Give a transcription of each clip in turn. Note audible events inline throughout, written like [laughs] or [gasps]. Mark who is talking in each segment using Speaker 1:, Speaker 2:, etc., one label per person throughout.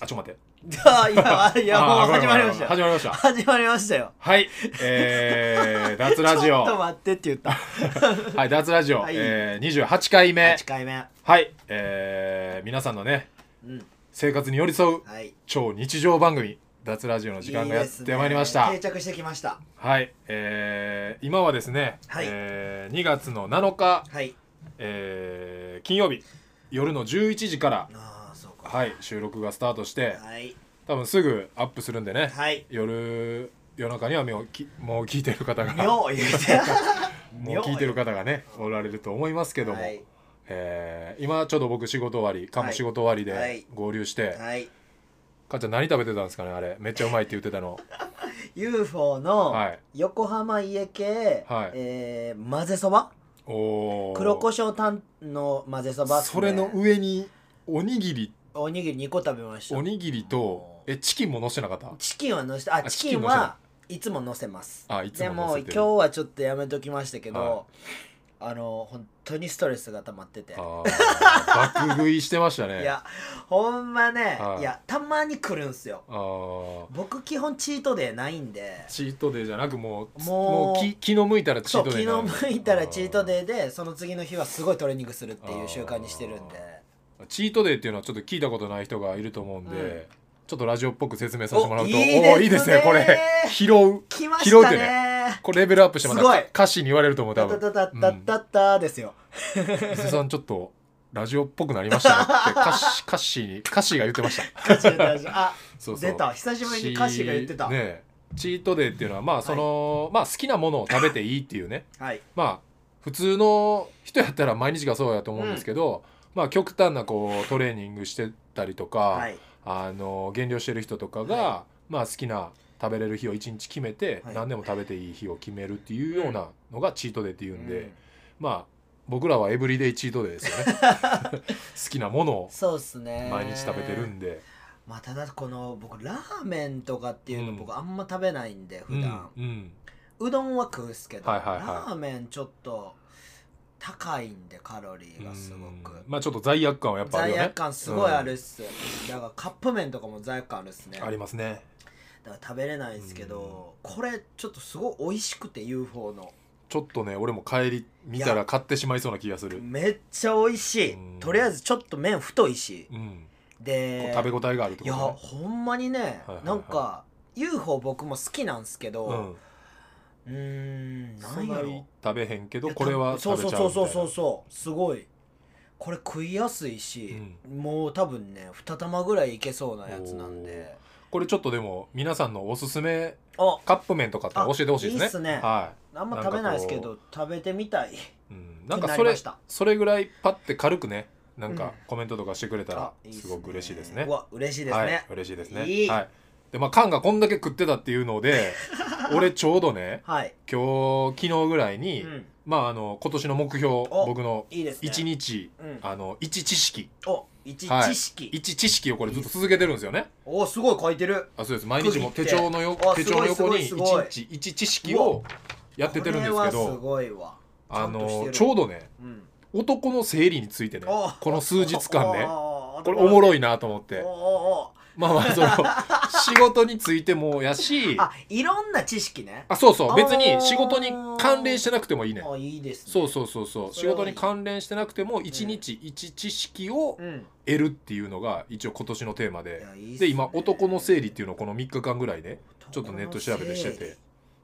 Speaker 1: あちょっと待って
Speaker 2: じゃ [laughs] あいやあいやも
Speaker 1: あ
Speaker 2: う
Speaker 1: ごめん
Speaker 2: 始
Speaker 1: ごめ
Speaker 2: ま
Speaker 1: ん
Speaker 2: りましたよ
Speaker 1: 始まりました
Speaker 2: 始まりましたよ
Speaker 1: はいえー、
Speaker 2: [laughs]
Speaker 1: 脱ラジ
Speaker 2: ちょっと
Speaker 1: オ
Speaker 2: 待ってって言った
Speaker 1: はい脱ラジオ、
Speaker 2: はい
Speaker 1: えー、28回目
Speaker 2: 8回目
Speaker 1: はいえー、皆さんのね
Speaker 2: うん
Speaker 1: 生活に寄り添う
Speaker 2: はい
Speaker 1: 超日常番組脱ラジオの時間がやってまいりました
Speaker 2: いいですね定着してきました
Speaker 1: はいえー、今はですね、
Speaker 2: はい
Speaker 1: えー、2月の7日、
Speaker 2: はい
Speaker 1: えー、金曜日夜の11時から
Speaker 2: ああそうか
Speaker 1: はい収録がスタートして
Speaker 2: はい
Speaker 1: 多分すぐアップするんでね、
Speaker 2: はい
Speaker 1: 夜夜中にはもうきもう聞いてる方がも
Speaker 2: 妙言うて
Speaker 1: う聞いてる方がねおられると思いますけども、
Speaker 2: はい
Speaker 1: えー今ちょうど僕仕事終わりかも仕事終わり
Speaker 2: は
Speaker 1: で
Speaker 2: い
Speaker 1: 合流して、
Speaker 2: はい
Speaker 1: かっちゃん何食べてたんですかねあれめっちゃうまいって言ってたの
Speaker 2: UFO の
Speaker 1: はい
Speaker 2: 横浜家系、
Speaker 1: はい
Speaker 2: えー混ぜそば
Speaker 1: おお
Speaker 2: 黒胡椒たんの混ぜそばっすね
Speaker 1: それの上におにぎり
Speaker 2: おにぎり2個食べました
Speaker 1: おにぎりとえチキンも乗せてなかった
Speaker 2: チキンはのせあ
Speaker 1: あ
Speaker 2: チキンはいつものせます
Speaker 1: あいつ
Speaker 2: で
Speaker 1: も乗
Speaker 2: も
Speaker 1: せ
Speaker 2: 今
Speaker 1: て
Speaker 2: 日
Speaker 1: る
Speaker 2: はちょっとやめときましたけど、あの本当にストレスが溜まってて
Speaker 1: あー爆食いしてましたね
Speaker 2: [laughs] いやほんまね、
Speaker 1: はい
Speaker 2: い、やたまに来るんすよ
Speaker 1: あー
Speaker 2: 僕基本チートデーないんで
Speaker 1: チートデーじゃなくもう
Speaker 2: もう
Speaker 1: もう気気の向いたらチ
Speaker 2: そ
Speaker 1: ー
Speaker 2: う
Speaker 1: トデーに
Speaker 2: 気
Speaker 1: な
Speaker 2: の
Speaker 1: る
Speaker 2: 向いたらチートデーでその次の日はすごいトレーニングするっていう習慣にしてるんで
Speaker 1: チートデーっていうのはちょっと聞いたことない人がいると思うんで、
Speaker 2: うん
Speaker 1: ちょっとラジオっぽく説明させてもらうと
Speaker 2: おいいですね
Speaker 1: ーいいですねこれ拾う
Speaker 2: 来ました
Speaker 1: 拾うて
Speaker 2: ね
Speaker 1: これレベルアップしてます
Speaker 2: ごい
Speaker 1: 歌詞に言われると思う多
Speaker 2: たた
Speaker 1: 分
Speaker 2: たたたたたですよ
Speaker 1: 伊勢さんちょっとラジオっぽくなりましたねって歌詞歌詞に歌詞が言ってました
Speaker 2: 歌詞歌詞あ
Speaker 1: [laughs] そうそう
Speaker 2: 出た久しぶりに歌詞が言ってた
Speaker 1: チーねえチートデーっていうのはまあその、まあ好きなものを食べていいっていうね
Speaker 2: はい
Speaker 1: まあ普通の人やったら毎日がそうやと思うんですけど、まあ極端なこうトレーニングしてたりとか、
Speaker 2: はい
Speaker 1: あの減量してる人とかが、
Speaker 2: は
Speaker 1: まあ好きな食べれる日を一日決めて、
Speaker 2: はい
Speaker 1: 何でも食べていい日を決めるっていうようなのがチートデーっていうんで、
Speaker 2: うん
Speaker 1: まあ僕らはエブリデイチートデーですよね
Speaker 2: [laughs]
Speaker 1: 好きなものを
Speaker 2: そうっすね
Speaker 1: 毎日食べてるんで、
Speaker 2: まあただこの僕ラーメンとかっていうの
Speaker 1: うん
Speaker 2: 僕あんま食べないんで
Speaker 1: うん
Speaker 2: 普段、
Speaker 1: うん
Speaker 2: うどんは食うっすけど、
Speaker 1: はいはいはい
Speaker 2: ラーメンちょっと高いんでカロリーがすごく
Speaker 1: うん、まあちょっと罪悪感はやっぱあるよ
Speaker 2: 罪
Speaker 1: ね
Speaker 2: 悪感すごいあるっす、だからカップ麺とかも罪悪感あるっすね
Speaker 1: ありますね
Speaker 2: だから食べれないんですけど、これちょっとすごい美味しくて UFO の
Speaker 1: ちょっとね俺も帰り見たら買ってしまいそうな気がする、
Speaker 2: めっちゃ美味しい、
Speaker 1: うん
Speaker 2: とりあえずちょっと麺太いし
Speaker 1: うん、
Speaker 2: で
Speaker 1: こう食べ応えがあるって
Speaker 2: い
Speaker 1: こ
Speaker 2: や
Speaker 1: とね
Speaker 2: ほんまにね、
Speaker 1: いはいはい
Speaker 2: なんか UFO 僕も好きなんですけど、
Speaker 1: うん
Speaker 2: うーん、
Speaker 1: そ
Speaker 2: なん
Speaker 1: ん
Speaker 2: や
Speaker 1: な
Speaker 2: ろ
Speaker 1: に食べへんけど
Speaker 2: いや
Speaker 1: これは
Speaker 2: そう
Speaker 1: 食
Speaker 2: そ
Speaker 1: べ
Speaker 2: う
Speaker 1: ちゃう
Speaker 2: そ
Speaker 1: み
Speaker 2: う
Speaker 1: たい
Speaker 2: そ
Speaker 1: な
Speaker 2: うそうそうすごいこれ食いやすいし、もう多分ね2玉ぐらいいけそうなやつなんで
Speaker 1: これちょっとでも皆さんのおすすめ
Speaker 2: あ
Speaker 1: カップ麺とかって教えてほしいですね
Speaker 2: あいいっすね
Speaker 1: は
Speaker 2: あんま食べないですけ
Speaker 1: な
Speaker 2: ど食べてみたい
Speaker 1: い、うん、なんかそ
Speaker 2: 気になり
Speaker 1: れ
Speaker 2: ました
Speaker 1: それぐらいパッて軽くねなん
Speaker 2: うん
Speaker 1: かコメントとかしてくれたら
Speaker 2: あいいっ
Speaker 1: すごく嬉しいですね,、
Speaker 2: うわ嬉しいです
Speaker 1: は
Speaker 2: ね、
Speaker 1: い嬉しいですね
Speaker 2: いい
Speaker 1: はいでまあ缶がこんだけ食ってたっていうの
Speaker 2: [laughs]
Speaker 1: で俺ちょうどね
Speaker 2: はい、
Speaker 1: 今日昨日ぐらいに、
Speaker 2: うん、
Speaker 1: まああの今年の目標僕の
Speaker 2: いいですね
Speaker 1: 1日、
Speaker 2: うん、
Speaker 1: あの1知識
Speaker 2: お一
Speaker 1: はい
Speaker 2: 知識、
Speaker 1: 1知識をこれずっと続けてるんですよね
Speaker 2: おすごい書いてる
Speaker 1: あそうです毎日も手
Speaker 2: 区切って
Speaker 1: 帳のよ
Speaker 2: あ
Speaker 1: 手帳の横に
Speaker 2: すごいすごい
Speaker 1: 1日1知識をやっててるんですけ
Speaker 2: これはす
Speaker 1: ど
Speaker 2: ごいわちゃ
Speaker 1: あ
Speaker 2: んとして
Speaker 1: の
Speaker 2: る
Speaker 1: ちょうどね
Speaker 2: うん
Speaker 1: 男の生理についてね
Speaker 2: お
Speaker 1: この数日間ね
Speaker 2: こ
Speaker 1: これおもろ
Speaker 2: い
Speaker 1: いなと思って
Speaker 2: おお
Speaker 1: まあまあその仕事についてもやし
Speaker 2: おあいろんな知識ね
Speaker 1: あそうそう別
Speaker 2: あ
Speaker 1: に
Speaker 2: ー
Speaker 1: 仕事に関連してなくてもいいね
Speaker 2: あいいですね
Speaker 1: そうそうそうそう
Speaker 2: そ
Speaker 1: 仕
Speaker 2: れはいい
Speaker 1: 事に関連してなくても1日1知識を
Speaker 2: うん
Speaker 1: 得るっていうのが一応今年のテーマ
Speaker 2: い
Speaker 1: で
Speaker 2: やいいっすね
Speaker 1: で今男の生理っていうのをこの3日間ぐらいねちょっとネット調べてしてて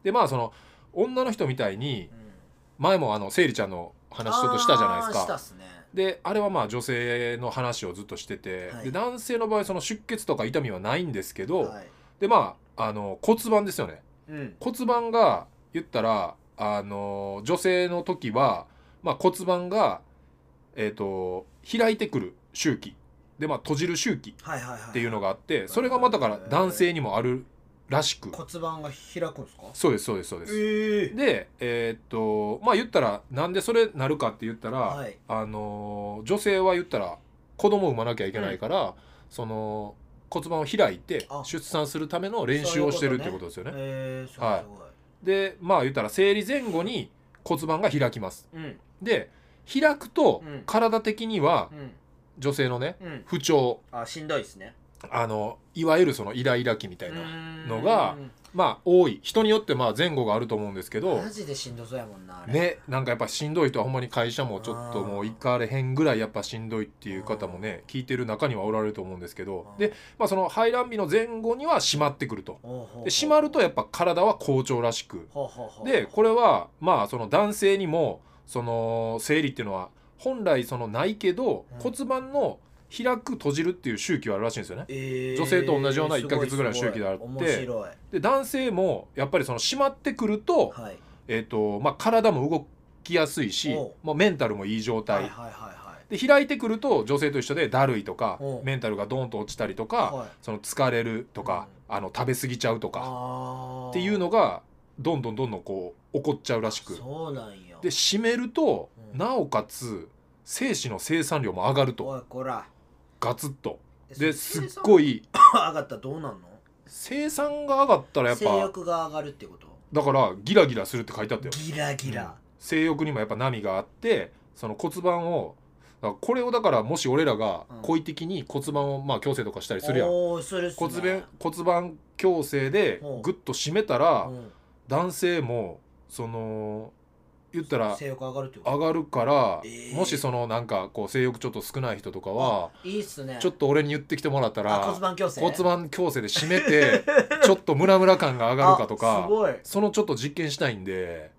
Speaker 1: でまあその女の人みたいに前もあの生理ちゃんの話ちょっとしたじゃないです
Speaker 2: あーした
Speaker 1: か
Speaker 2: っすね
Speaker 1: であれはまあ女性の話をずっとしてて、
Speaker 2: はい
Speaker 1: で男性の場合その出血とか痛みはないんですけど、
Speaker 2: はい
Speaker 1: でまああの骨盤ですよね
Speaker 2: うん
Speaker 1: 骨盤が言ったらあの女性の時は、まあ、骨盤が、えっと開いてくる周期で、まあ、閉じる周期
Speaker 2: はいはいはい
Speaker 1: っていうの
Speaker 2: が
Speaker 1: があってそれがまあだから男性にもあるらしく
Speaker 2: 骨盤が開くんですか
Speaker 1: そうですそうですそうです。
Speaker 2: ええ
Speaker 1: でえーっとまあ言ったらなんでそれなるかって言ったら、
Speaker 2: はい
Speaker 1: あのー女性は言ったら子供を産まなきゃいけないから、その骨盤を開いて
Speaker 2: あ
Speaker 1: 出産するための練習をしてるってことですよね。
Speaker 2: えーす
Speaker 1: はい
Speaker 2: ごい
Speaker 1: でまあ言ったら生理前後に骨盤が開きます。
Speaker 2: すごいうん
Speaker 1: で開くと
Speaker 2: うん
Speaker 1: 体的には
Speaker 2: うん
Speaker 1: 女性のね
Speaker 2: うん
Speaker 1: 不調
Speaker 2: あしんどいですね
Speaker 1: あのいわゆるそのイライラ期みたいな、の
Speaker 2: の
Speaker 1: がまあ多い人によってまあ前後があると思うんですけど
Speaker 2: マジでしんどそうやもんなあれ
Speaker 1: ねなんかやっぱしんどい人はほんまに会社もちょっともう行かれへんぐらいやっぱしんどいっていう方もね聞いてる中にはおられると思うんですけど
Speaker 2: うん
Speaker 1: で、まあ、その排卵日の前後には締まってくると
Speaker 2: ほうほうほう
Speaker 1: で締まるとやっぱ体は好調らしく
Speaker 2: ほうほうほう
Speaker 1: でこれはまあその男性にもその生理っていうのは本来そのないけど
Speaker 2: うん
Speaker 1: 骨盤の開く閉じるっていう周期はあるらしいんですよね。
Speaker 2: えー
Speaker 1: 女性と同じような
Speaker 2: すご
Speaker 1: 1ヶ月ぐらいの周期であって
Speaker 2: すごい面白い
Speaker 1: で男性もやっぱりその締まってくると,、
Speaker 2: はい
Speaker 1: えーとまあ、体も動きやすいし
Speaker 2: おう、
Speaker 1: まあ、メンタルもいい状
Speaker 2: はいはい
Speaker 1: 態
Speaker 2: はいはい
Speaker 1: で開いてくると女性と一緒でだるいとか
Speaker 2: おう
Speaker 1: メンタルがドーンと落ちたりとか
Speaker 2: はい
Speaker 1: その疲れるとか、あの食べ過ぎちゃうとか
Speaker 2: あー
Speaker 1: っていうのがどんどんどんどんこう起こっちゃうらしく
Speaker 2: そうなんよ
Speaker 1: で締めると、
Speaker 2: うん
Speaker 1: なおかつ精子の生産量も上がると
Speaker 2: おいこら
Speaker 1: ガツッと
Speaker 2: え
Speaker 1: ですっご
Speaker 2: い
Speaker 1: い
Speaker 2: 上がったらどうなん
Speaker 1: 生産が上がったらや
Speaker 2: の
Speaker 1: っ
Speaker 2: 性
Speaker 1: ぱ
Speaker 2: 欲が上がるってこと
Speaker 1: だからギラギラするって書いてあったよ
Speaker 2: ギラギラ、
Speaker 1: 性欲にもやっぱ波があってその骨盤をだからこれをだからもし俺らが
Speaker 2: うん
Speaker 1: 故意的に骨盤をまあ矯正とかしたりするやん
Speaker 2: おーするっすね
Speaker 1: 骨盤骨盤矯正で
Speaker 2: うん
Speaker 1: グッと締めたら
Speaker 2: うん
Speaker 1: 男性もその言ったら
Speaker 2: 性欲上がるってこと
Speaker 1: 上がるから
Speaker 2: えー
Speaker 1: もしそのなんかこう性欲ちょっと少ない人とかはい
Speaker 2: いっすね
Speaker 1: ちょっと俺に言ってきてもらった
Speaker 2: あ
Speaker 1: ら
Speaker 2: 骨盤矯正
Speaker 1: 骨盤矯正で締め
Speaker 2: [laughs]
Speaker 1: てちょっとムラムラ感が上がるかと
Speaker 2: あす
Speaker 1: か
Speaker 2: ごい
Speaker 1: そのちょっと実験したいんで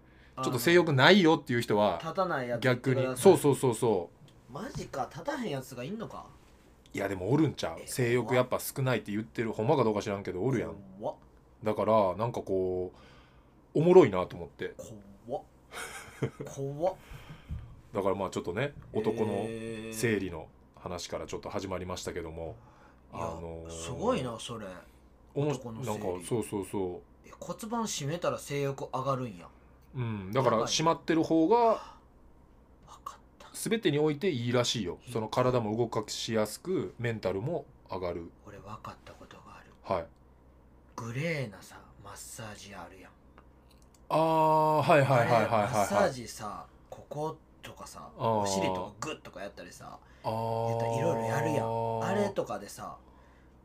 Speaker 1: ちょっと性
Speaker 2: 欲
Speaker 1: 欲ないよっていう人は
Speaker 2: 立たないやつ
Speaker 1: 逆にそう
Speaker 2: う
Speaker 1: そうそうそう
Speaker 2: マジか立たへんやつがいんのか
Speaker 1: いやでもおるんちゃう
Speaker 2: え
Speaker 1: 性欲やっぱ少ないって言ってるほんまかどうか知らんけどおるやん
Speaker 2: 怖っ
Speaker 1: だからなんかこうおもろいなと思って
Speaker 2: 怖
Speaker 1: [laughs]
Speaker 2: っ怖っ
Speaker 1: だからまあちょっとね男の
Speaker 2: えー
Speaker 1: 生理の話からちょっと始まりましたけども
Speaker 2: いや
Speaker 1: あのー
Speaker 2: すごいなそれ
Speaker 1: おも
Speaker 2: 男の生
Speaker 1: なん
Speaker 2: 理
Speaker 1: かそうそうそ
Speaker 2: え骨盤締めたら性欲上がるんや
Speaker 1: ううんだから
Speaker 2: やばい
Speaker 1: 締まってる方が
Speaker 2: 分かった
Speaker 1: 全てにおいていいらしいよその体も動かしやすくメンタルも上がる
Speaker 2: 俺分かったことがある
Speaker 1: はい
Speaker 2: グレーなさマッサージあるやん
Speaker 1: ああはいはいはいはい
Speaker 2: あれマッサ
Speaker 1: はいは
Speaker 2: ー
Speaker 1: い
Speaker 2: ジさこことかさ
Speaker 1: あー
Speaker 2: お尻とかグッとかやったりさ
Speaker 1: あー
Speaker 2: 言ったらいろいろやるや
Speaker 1: ん
Speaker 2: あれとかでさ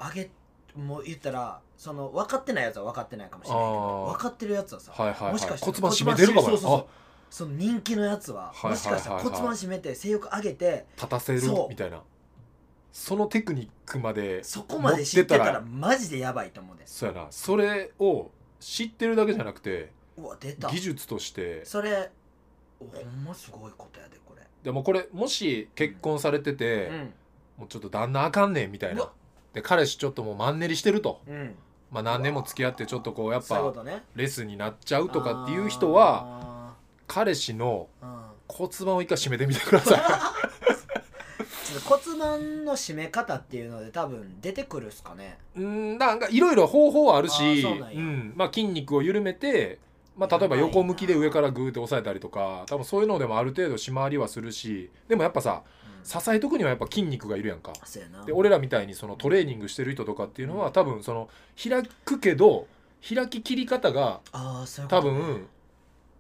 Speaker 2: 上げもう言ったらその分かってないやつは分かってないかもしれないけど
Speaker 1: あー
Speaker 2: 分かってるやつはさ
Speaker 1: はいはいはい
Speaker 2: もしかして
Speaker 1: 骨盤締めてるかも
Speaker 2: そう
Speaker 1: よ
Speaker 2: そうそう
Speaker 1: あ
Speaker 2: その人気のやつは
Speaker 1: はいはいはいはい
Speaker 2: もしかしたら骨盤締めて性欲上げて
Speaker 1: 立たせる
Speaker 2: そう
Speaker 1: みたいなそのテクニックまで
Speaker 2: そこまで知って
Speaker 1: 持
Speaker 2: た
Speaker 1: ってた
Speaker 2: ら
Speaker 1: ら
Speaker 2: マジでやばいと思うで
Speaker 1: そうやなそれを知ってるだけじゃなくて
Speaker 2: うわ出た
Speaker 1: 技術として
Speaker 2: それほんますごいことやでこれ
Speaker 1: でもこれもし結婚されてて、
Speaker 2: うん
Speaker 1: もうちょっと旦那あかんねんみたいうな
Speaker 2: わ
Speaker 1: で彼氏ちょっともうマンネリしてると、
Speaker 2: うん
Speaker 1: まあ、何年も付き合ってちょっとこうやっ
Speaker 2: そういうこ
Speaker 1: ぱ
Speaker 2: とね
Speaker 1: レスになっちゃうとかっていう人は彼氏の
Speaker 2: あーうん
Speaker 1: 骨盤を一回締めてみてくださ
Speaker 2: ちょっと骨盤の締め方っていうので多分出てくるっすかね
Speaker 1: いうんなんかいろいろ方法はある
Speaker 2: あー
Speaker 1: し
Speaker 2: そうなんや
Speaker 1: んまあ、筋肉を緩めて、まあ、例えば
Speaker 2: やばいな
Speaker 1: 横向きで上からグーって押さえたりとか多分そういうのでもある程度締まりはするしでもやっぱさ
Speaker 2: うん
Speaker 1: 支えとくにはやっぱ筋肉がいるやんか
Speaker 2: そうやな
Speaker 1: で俺らみたいにそのトレーニングしてる人とかっていうのは多分その開くけど開き切り方が
Speaker 2: ああそういうこ
Speaker 1: 多
Speaker 2: と
Speaker 1: 分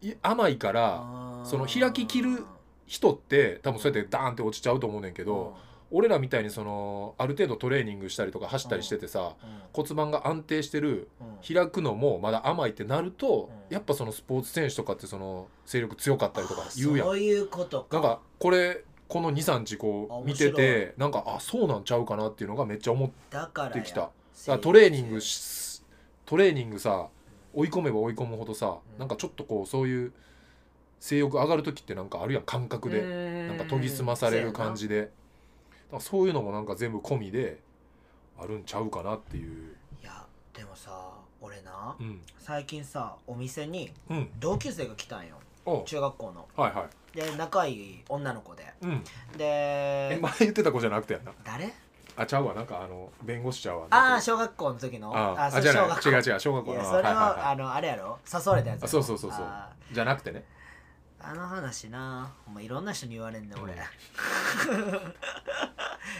Speaker 1: い甘いから
Speaker 2: あー
Speaker 1: その開き切る人って多分そうやってダーンって落ちちゃうと思うねんけど、俺らみたいにそのある程度トレーニングしたりとか走ったりしててさ、
Speaker 2: うんうん
Speaker 1: 骨盤が安定してる
Speaker 2: うん
Speaker 1: 開くのもまだ甘いってなると、
Speaker 2: うん
Speaker 1: やっぱそのスポーツ選手とかってその勢力強かったりとか言うやん
Speaker 2: あー。そういうこと
Speaker 1: な
Speaker 2: か
Speaker 1: んかこれこの23日こう見て
Speaker 2: あ面
Speaker 1: てなんかあそうなんちゃうかなっていうのがめっちゃ思っ
Speaker 2: だから
Speaker 1: てきただ
Speaker 2: や
Speaker 1: からトレーニングしトレーニングさ追い込めば追い込むほどさ、
Speaker 2: うん
Speaker 1: なんかちょっとこうそういう性欲上がる時ってなんかあるやん感覚で、
Speaker 2: で
Speaker 1: なんか研ぎ澄まされる感じでだからそういうのもなんか全部込みであるんちゃうかなっていう
Speaker 2: いやでもさ俺な
Speaker 1: うん
Speaker 2: 最近さお店に
Speaker 1: うん
Speaker 2: 同級生が来たんよ
Speaker 1: お
Speaker 2: 中学校の
Speaker 1: はいは
Speaker 2: で仲いい女の子で
Speaker 1: いうんえ
Speaker 2: で
Speaker 1: 前言ってた子じゃなくてやな
Speaker 2: 誰
Speaker 1: あちゃうわなんかあの弁護士ちゃうわ
Speaker 2: ああ小学校の時の
Speaker 1: ああ
Speaker 2: それ
Speaker 1: じゃ
Speaker 2: 小
Speaker 1: な
Speaker 2: 学
Speaker 1: い
Speaker 2: 校
Speaker 1: 違う違う小学校
Speaker 2: い
Speaker 1: の
Speaker 2: や
Speaker 1: あ
Speaker 2: それ
Speaker 1: はいはいはい
Speaker 2: はあのあれやろ誘われたやつやろ
Speaker 1: あそうそうそうそう
Speaker 2: あ
Speaker 1: じゃなくてね
Speaker 2: ーあの話なお前いろんな人に言われんね
Speaker 1: [laughs]
Speaker 2: 俺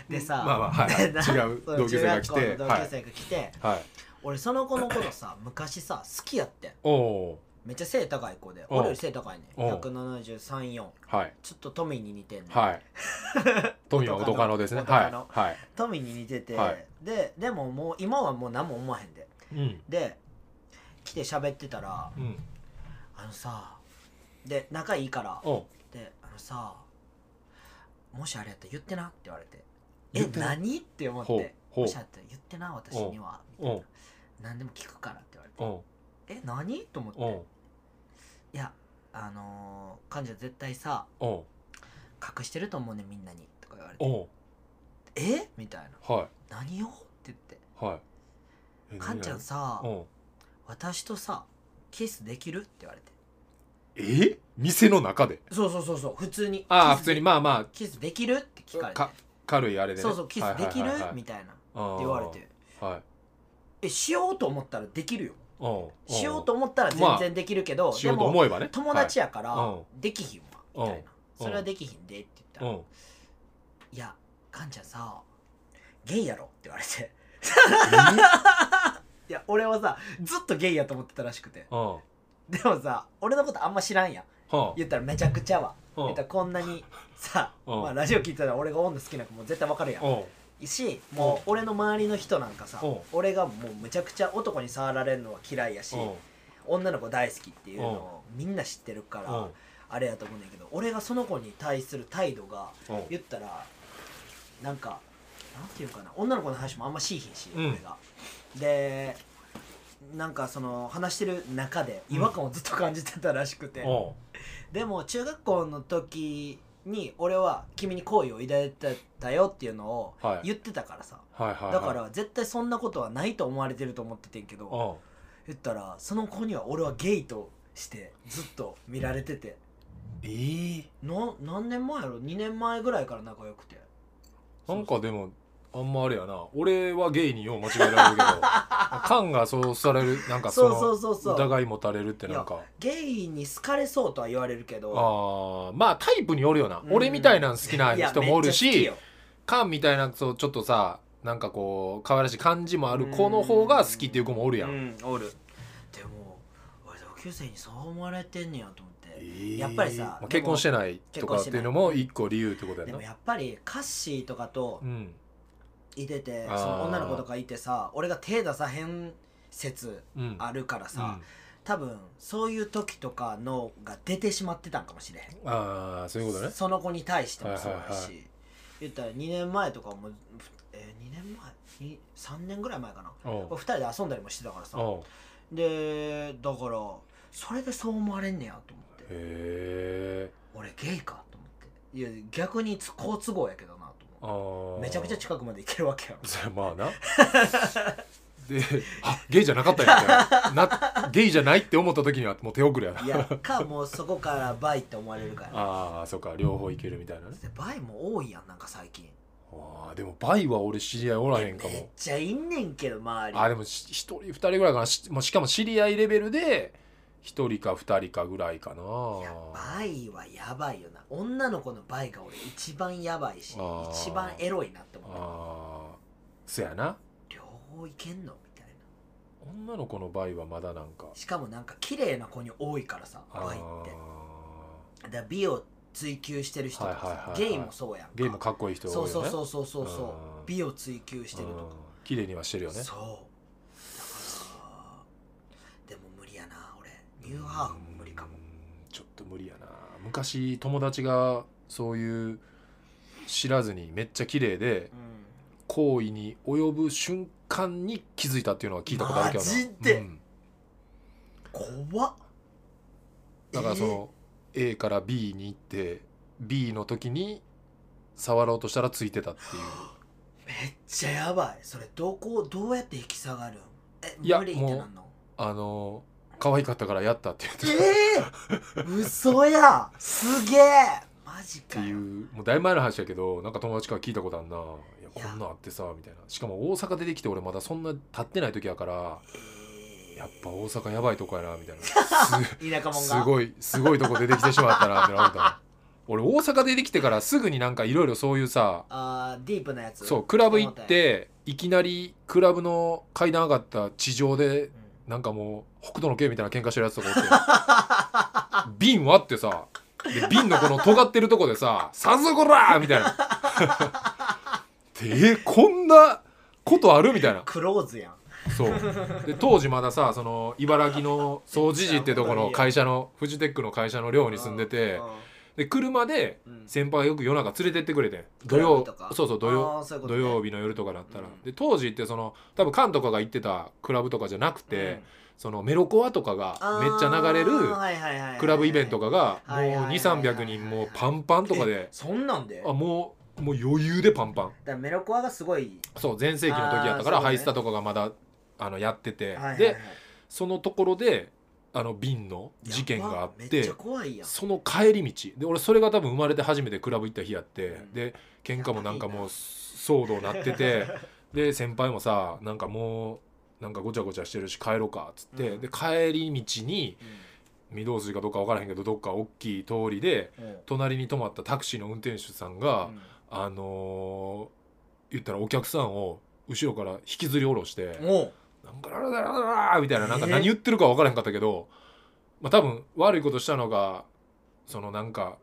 Speaker 2: でさ
Speaker 1: まあまあはいはい
Speaker 2: な
Speaker 1: 違う
Speaker 2: その
Speaker 1: 同級生が来て
Speaker 2: 中学校の同級生が来て
Speaker 1: はい
Speaker 2: 俺その子のことさ昔さ好きやってん
Speaker 1: おお
Speaker 2: めっちゃ背高い子で
Speaker 1: うん
Speaker 2: 俺より背高いね
Speaker 1: うん
Speaker 2: 1734ちょ
Speaker 1: はい
Speaker 2: っとトミーに似てんね、 [laughs]
Speaker 1: はい富は
Speaker 2: 元
Speaker 1: 元
Speaker 2: カ
Speaker 1: カ
Speaker 2: ノ
Speaker 1: ノですね
Speaker 2: 元
Speaker 1: は
Speaker 2: カ
Speaker 1: い
Speaker 2: ノ
Speaker 1: はい
Speaker 2: トミーに似てて、
Speaker 1: はい
Speaker 2: ででももう今はもう何も思わへんで
Speaker 1: うん
Speaker 2: で来て喋ってたら
Speaker 1: うん
Speaker 2: 「あのさ」で仲いいから
Speaker 1: おう
Speaker 2: で「あのさもしあれやったら言ってな」って言われて「え
Speaker 1: 言ってな
Speaker 2: 何?」って思っ
Speaker 1: ほう
Speaker 2: て「
Speaker 1: ほ
Speaker 2: も
Speaker 1: う
Speaker 2: しあれやったら言ってな私には」みた
Speaker 1: お
Speaker 2: いうな「何でも聞くから」って言われて
Speaker 1: おう
Speaker 2: 「え何?」と思って
Speaker 1: おう
Speaker 2: 「いやあのー、彼女絶対さ
Speaker 1: おう
Speaker 2: 隠してると思うねみんなに」とか言われて
Speaker 1: おう
Speaker 2: 「えみたいな
Speaker 1: は
Speaker 2: 「何を?」って言って
Speaker 1: いはいえ
Speaker 2: 「かんちゃんさ
Speaker 1: おう
Speaker 2: 私とさキスできる?」って言われて
Speaker 1: え店の中で
Speaker 2: そうそうそうそう普通に
Speaker 1: ああ
Speaker 2: キ
Speaker 1: 普
Speaker 2: ス
Speaker 1: 通
Speaker 2: で
Speaker 1: にまあま
Speaker 2: キスできるって聞かれて
Speaker 1: か軽いあれでね
Speaker 2: そうそうキスできる
Speaker 1: はいはいはいはい
Speaker 2: みたいなって
Speaker 1: あー
Speaker 2: 言われて
Speaker 1: はい
Speaker 2: えしようと思ったらできるよ
Speaker 1: おう
Speaker 2: しようと思ったら
Speaker 1: ま
Speaker 2: 全
Speaker 1: あ
Speaker 2: 然できるけど、
Speaker 1: し
Speaker 2: で
Speaker 1: ようと
Speaker 2: も
Speaker 1: 思えばね
Speaker 2: 友達やから、
Speaker 1: は
Speaker 2: できひんわみたいな
Speaker 1: うん
Speaker 2: それはできひんでって言った
Speaker 1: う
Speaker 2: ら
Speaker 1: んう
Speaker 2: 「
Speaker 1: ん
Speaker 2: いやかんちゃんさゲイやろ」って言われて [laughs] いや俺はさずっとゲイやと思ってたらしくて
Speaker 1: うんは
Speaker 2: でもさ俺のことあんま知らんやん
Speaker 1: あ
Speaker 2: 言ったらめちゃくちゃわ
Speaker 1: うん
Speaker 2: 言ったらこんなにさ、
Speaker 1: うん
Speaker 2: まあ、ラジオ聞いてたら俺が女好きなんかもう絶対わかるやん
Speaker 1: おう
Speaker 2: しもう俺の周りの人なんかさ
Speaker 1: うん
Speaker 2: 俺がもうむちゃくちゃ男に触られるのは嫌いやし
Speaker 1: おう
Speaker 2: 女の子大好きっていうのをみんな知ってるから
Speaker 1: おう
Speaker 2: あれやと思うねんだけど俺がその子に対する態度が
Speaker 1: おう
Speaker 2: 言ったらなんかなんていうかな女の子の話もあんましいひんし
Speaker 1: うん
Speaker 2: 俺が。でなんかその話してる中で違和感をずっと感じてたらしくて、
Speaker 1: おう
Speaker 2: でも中学校の時に俺は君に好意を抱いてたよっていうのを
Speaker 1: はい
Speaker 2: 言ってたからさ、
Speaker 1: はいはいはい
Speaker 2: だから絶対そんなことはないと思われてると思っててんけど
Speaker 1: おう
Speaker 2: 言ったらその子には俺はゲイとしてずっと見られてて
Speaker 1: ええ
Speaker 2: な何年前やろ2年前ぐらいから仲良くて
Speaker 1: なんかでもあんまあれやな俺はゲイによう間違えられるけどカンがそうされるなんかそ
Speaker 2: そうそう
Speaker 1: の
Speaker 2: そうそう
Speaker 1: 疑い持たれるってなんか
Speaker 2: ゲイに好かれそうとは言われるけど
Speaker 1: あーまあタイプによるよな
Speaker 2: うん
Speaker 1: 俺みたいなん好き
Speaker 2: [laughs]
Speaker 1: ない
Speaker 2: や
Speaker 1: 人もおる
Speaker 2: めっちゃ好き
Speaker 1: し
Speaker 2: よ
Speaker 1: カンみたいなそうちょっとさなんかこう可愛らしい感じもある子の方が好きっていう子もおるや
Speaker 2: うんんおるでも俺同級生にそう思われてんねやと思って
Speaker 1: えー
Speaker 2: やっぱりさ
Speaker 1: まあ結婚してない
Speaker 2: で
Speaker 1: と
Speaker 2: も
Speaker 1: かっていうのも一個理由ってことや
Speaker 2: で
Speaker 1: な
Speaker 2: もやっぱりカッシーとかと
Speaker 1: うん
Speaker 2: いてて、
Speaker 1: あー
Speaker 2: その女の子とかいてさ俺が手出さへん説
Speaker 1: うん
Speaker 2: あるから
Speaker 1: うん
Speaker 2: さ、多分そういう時とかのが出てしまってたんかもしれへん
Speaker 1: ああそういうことね
Speaker 2: その子に対してもそう
Speaker 1: はい
Speaker 2: だ
Speaker 1: はい
Speaker 2: し、
Speaker 1: は
Speaker 2: 言ったら2年前とかもえー、2年前に3年ぐらい前かな
Speaker 1: おう
Speaker 2: 2人で遊んだりもしてたからさ
Speaker 1: おう
Speaker 2: でだからそれでそう思われんねやと思って
Speaker 1: へえ
Speaker 2: 俺ゲイかと思っていや逆につ好都合やけどなと
Speaker 1: あ
Speaker 2: 思
Speaker 1: ー
Speaker 2: うめちゃくちゃ近くまで行けるわけやろ
Speaker 1: それ [laughs] まあなであゲイじゃなかったよみたいななゲイじゃないって思った時にはもう手遅れや [laughs] ない
Speaker 2: やかもうそこからバイって思われるから
Speaker 1: [laughs] ああそっか両方いけるみたいなね
Speaker 2: でバイも多いやんなんか最近
Speaker 1: あーでもバイは俺知り合いおらへんか
Speaker 2: めっ
Speaker 1: も
Speaker 2: ちゃいんねんけど周り
Speaker 1: あーでもし一人二人ぐらいかなし,、まあ、しかも知り合いレベルで一人か二人かぐらいかない
Speaker 2: やバイはやばいよな女の子のバイが俺一番やばいし
Speaker 1: あー
Speaker 2: 一番エロいなって思った
Speaker 1: あーそやな
Speaker 2: 両方いけんのみたいな
Speaker 1: 女の子のバイはまだなんか
Speaker 2: しかもなんか綺麗な子に多いからさ
Speaker 1: あー
Speaker 2: バイってだから美を追求してる人とかさ、
Speaker 1: はいはいはいはい
Speaker 2: ゲイもそうやんか
Speaker 1: ゲイもかっこいい人多いよ
Speaker 2: そう
Speaker 1: ね
Speaker 2: そうそううそうそうそ
Speaker 1: う
Speaker 2: う
Speaker 1: ん
Speaker 2: 美を追求してるとか
Speaker 1: ん綺麗にはしてるよね
Speaker 2: そうだからさでも無理やな俺ニューハーフも無理か
Speaker 1: う
Speaker 2: も
Speaker 1: んちょっと無理やな昔友達がそういう知らずにめっちゃ綺麗で
Speaker 2: う
Speaker 1: 行為に及ぶ瞬間に気づいたっていうのは聞いたことあるけどな
Speaker 2: マジで
Speaker 1: うん
Speaker 2: ん怖っ
Speaker 1: だからそ
Speaker 2: えー
Speaker 1: の A から B に行って B の時に触ろうとしたらついてた
Speaker 2: [gasps]
Speaker 1: っていう
Speaker 2: めっちゃやばいそれどこどうやって引き下がるんえ
Speaker 1: いや
Speaker 2: 無理ってなんの
Speaker 1: あの可愛かったからやったって言ってたっ
Speaker 2: ええー、嘘やすげえマジ
Speaker 1: て
Speaker 2: か
Speaker 1: い
Speaker 2: よ
Speaker 1: うもうだいぶ前の話やけどなんか友達から聞いたことあんない
Speaker 2: い
Speaker 1: や
Speaker 2: や
Speaker 1: こんなんあってさみたいなしかも大阪出てきて俺まだそんな立ってない時やから
Speaker 2: えー
Speaker 1: やっぱ大阪やばいとこやなみたい
Speaker 2: [laughs]
Speaker 1: な
Speaker 2: 田舎もんが
Speaker 1: すすごいすごいとこ出てきてしまったなってなった俺大阪出てきてからすぐになんかいろいろそういうさ
Speaker 2: あーディープなやつ
Speaker 1: そうクラブ行っていきなりクラブの階段上がった地上で
Speaker 2: うん
Speaker 1: なんかもう北斗の拳みたいな喧嘩してるやつとかおって瓶割ってさで瓶のこの尖ってるとこでさ「さぞこら!」みたいなでえこんなことあるみたいな
Speaker 2: クローズやん
Speaker 1: そうで当時まださその茨城の総知事ってとこの会社のフジテックの会社の寮に住んでてで車で
Speaker 2: うん
Speaker 1: 先輩がよく夜中連れてってくれてん土
Speaker 2: クラブ
Speaker 1: 曜
Speaker 2: とか
Speaker 1: そうそう土曜
Speaker 2: あーそういうこと
Speaker 1: 土
Speaker 2: ね
Speaker 1: 曜日の夜とかだったら、
Speaker 2: うん
Speaker 1: で当時ってその多分缶とかが行ってたクラブとかじゃなくて、
Speaker 2: うん
Speaker 1: そのメロコアとかが
Speaker 2: あー
Speaker 1: めっちゃ流れる
Speaker 2: はいはいはいはい
Speaker 1: クラブイベントとかがもう
Speaker 2: はいはいはいはい
Speaker 1: 2300人もうパンパンとか
Speaker 2: え
Speaker 1: で
Speaker 2: そんなんで
Speaker 1: あもうもう余裕でパンパン
Speaker 2: だからメロコアがすごい
Speaker 1: そう全盛期の時やったから
Speaker 2: あーそうね
Speaker 1: ハイスタとかがまだあのやってて、
Speaker 2: はいはいはい
Speaker 1: でそのところであの瓶の事件があっ
Speaker 2: やばめっち
Speaker 1: て
Speaker 2: ゃ怖いやん
Speaker 1: その帰り道で俺それが多分生まれて初めてクラブ行った日やって、
Speaker 2: うん
Speaker 1: で喧嘩もなんかもう騒動なって
Speaker 2: [laughs]
Speaker 1: てで先輩もさなんかもうなんかごちゃごちゃしてるし帰ろうかっつって、
Speaker 2: うん
Speaker 1: で帰り道に
Speaker 2: う
Speaker 1: 御堂筋かどうか分からへんけどどっか大きい通りで
Speaker 2: んうん
Speaker 1: 隣に泊まったタクシーの運転手さんが、あのー言ったらお客さんを後ろから引きずり下ろして。
Speaker 2: うんもう
Speaker 1: なんかラララララーみたいななんか
Speaker 2: えー
Speaker 1: 何言ってるか分からへんかったけど、まあ多分悪いことしたのがそのなんか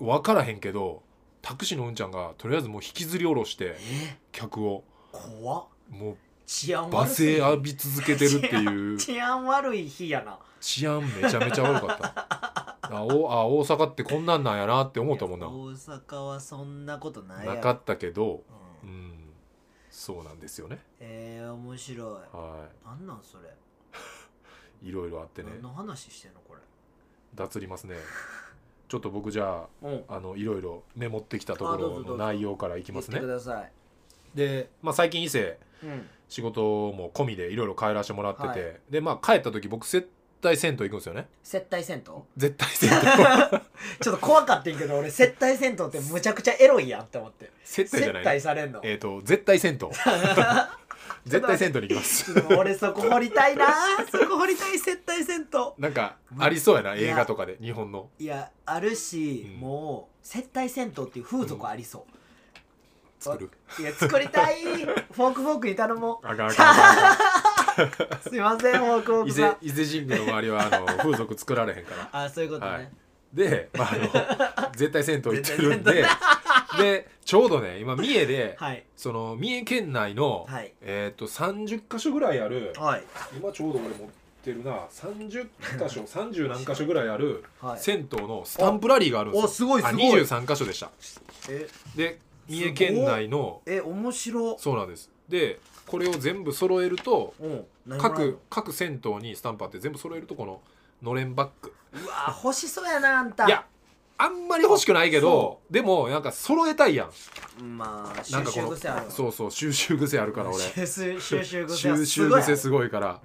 Speaker 1: 分からへんけどタクシーのうんちゃんがとりあえずもう引きずり下ろして
Speaker 2: え
Speaker 1: 客を
Speaker 2: 怖っ
Speaker 1: も
Speaker 2: 治安
Speaker 1: う
Speaker 2: 悪
Speaker 1: 罵
Speaker 2: すぎ
Speaker 1: 声
Speaker 2: る
Speaker 1: 浴び続けてるっていう
Speaker 2: 治安悪い日やな
Speaker 1: 治安めちゃめちゃ悪かったあおあ大阪ってこんなんなんやなって思ったもん
Speaker 2: いや
Speaker 1: な
Speaker 2: 大阪はそんなことないやろ
Speaker 1: なかったけど
Speaker 2: う
Speaker 1: うんんそうなんですよね
Speaker 2: えー、面白い
Speaker 1: は
Speaker 2: なんなんそれ、
Speaker 1: いいろいろあってね
Speaker 2: 何の話してんのこれ
Speaker 1: 脱りますねちょっと僕じゃあ
Speaker 2: うん
Speaker 1: あのいろいろメモってきたと
Speaker 2: あどう
Speaker 1: こ
Speaker 2: ぞどう
Speaker 1: ろの
Speaker 2: ぞ
Speaker 1: 内容からいきますね
Speaker 2: 言ってく。ださい
Speaker 1: で、まあ、最近伊勢
Speaker 2: うん
Speaker 1: 仕事も込みでいろいろ帰らせてもらってて、
Speaker 2: は
Speaker 1: でまあ帰った時僕接待銭湯行くんですよね
Speaker 2: 接待銭湯ちょ
Speaker 1: 絶対銭
Speaker 2: [laughs]
Speaker 1: 湯
Speaker 2: っと怖かったんけど俺接待銭湯ってむちゃくちゃエロいやんって思って
Speaker 1: 接待じ
Speaker 2: 接
Speaker 1: ゃない
Speaker 2: 待されんの
Speaker 1: えっ、と絶対銭湯絶対銭湯に行きま
Speaker 2: ち [laughs]
Speaker 1: す
Speaker 2: ょっと俺そこ掘りたいなそこ掘りたい接待銭
Speaker 1: なんかありそうやない
Speaker 2: や
Speaker 1: 映画とかで日本の
Speaker 2: 湯いやあるし、
Speaker 1: うん
Speaker 2: もう接待銭湯っていう風俗ありそう、
Speaker 1: 作る
Speaker 2: いや作りたいフォークフォークに頼も
Speaker 1: あかんあかんあかんあ
Speaker 2: うすいませんフォークフ
Speaker 1: かん
Speaker 2: ォ
Speaker 1: 伊
Speaker 2: ーク
Speaker 1: 勢
Speaker 2: が
Speaker 1: 伊勢神宮の周りはあの風俗作られへんから
Speaker 2: あそういうことね、
Speaker 1: はいで、まあ、あの絶対銭湯行ってるんででちょうどね今三重で
Speaker 2: はい
Speaker 1: その三重県内の、
Speaker 2: はい
Speaker 1: えっ、と30箇所ぐらいある
Speaker 2: はい
Speaker 1: 今ちょうど俺持ってるな30箇所30何箇所ぐらいある
Speaker 2: はい
Speaker 1: 銭湯のスタンプラリーがあるんですよ
Speaker 2: おすごいすごい
Speaker 1: あ23箇所でした
Speaker 2: え
Speaker 1: で三重県内の
Speaker 2: え面白
Speaker 1: そうなんですでこれを全部揃えると
Speaker 2: うん何もらえん
Speaker 1: 各
Speaker 2: の
Speaker 1: 各銭湯にスタンプあって全部揃えるとこののれんバッグ
Speaker 2: うわ欲しそうやなあんた
Speaker 1: いやあんまり欲しくないけどでもなんか揃えたいやん
Speaker 2: まあ
Speaker 1: なん
Speaker 2: 収
Speaker 1: かこ
Speaker 2: 集
Speaker 1: の
Speaker 2: 癖あるわ
Speaker 1: そうそう収集癖あるから俺
Speaker 2: 収集収集癖は
Speaker 1: 収
Speaker 2: す
Speaker 1: 集
Speaker 2: ごいある
Speaker 1: 癖すごいから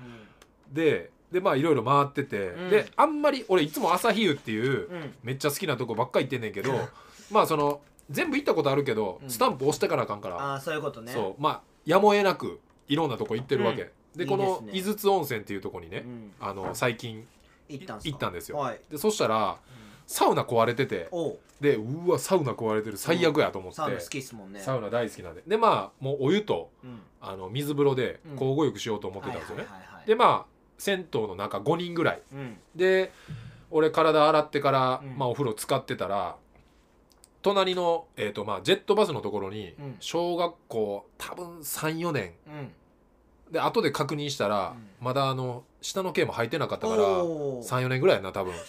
Speaker 1: ででまあいろいろ回ってて、
Speaker 2: うん
Speaker 1: であんまり俺いつも朝日湯っていう、
Speaker 2: うん、うん
Speaker 1: めっちゃ好きなとこばっか行ってんねんけ
Speaker 2: [laughs]
Speaker 1: どまあその全部行ったことあるけど、
Speaker 2: うん
Speaker 1: スタンプ押してからあかんから、
Speaker 2: ああそういうことね
Speaker 1: そうまあやむを得なくいろんなとこ行ってるわけ、で
Speaker 2: いい
Speaker 1: この
Speaker 2: ですね
Speaker 1: 井筒温泉っていうとこにね、
Speaker 2: ん、
Speaker 1: あの最近
Speaker 2: 行ったんすか
Speaker 1: 行ったんですよ
Speaker 2: はい、
Speaker 1: でそしたらサウナ壊れてて
Speaker 2: おう
Speaker 1: でうわサウナ壊れてる最悪やと思って、
Speaker 2: サウナ好きっすもんね
Speaker 1: サウナ大好きなんででまあもうお湯と
Speaker 2: うん
Speaker 1: あの水風呂で
Speaker 2: うん
Speaker 1: 交互浴しようと思ってたんですよね、
Speaker 2: はいはいはいはい
Speaker 1: でまあ銭湯の中5人ぐらい
Speaker 2: うん
Speaker 1: で俺体洗ってから、
Speaker 2: うん
Speaker 1: まあ、お風呂使ってたら隣の、えーとまあ、ジェットバスのところに
Speaker 2: うん
Speaker 1: 小学校多分34年
Speaker 2: うん
Speaker 1: で後で確認したら、
Speaker 2: うん
Speaker 1: まだあの下の毛も履いてなかったから
Speaker 2: おー
Speaker 1: 34年ぐらいやな多分
Speaker 2: [laughs]
Speaker 1: [laughs]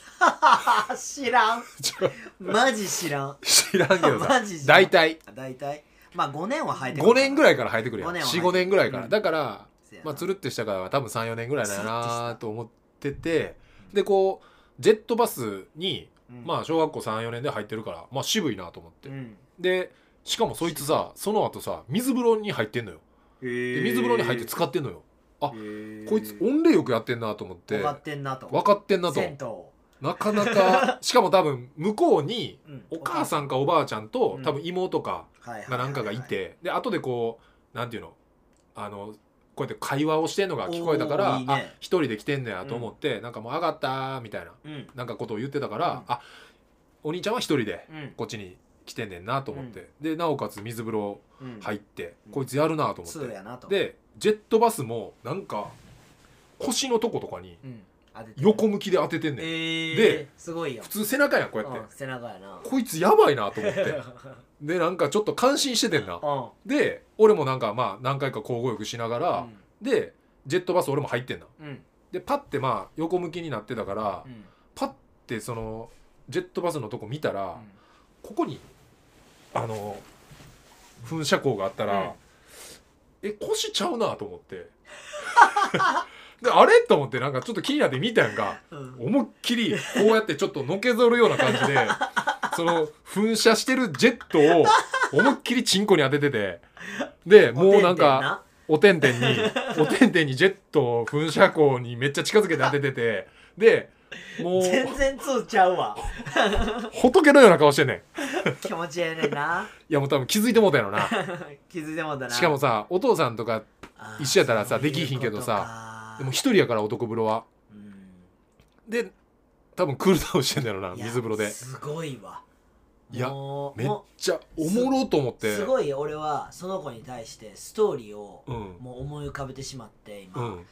Speaker 2: 知らん
Speaker 1: ちょ
Speaker 2: マジ知らん
Speaker 1: 知らんけどさ
Speaker 2: マジ知らん
Speaker 1: 大体
Speaker 2: 大体まあ5年は生えて
Speaker 1: 5年ぐ
Speaker 2: ら
Speaker 1: ら
Speaker 2: い
Speaker 1: いから生えてくるやん
Speaker 2: 五年は生えてくる
Speaker 1: 45年ぐらいから、
Speaker 2: うん
Speaker 1: だから、まあ、つ
Speaker 2: る
Speaker 1: るってしたからは多分34年ぐらいだよ
Speaker 2: つるってし
Speaker 1: な
Speaker 2: た
Speaker 1: と思ってて
Speaker 2: うん
Speaker 1: でこうジェットバスに、ま
Speaker 2: あ
Speaker 1: あ、小学校34年で入ってるから、まあ、渋いなと思って
Speaker 2: う。ん
Speaker 1: でしかもそいつさその後さ水風呂に入ってんのよ
Speaker 2: へ
Speaker 1: で
Speaker 2: ー
Speaker 1: 水風呂に入って使ってんのよあ
Speaker 2: へー
Speaker 1: こいつ温冷浴やってんなと思って
Speaker 2: 分かってんなと
Speaker 1: 分かってんなと
Speaker 2: 銭湯
Speaker 1: なかなかしかも多分向こうに
Speaker 2: うん
Speaker 1: お母さんかおばあちゃんと
Speaker 2: うん
Speaker 1: 多分妹か
Speaker 2: はいはいはい
Speaker 1: が
Speaker 2: はい
Speaker 1: なんかがいてで後でこうなんていうのあのこうやって会話をしてんのが聞こえたから
Speaker 2: おーいいね
Speaker 1: あ一人で来てんねやと思って、なんかもう上がったみたいな
Speaker 2: うん
Speaker 1: なんかことを言ってたから、
Speaker 2: うん
Speaker 1: あお兄ちゃんは一人で
Speaker 2: うん
Speaker 1: こっちに来てんねんなと思って、でなおかつ水風呂
Speaker 2: うん
Speaker 1: 入って、
Speaker 2: うん
Speaker 1: こいつやるなと思っ
Speaker 2: 通
Speaker 1: て
Speaker 2: やなと
Speaker 1: でジェットバスもなんか腰のとことかに
Speaker 2: うん当てて
Speaker 1: 横向きで当ててん
Speaker 2: え
Speaker 1: ねん
Speaker 2: ー、
Speaker 1: です
Speaker 2: ごいやん
Speaker 1: 普通背中やんこうやって
Speaker 2: うん、背中やな
Speaker 1: こいつやばいなと
Speaker 2: [laughs]
Speaker 1: 思ってでなんかちょっと感心しててんな
Speaker 2: うん
Speaker 1: で俺もなんかまあ何回か交互浴しながら、でジェットバス俺も入ってんな
Speaker 2: うんうん
Speaker 1: でパッてまあ横向きになってたから、
Speaker 2: うん
Speaker 1: パッてそのジェットバスのとこ見たら、ここにあの噴射口があったら、え腰ちゃうなと思って [laughs] であれと思ってなんかちょっと気になって見たやんか
Speaker 2: うんうん
Speaker 1: 思いっきりこうやってちょっとのけぞるような感じでその噴射してるジェットを思いっきりチンコに当てててでもうなんかおてんてんにおてんてんにジェットを噴射口にめっちゃ近づけて当てててでも
Speaker 2: お
Speaker 1: う
Speaker 2: てんてんな全然通ちゃうわ
Speaker 1: 仏のような顔してんねんい
Speaker 2: 気持ちええねんな
Speaker 1: やもう多分気づいてもうたやろな
Speaker 2: [laughs] 気づいてもんだな
Speaker 1: しかもさお父さんとか
Speaker 2: あー
Speaker 1: 一緒やったらさ
Speaker 2: そういう
Speaker 1: できひんけど
Speaker 2: さ
Speaker 1: でも一人やから男風呂はで多分クールダウンしてんだよな水風呂です
Speaker 2: ごいわ
Speaker 1: いや
Speaker 2: もう
Speaker 1: めっ
Speaker 2: も
Speaker 1: ちゃおもろと思っ
Speaker 2: う
Speaker 1: て
Speaker 2: すごい俺はその子に対してストーリーを
Speaker 1: うん
Speaker 2: もう思い浮かべてしまって
Speaker 1: う
Speaker 2: 今、
Speaker 1: ん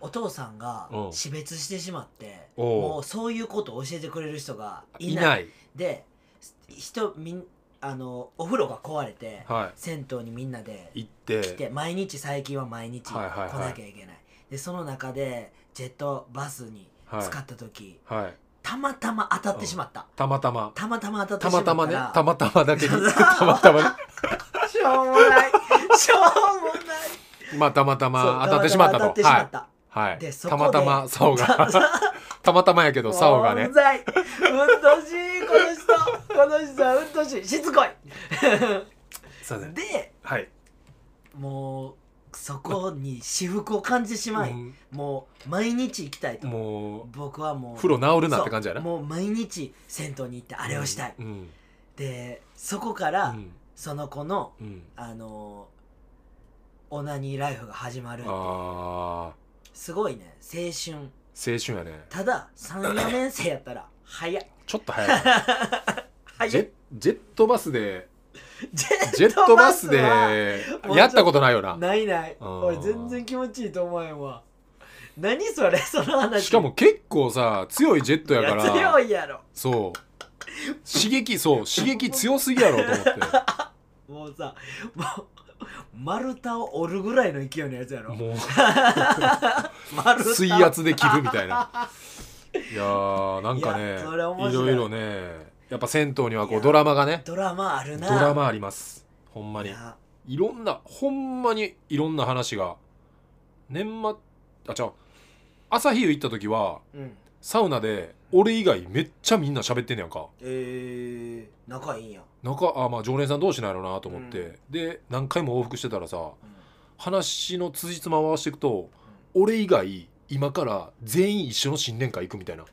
Speaker 2: お父さんが
Speaker 1: うん
Speaker 2: 死別してしまって、
Speaker 1: おう
Speaker 2: もうそういうことを教えてくれる人がい
Speaker 1: い
Speaker 2: ない
Speaker 1: ない
Speaker 2: で人みんあのお風呂が壊れて、
Speaker 1: は
Speaker 2: 銭湯にみんなで
Speaker 1: い行っ
Speaker 2: 来
Speaker 1: て
Speaker 2: て毎日最近は毎日来
Speaker 1: はいはいはい
Speaker 2: なきゃいけない,、でその中でジェットバスに
Speaker 1: はい
Speaker 2: 使った時、
Speaker 1: はい
Speaker 2: たまたま当たってしまった、
Speaker 1: たまたま
Speaker 2: たまたま当た
Speaker 1: た
Speaker 2: ってしま
Speaker 1: ま
Speaker 2: った
Speaker 1: たまね
Speaker 2: ら
Speaker 1: たまたまだけに
Speaker 2: そう
Speaker 1: たまたまね
Speaker 2: しょうもないしょうもない
Speaker 1: まあたまたま
Speaker 2: そう
Speaker 1: 当たってしまった
Speaker 2: 当たっ
Speaker 1: と
Speaker 2: てしま
Speaker 1: は
Speaker 2: った、
Speaker 1: いはい
Speaker 2: でそ
Speaker 1: た
Speaker 2: こで
Speaker 1: またま竿
Speaker 2: [laughs]
Speaker 1: がたまたまやけど竿がね
Speaker 2: うんざいうんとしいこの人この人はうんとしいしつこい
Speaker 1: すいません
Speaker 2: で
Speaker 1: はい
Speaker 2: もうそこに私服を感じてしまい、
Speaker 1: うん
Speaker 2: もう毎日行きたいと
Speaker 1: も
Speaker 2: 僕はもう
Speaker 1: う風呂治るなって感じやな
Speaker 2: そうもう毎日銭湯に行ってあれをしたい、
Speaker 1: うん
Speaker 2: でそこか
Speaker 1: う
Speaker 2: ら
Speaker 1: ん
Speaker 2: その子の
Speaker 1: うん
Speaker 2: あのーオナニーライフが始まる
Speaker 1: ああ
Speaker 2: すごいね青春
Speaker 1: 青春やね
Speaker 2: ただ34年生やったら早 [laughs] い
Speaker 1: ちょっと早いな
Speaker 2: 早い
Speaker 1: ジェジェットバスで
Speaker 2: ジ
Speaker 1: ジェットバスで
Speaker 2: はもうちょっと
Speaker 1: やったことないよな
Speaker 2: ないない
Speaker 1: あー
Speaker 2: 俺全然気持ちいいと思えんわ何それその話
Speaker 1: しかも結構さ強いジェットやか
Speaker 2: いや強
Speaker 1: ら
Speaker 2: いやろ
Speaker 1: そう刺激そう刺激強すぎやろと思って
Speaker 2: もうさもう丸太を折るぐらいの勢いのやつやろ
Speaker 1: もう
Speaker 2: 丸太
Speaker 1: 水圧で切るみたいないやーなんか
Speaker 2: い
Speaker 1: ね
Speaker 2: やそれ面
Speaker 1: い
Speaker 2: 白い
Speaker 1: ろいろねやっぱ銭湯にはこ
Speaker 2: いうや
Speaker 1: ドラマがね
Speaker 2: ドラマある
Speaker 1: ド
Speaker 2: な
Speaker 1: ラマありますほんま
Speaker 2: い
Speaker 1: に
Speaker 2: や
Speaker 1: いろんなほんまにいろんな話が年末あちゃう朝日湯行った時は
Speaker 2: うん
Speaker 1: サウナで俺以外めっちゃみんな喋ってんねやんか
Speaker 2: えー、仲いいんや、
Speaker 1: 中あまあ常連さん同士なんやろうなと思って、で何回も往復してたらさ
Speaker 2: うん
Speaker 1: 話の辻褄を合わせていくと
Speaker 2: うん
Speaker 1: 俺以外今から全員一緒の新年会行くみたいな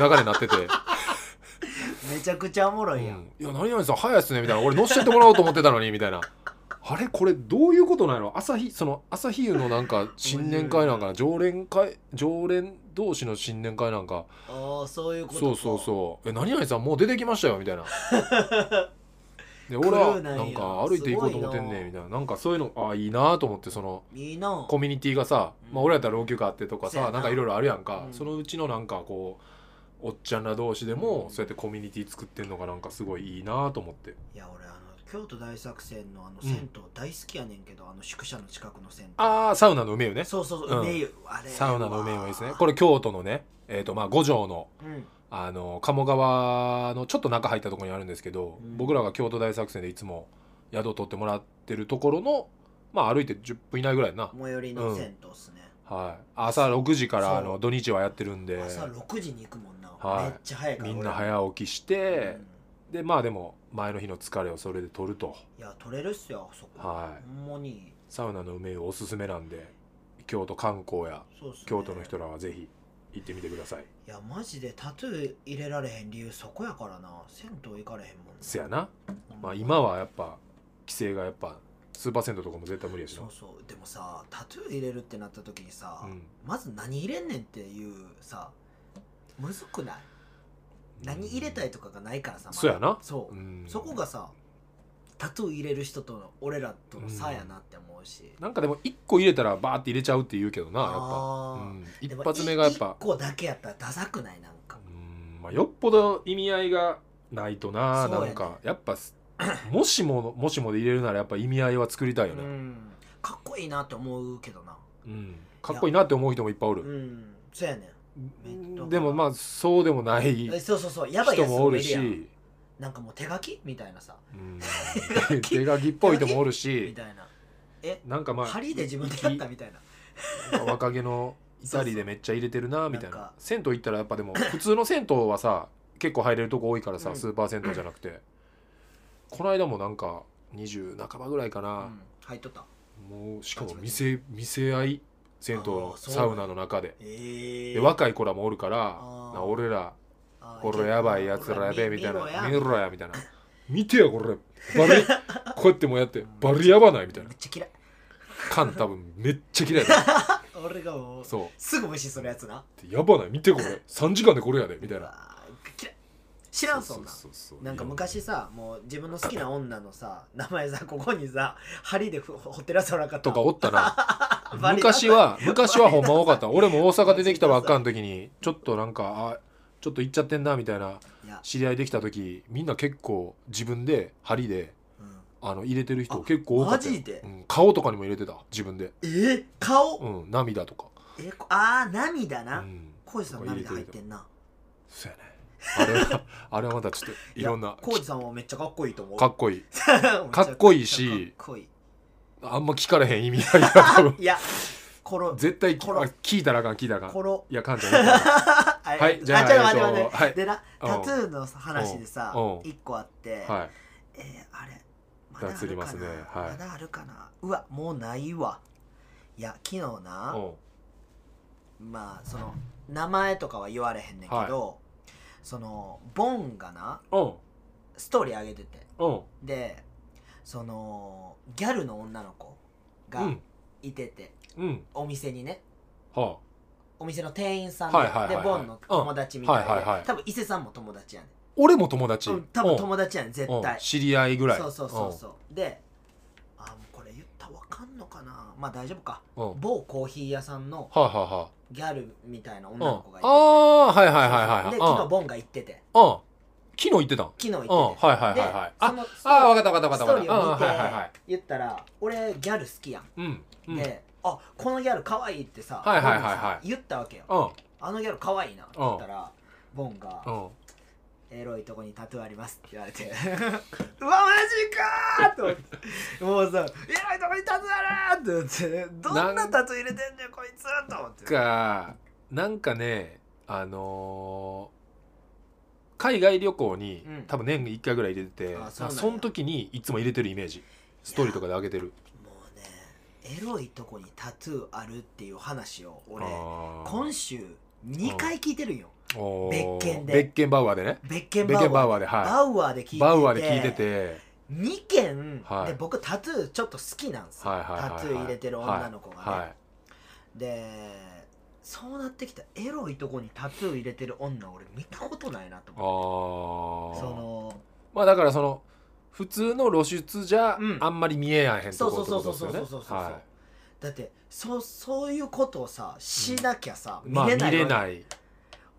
Speaker 1: 流れになって
Speaker 2: [laughs]
Speaker 1: て
Speaker 2: めちゃくちゃおも
Speaker 1: う
Speaker 2: ろ
Speaker 1: ん
Speaker 2: い
Speaker 1: い
Speaker 2: やん、
Speaker 1: や何々さん早いっすね」みたいな俺乗せてってもらおうと思ってたのにみたいな。あれこれどういうことなんやろ朝日その朝日湯のなんか新年会なんかな常連会常連同士の新年会なんか
Speaker 2: ああそういうこと
Speaker 1: そうそうそう「え何々さんもう出てきましたよ」み
Speaker 2: [laughs]
Speaker 1: たいなで俺
Speaker 2: クル
Speaker 1: は
Speaker 2: ーな
Speaker 1: なん
Speaker 2: や
Speaker 1: んか歩いていこうと思ってん
Speaker 2: すごい
Speaker 1: ね
Speaker 2: な
Speaker 1: みたいななんかそういうのああいいなと思ってその
Speaker 2: ういいな
Speaker 1: コミュニティがさ、
Speaker 2: うん
Speaker 1: まあ、俺やったら老朽化あってとか
Speaker 2: そうや
Speaker 1: さ
Speaker 2: な
Speaker 1: なんかいろいろあるやんか、
Speaker 2: うん
Speaker 1: そのうちのなんかこうおっちゃんら同士でも
Speaker 2: うん
Speaker 1: そうやってコミュニティ作ってんのがなんかすごいいいなと思って
Speaker 2: いや俺あの京都大作戦のあの
Speaker 1: うん
Speaker 2: 銭湯大好きやねんけど、あの宿舎の近くの銭湯
Speaker 1: ああサウナの梅湯ね
Speaker 2: そうそう
Speaker 1: うん
Speaker 2: 梅湯、あれ
Speaker 1: サウナの梅湯ですね
Speaker 2: うわ
Speaker 1: これ京都のねえっ、とまあ五条の
Speaker 2: うん
Speaker 1: あの鴨川のちょっと中入ったところにあるんですけど、
Speaker 2: うん
Speaker 1: 僕らが京都大作戦でいつも宿を取ってもらってるところのまあ歩いて10分以内ぐらいやな、
Speaker 2: 最寄りの銭湯っすね、
Speaker 1: はい、朝6時からあ
Speaker 2: そう
Speaker 1: の土日はやってるんで
Speaker 2: 朝6時に行くもんな、
Speaker 1: はい
Speaker 2: めっちゃ早いから
Speaker 1: みん
Speaker 2: 俺
Speaker 1: な早起きして、でまあでも前の日の疲れをそれで取ると、
Speaker 2: うんいや取れるっすよあそこ、
Speaker 1: は
Speaker 2: ほんまに
Speaker 1: い、サウナの梅湯おすすめなんで京都観光や
Speaker 2: そうっすね
Speaker 1: 京都の人らはぜひ行ってみてください、
Speaker 2: いやマジでタトゥー入れられへん理由そこやからな銭湯行かれへんもんな
Speaker 1: せやな、
Speaker 2: ほん
Speaker 1: まあ、今はやっぱ規制がやっぱスーパー銭湯とかも絶対無理やしな
Speaker 2: そうそうでもさタトゥー入れるってなった時にさ、
Speaker 1: うん
Speaker 2: まず何入れんねんっていうさむずくない何入れたいとかがないからさ、まだ
Speaker 1: そうやな
Speaker 2: そう、
Speaker 1: うん
Speaker 2: そこがさタトゥー入れる人との俺らとの差やなって思うし、
Speaker 1: なんかでも1個入れたらバーって入れちゃうって言うけどなやっぱ、う
Speaker 2: あー
Speaker 1: ん、
Speaker 2: で
Speaker 1: 一
Speaker 2: も
Speaker 1: 発目がやっぱ
Speaker 2: 一個だけやったらダサくないなんか
Speaker 1: うんまあ、よっぽど意味合いがないとな、
Speaker 2: そうや
Speaker 1: な
Speaker 2: ね
Speaker 1: んかやっぱもしものもしもで入れるならやっぱ意味合いは作りたいよ
Speaker 2: う
Speaker 1: ね、
Speaker 2: んかっこいいなって思うけどな
Speaker 1: うんかっこいいなって思う人もいっぱいお
Speaker 2: う
Speaker 1: る、
Speaker 2: んそうやねめっちゃ
Speaker 1: でもまあそうでもない
Speaker 2: ん
Speaker 1: 人
Speaker 2: えそうそうそうやばいやつ
Speaker 1: もお
Speaker 2: もい
Speaker 1: る
Speaker 2: るやん
Speaker 1: し、
Speaker 2: なんかもう手書きみたいなさ
Speaker 1: うん
Speaker 2: [laughs] 書き
Speaker 1: 手書きっぽい人もおる
Speaker 2: み
Speaker 1: した
Speaker 2: いなえ
Speaker 1: なんかまあ
Speaker 2: 針で自分でやったみたいな
Speaker 1: 若気の至りでめっちゃ入れてるなみたい
Speaker 2: なん
Speaker 1: な
Speaker 2: か
Speaker 1: 銭湯行ったらやっぱで
Speaker 2: [laughs]
Speaker 1: も普通の銭湯はさ結構入れるとこ多いからさ、
Speaker 2: うん
Speaker 1: スーパー銭湯じゃなくて、この間もなんか20半ばぐらいか
Speaker 2: う
Speaker 1: な、
Speaker 2: ん入っとった
Speaker 1: もうしかも見せ見せ合い銭湯の
Speaker 2: あーそう
Speaker 1: サウナの中で
Speaker 2: え
Speaker 1: で若い子らもおるから
Speaker 2: あー
Speaker 1: な俺ら
Speaker 2: あー
Speaker 1: これやばいやつらやべえみたい
Speaker 2: ほら
Speaker 1: な
Speaker 2: 見
Speaker 1: 見
Speaker 2: 見ろ
Speaker 1: ろやみたいな [laughs] 見てやこれバリこうやってもうや [laughs] ってバリやばないみた
Speaker 2: や
Speaker 1: いな
Speaker 2: めっちゃ嫌い
Speaker 1: 缶多分めっちゃ嫌い [laughs] だ
Speaker 2: 俺がもう
Speaker 1: そ
Speaker 2: すぐ無視するやつな
Speaker 1: うやばない見てこれ3時間でこれやでみたいうな
Speaker 2: わー嫌い知らんそんなん
Speaker 1: うそうそう
Speaker 2: なんか昔さもう自分の好きな女のさ名前さここにさ針でふほってらさなかった
Speaker 1: とかおった [laughs] な
Speaker 2: バリダサい
Speaker 1: 昔は昔はほんま多か [laughs] った俺も大阪出てきたばっかの時にちょっとなんかあちょっと行っちゃってんなみたいない
Speaker 2: や、
Speaker 1: 知り合いできた時みんな結構自分で針で
Speaker 2: うん
Speaker 1: あの入れてる人
Speaker 2: あ
Speaker 1: 結構多かったよ
Speaker 2: マジで
Speaker 1: うん、顔とかにも入れてた自分で、
Speaker 2: えー顔、
Speaker 1: うん、涙とか、
Speaker 2: えこあー涙な、
Speaker 1: うん、
Speaker 2: 浩二さん涙入ってんな
Speaker 1: そうやねあれは [laughs] あれはまたちょっといろんな
Speaker 2: 浩二さんはめっちゃかっこいいと思う [laughs]
Speaker 1: かっこいい
Speaker 2: か
Speaker 1: かっこいいし
Speaker 2: かっこいい
Speaker 1: あんま聞かれへん意味ないな多分 [laughs]
Speaker 2: いやころ
Speaker 1: 絶対
Speaker 2: こら
Speaker 1: あ聞いたらあかん聞いたらあか
Speaker 2: こ
Speaker 1: ん
Speaker 2: ろ
Speaker 1: いやかんちゃん言うから
Speaker 2: はい
Speaker 1: じゃあ
Speaker 2: ちょっと待
Speaker 1: えっ
Speaker 2: って
Speaker 1: と
Speaker 2: 待って、
Speaker 1: はい
Speaker 2: でな
Speaker 1: うん
Speaker 2: タトゥーの話でさ
Speaker 1: うんうん
Speaker 2: 一個 [laughs] あって、
Speaker 1: はい
Speaker 2: えーあれまだあ
Speaker 1: 脱
Speaker 2: る
Speaker 1: りま
Speaker 2: か
Speaker 1: す
Speaker 2: な、
Speaker 1: ねはい
Speaker 2: まだあるかなうわもうないわいや昨日な
Speaker 1: おう
Speaker 2: まあその名前とかは言われへんねんけど、そのボンがな
Speaker 1: おう
Speaker 2: ストーリー上げてて
Speaker 1: おう
Speaker 2: でそのギャルの女の子
Speaker 1: う
Speaker 2: が
Speaker 1: ん
Speaker 2: いてて、
Speaker 1: うん
Speaker 2: お店にね
Speaker 1: はあ
Speaker 2: お店の店員さんで,、
Speaker 1: はいはいはいはい
Speaker 2: でボンの友達みたいで、
Speaker 1: うんはいはいはい
Speaker 2: 多分伊勢さんも友達やね
Speaker 1: 俺も友達
Speaker 2: ん、うん、多分
Speaker 1: 達
Speaker 2: 友達やねん絶対
Speaker 1: 知り合いぐらい
Speaker 2: そうそうそうそうであもうこれ言ったらわかんのかなまあ大丈夫か
Speaker 1: うんうん
Speaker 2: 某コーヒー屋さんの
Speaker 1: はいはいはい
Speaker 2: ギャルみたいな女
Speaker 1: うん
Speaker 2: の子がいて
Speaker 1: ああはいはいはいはいはい
Speaker 2: で
Speaker 1: うん
Speaker 2: 昨日ボンが行ってて
Speaker 1: うん昨日行ってたん
Speaker 2: 昨日行って
Speaker 1: うんはい
Speaker 2: て
Speaker 1: はいはいはいあ
Speaker 2: でその
Speaker 1: あ分かった分かった
Speaker 2: ス
Speaker 1: 分
Speaker 2: ト
Speaker 1: かったう
Speaker 2: ーリ
Speaker 1: ん
Speaker 2: ーを見
Speaker 1: はいはいはい
Speaker 2: て言ったら俺ギャル好きやん
Speaker 1: うんうん
Speaker 2: であこのギャル可愛いってさ
Speaker 1: はいはいはいはい
Speaker 2: ボンがさ言ったわけよ
Speaker 1: うん
Speaker 2: あのギャル可愛いなって言ったらボンが
Speaker 1: うん
Speaker 2: エロいとこにタトゥーありますって言われて [laughs] うわマジかーと思ってもうさエロいとこにタトゥーあるーって言ってどんなタトゥー入れてんだよこいつと思って
Speaker 1: かなんかねあのー海外旅行に、
Speaker 2: うん
Speaker 1: 多分年1回ぐらい入れてて
Speaker 2: あそうなんや
Speaker 1: その時にいつも入れてるイメージストーリーとかで上げてる
Speaker 2: もうねエロいとこにタトゥーあるっていう話を俺
Speaker 1: あー
Speaker 2: 今週2回聞いてるんよ
Speaker 1: おー
Speaker 2: 別件で
Speaker 1: ベッケンバウアーでね
Speaker 2: ベッケン
Speaker 1: ベッ
Speaker 2: バウ
Speaker 1: ケ
Speaker 2: ア
Speaker 1: ンバウ
Speaker 2: ー
Speaker 1: アーでは
Speaker 2: バウアーで聞いて
Speaker 1: い
Speaker 2: て
Speaker 1: バウアーで聞いてて
Speaker 2: 2件、
Speaker 1: はい
Speaker 2: で僕タトゥーちょっと好きなんですよ、
Speaker 1: はいはいはいはい
Speaker 2: タトゥー入れてる女の子がね、
Speaker 1: はい
Speaker 2: でそうなってきたエロいとこにタトゥー入れてる女俺見たことないなと
Speaker 1: あ
Speaker 2: 思ってそ
Speaker 1: ー
Speaker 2: の
Speaker 1: まあだからその普通の露出じゃ
Speaker 2: うん
Speaker 1: あんまり見えやへんとこって
Speaker 2: そう
Speaker 1: こ
Speaker 2: そ
Speaker 1: とで
Speaker 2: う
Speaker 1: す
Speaker 2: そう
Speaker 1: よね
Speaker 2: そうそうそうそう
Speaker 1: は
Speaker 2: だってそそういうことをさしなきゃさ、
Speaker 1: いまあ見れ
Speaker 2: い
Speaker 1: ない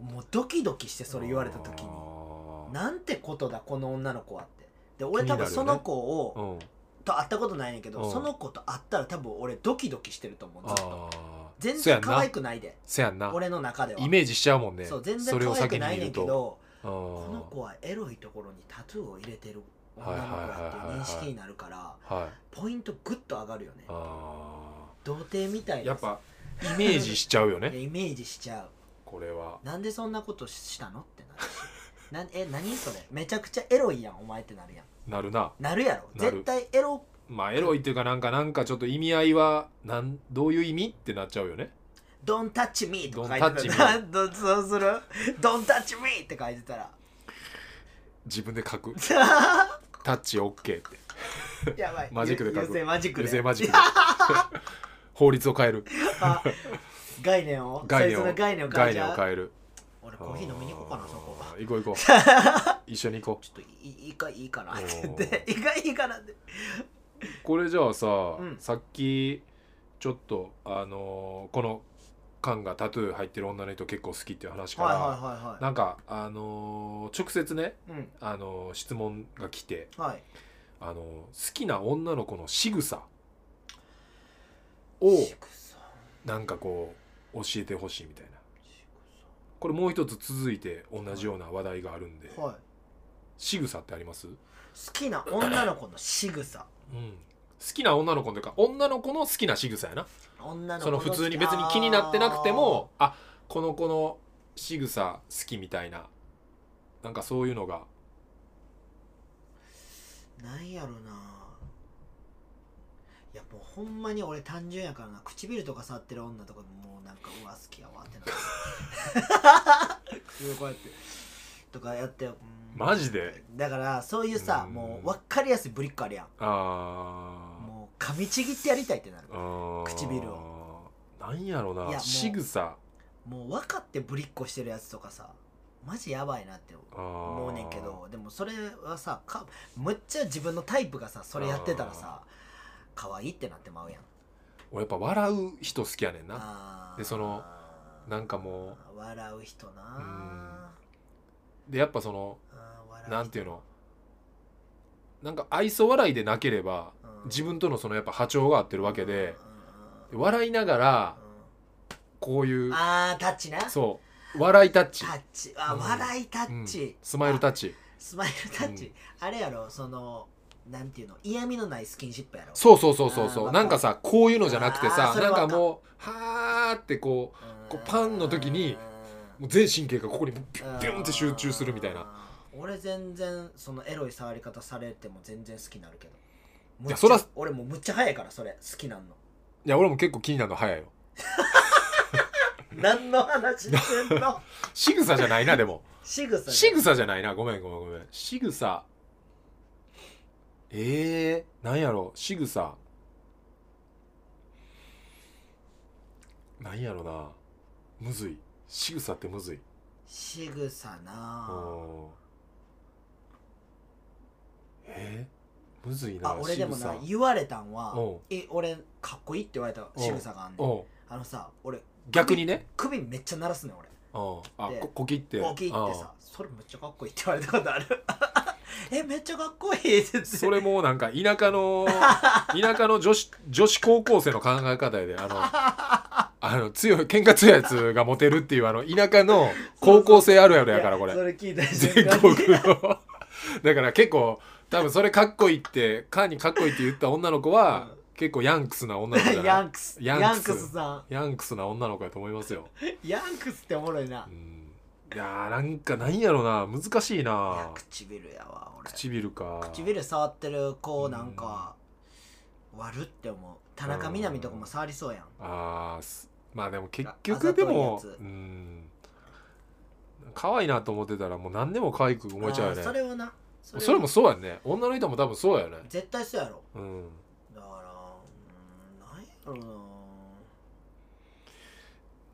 Speaker 2: もうドキドキしてそれ言われた時に
Speaker 1: あー
Speaker 2: なんてことだこの女の子はってで俺多分
Speaker 1: 気にな
Speaker 2: そ
Speaker 1: るよね
Speaker 2: の子を、
Speaker 1: うん
Speaker 2: と会ったことないんやけど、
Speaker 1: うん
Speaker 2: その子と会ったら多分俺ドキドキしてると思うずっと
Speaker 1: あー
Speaker 2: 全
Speaker 1: そや
Speaker 2: 然
Speaker 1: んな
Speaker 2: 可愛くないで
Speaker 1: せやんな
Speaker 2: 俺の中では
Speaker 1: イメージしちゃうもんね
Speaker 2: そう全然可愛くないねんけど
Speaker 1: それを
Speaker 2: こ
Speaker 1: 先に見る
Speaker 2: の
Speaker 1: と
Speaker 2: 子はエロいところにタトゥーを入れてる女の子だっていう認識になるから
Speaker 1: うんはい
Speaker 2: ポイントグッと上がるよね
Speaker 1: あ
Speaker 2: 童貞みたい
Speaker 1: ー
Speaker 2: な
Speaker 1: やっぱイメージしちゃうよ
Speaker 2: [laughs] いや
Speaker 1: ね
Speaker 2: イメージしちゃ
Speaker 1: これは
Speaker 2: うなんでそんなことしたのってなるしなん
Speaker 1: [laughs]
Speaker 2: え何それめちゃくちゃエロいやんお前ってなるやん
Speaker 1: なるな
Speaker 2: なるやろ
Speaker 1: なる
Speaker 2: 絶対エロ
Speaker 1: まあエロいっていうかなんかなんかちょっと意味合いはなんどういう意味ってなっちゃうよね
Speaker 2: 「Don't touch me」とか書いて
Speaker 1: Don't
Speaker 2: た
Speaker 1: touch
Speaker 2: ら [laughs] どそうする「Don't touch me」って書いてたら [laughs]
Speaker 1: 自分で書くタッチ OK って
Speaker 2: やばい
Speaker 1: マジックで書く
Speaker 2: 優勢マジック
Speaker 1: 優
Speaker 2: で
Speaker 1: 勢マジックで
Speaker 2: [laughs]
Speaker 1: 法律を変える
Speaker 2: あ概念を
Speaker 1: 概念
Speaker 2: そいつ
Speaker 1: を
Speaker 2: の概念を変
Speaker 1: 概
Speaker 2: えち
Speaker 1: 念を
Speaker 2: ゃう
Speaker 1: 変える
Speaker 2: 俺コーヒー飲みに行こうかなそこ
Speaker 1: 行こう行こう
Speaker 2: [laughs]
Speaker 1: 一緒に行こ
Speaker 2: ちょっといいいいかいいかなって言って「いいかいいかな」って
Speaker 1: うこれじゃあさ、
Speaker 2: ん
Speaker 1: さっきちょっとあのーこのカンがタトゥー入ってる女の人結構好きっていう話から、
Speaker 2: はいはいはいは
Speaker 1: なんかあのー直接ね
Speaker 2: いうん
Speaker 1: あのー質問が来て
Speaker 2: はい
Speaker 1: あのー好きな女の子の仕草を
Speaker 2: ちくさん
Speaker 1: なんかこう教えてほしいみたいな
Speaker 2: ちく
Speaker 1: これもう一つ続いて同じような話題があるんで、
Speaker 2: さんはい
Speaker 1: 仕草ってあります、
Speaker 2: 好きな女の子の仕草
Speaker 1: うん、好きな女の子というか女の子の好きな仕草やな
Speaker 2: 女の子
Speaker 1: その普通に別に気になってなくてもあこの子の仕草好きみたいななんかそういうのが
Speaker 2: あーなんやろな。いやもうほんまに俺単純やからな唇とか触ってる女とかもうなんかうわ好きやわって
Speaker 1: [laughs]
Speaker 2: なる唇こうやってとかやってうん
Speaker 1: マジで
Speaker 2: だからそういうさ
Speaker 1: うん
Speaker 2: もう分かりやすいブリックあるやん
Speaker 1: あ
Speaker 2: もう噛みちぎってやりたいってなる
Speaker 1: ーあー
Speaker 2: 唇
Speaker 1: なんやろう
Speaker 2: いやも
Speaker 1: な
Speaker 2: う
Speaker 1: 仕草
Speaker 2: もう分かってブリッコしてるやつとかさマジやばいなって
Speaker 1: 思
Speaker 2: 思うねんけどでもそれはさかむっちゃ自分のタイプがさそれやってたらさ可愛いってなってまうやん
Speaker 1: 俺やっぱ笑う人好きやねんな
Speaker 2: あー
Speaker 1: でそのなんかも
Speaker 2: 笑う人な
Speaker 1: でやっぱその
Speaker 2: あー笑う人
Speaker 1: なんていうのなんか愛想笑いでなければ
Speaker 2: うん
Speaker 1: 自分とのそのやっぱ波長が合ってるわけで
Speaker 2: うんうんうん
Speaker 1: 笑いながら
Speaker 2: う
Speaker 1: こうい
Speaker 2: ん
Speaker 1: う
Speaker 2: あータッチなタ
Speaker 1: そう笑いタッチ
Speaker 2: ッチあ
Speaker 1: うん
Speaker 2: 笑いタッ
Speaker 1: うん
Speaker 2: チ
Speaker 1: スマイルタ
Speaker 2: ッチ
Speaker 1: ッチ
Speaker 2: スマイルタッ
Speaker 1: うん
Speaker 2: チあれやろそのなんていうの嫌味のないスキンシップやろ
Speaker 1: そうそうそうそう
Speaker 2: あ
Speaker 1: そ
Speaker 2: ー
Speaker 1: うなんかさこういうのじゃなくて
Speaker 2: あー
Speaker 1: さ
Speaker 2: それ
Speaker 1: な
Speaker 2: わ
Speaker 1: ん
Speaker 2: かる
Speaker 1: かもうはーってこ
Speaker 2: うん
Speaker 1: こうパンの時にうもう全神経がここにビュンビュンって集中するみたいな
Speaker 2: うん俺全然そのエロい触り方されても全然好きになるけど
Speaker 1: いやそら
Speaker 2: むっちゃ俺もうむっちゃ早いからそれ好きなんの
Speaker 1: いや俺も結構気になるの早いよ
Speaker 2: 何の話して
Speaker 1: [laughs]
Speaker 2: んの
Speaker 1: 仕草じゃないなでも
Speaker 2: 仕草
Speaker 1: 仕草じゃないなごめんごめんごめん仕草えー、なんやろ仕草なんやろなむずい仕草ってむずい
Speaker 2: 仕草なあ
Speaker 1: おーえー、むずいな
Speaker 2: あ俺でもな
Speaker 1: 仕草
Speaker 2: 言われたんは
Speaker 1: おう
Speaker 2: え俺かっこいいって言われた仕草があんねん
Speaker 1: おう
Speaker 2: あのさ俺
Speaker 1: 逆にね
Speaker 2: 首めっちゃ鳴らすねん俺
Speaker 1: おうあ
Speaker 2: で
Speaker 1: ここきって
Speaker 2: 大きいって
Speaker 1: あ
Speaker 2: さそれめっちゃかっこいいって言われたことある [laughs] えめっちゃかっこいいって言って
Speaker 1: ーそれもなんか田舎
Speaker 2: [laughs]
Speaker 1: の田舎の女子女子高校生の考え方やであのあの強い喧嘩強いやつがモテるっていうあの田舎の高校生あるあるやからこれ
Speaker 2: いやそれ聞いた瞬
Speaker 1: 全
Speaker 2: 間
Speaker 1: 国
Speaker 2: に
Speaker 1: のだから結構多分それかっこいいってカンにかっこいいって言った女の子は、
Speaker 2: う
Speaker 1: 結構ヤンクスな女の子じゃ
Speaker 2: [laughs] ヤ
Speaker 1: ない
Speaker 2: ンクス
Speaker 1: ヤ
Speaker 2: ヤ
Speaker 1: ンク
Speaker 2: ン
Speaker 1: ス
Speaker 2: クスさん
Speaker 1: ヤンクスな女の子やと思いますよ、
Speaker 2: ヤンクスっておもろいな
Speaker 1: う。ん、いやーなんかなんやろな難しい
Speaker 2: いや
Speaker 1: な
Speaker 2: 唇やわ俺。
Speaker 1: 唇か
Speaker 2: 唇触ってる子なんか割るって思う。田中みな実とかも触りそうやん。
Speaker 1: あーすまあでも結
Speaker 2: あ
Speaker 1: 局
Speaker 2: あざと
Speaker 1: で
Speaker 2: い
Speaker 1: も
Speaker 2: やつ
Speaker 1: うん可愛いなと思ってたらもう何でも可愛く思えちゃうよ
Speaker 2: あ
Speaker 1: ね
Speaker 2: ー
Speaker 1: そ
Speaker 2: そ
Speaker 1: れ
Speaker 2: れはな。そ
Speaker 1: もそうやね女の人も多分そうやね
Speaker 2: 絶対そうやろ。
Speaker 1: うん
Speaker 2: だからうーん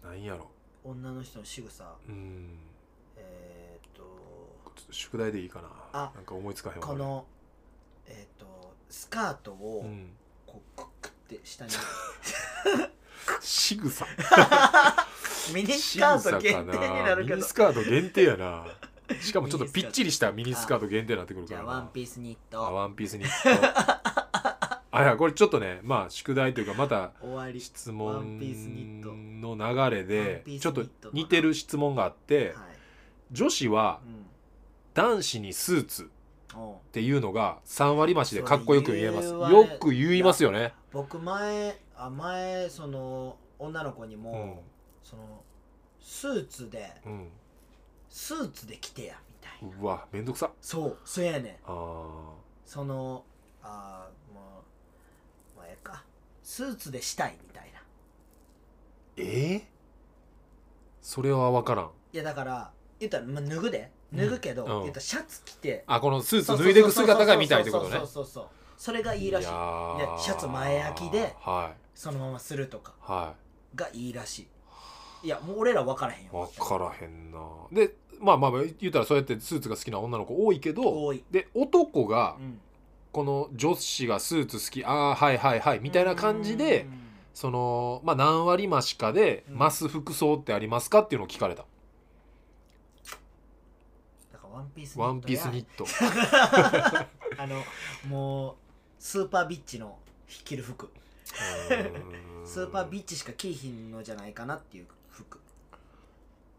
Speaker 2: なんやろな。
Speaker 1: なんやろ
Speaker 2: 女の人の仕草
Speaker 1: うん
Speaker 2: えーっと
Speaker 1: ちょっと宿題でいいかな
Speaker 2: あ
Speaker 1: なんか思いつかへんわ
Speaker 2: このえーっとスカート
Speaker 1: 俺
Speaker 2: を
Speaker 1: うん
Speaker 2: こうクックって下に
Speaker 1: 仕草
Speaker 2: [laughs] ミニス
Speaker 1: 仕
Speaker 2: カ
Speaker 1: 草
Speaker 2: ート限定にな
Speaker 1: かな
Speaker 2: る
Speaker 1: ミ
Speaker 2: け
Speaker 1: ニ
Speaker 2: ど
Speaker 1: スカート限定やなしかもちょっと
Speaker 2: ミニスカ
Speaker 1: ぴ
Speaker 2: ート
Speaker 1: っちりしたミニスカート限定になってくる
Speaker 2: じ
Speaker 1: か
Speaker 2: ゃ
Speaker 1: ら
Speaker 2: あ
Speaker 1: な
Speaker 2: ワンピースニッ
Speaker 1: あ
Speaker 2: ト
Speaker 1: ワンピースにあいやこれちょっとねまあ宿題というかまた
Speaker 2: 終わり
Speaker 1: 質
Speaker 2: ワンピースニット
Speaker 1: 問の流れ
Speaker 2: ワン
Speaker 1: で
Speaker 2: ピースニッ
Speaker 1: ちょ
Speaker 2: ト
Speaker 1: っ
Speaker 2: か
Speaker 1: と
Speaker 2: な
Speaker 1: 似てる質問があって
Speaker 2: はい
Speaker 1: 女子は
Speaker 2: う
Speaker 1: 男子にスーツっ
Speaker 2: ん、おう
Speaker 1: ていうのが3割増しでかっこよく言えます
Speaker 2: そ
Speaker 1: よ
Speaker 2: れ言うわね
Speaker 1: く言いますよね
Speaker 2: 僕前あ前その女の子にも、
Speaker 1: うん
Speaker 2: そのスーツで
Speaker 1: うん
Speaker 2: スーツで着てやみたいな
Speaker 1: うわめんどくさ
Speaker 2: そうそうやねん
Speaker 1: あー
Speaker 2: そのあーもうまあええかスーツでしたいみたいな
Speaker 1: えーそれは分からん
Speaker 2: いやだから言ったら、まあ、脱ぐで脱ぐけど、
Speaker 1: うんうん
Speaker 2: 言ったらシャツ着て
Speaker 1: あこのスーツ脱いでく姿が見たいってことね
Speaker 2: そうそうそうそうそれがいいらしい
Speaker 1: やー
Speaker 2: でシャツ前開きで
Speaker 1: はい
Speaker 2: そのままするとか
Speaker 1: はい
Speaker 2: がいいらしいいやもう俺ら分からへんよ
Speaker 1: 分からへんなでまあまあ言ったらそうやってスーツが好きな女の子多いけど
Speaker 2: 多い、
Speaker 1: で男が
Speaker 2: うん
Speaker 1: この女子がスーツ好きああはいはいはいみたいな感じでそのまあ何割増しかで
Speaker 2: うん
Speaker 1: 増す服装ってありますかっていうのを聞かれた
Speaker 2: だからワンピース
Speaker 1: ワンピースニッ
Speaker 2: に
Speaker 1: ト
Speaker 2: あのもうスーパービッチの着る服
Speaker 1: うーん
Speaker 2: スーパービッチしか着いひんのじゃないかなっていう服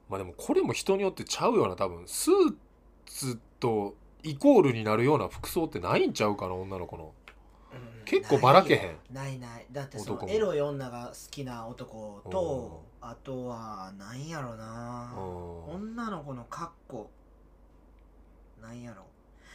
Speaker 1: まあでもこれも人によってちゃうよな多分スーツとイコールになるような服装ってないんちゃうかな女の子の結構ばらけへん
Speaker 2: ないよないないだってそ
Speaker 1: 男
Speaker 2: の
Speaker 1: も
Speaker 2: エロい女が好きな男とあとはなんやろな
Speaker 1: うん
Speaker 2: 女の子の格好なんやろ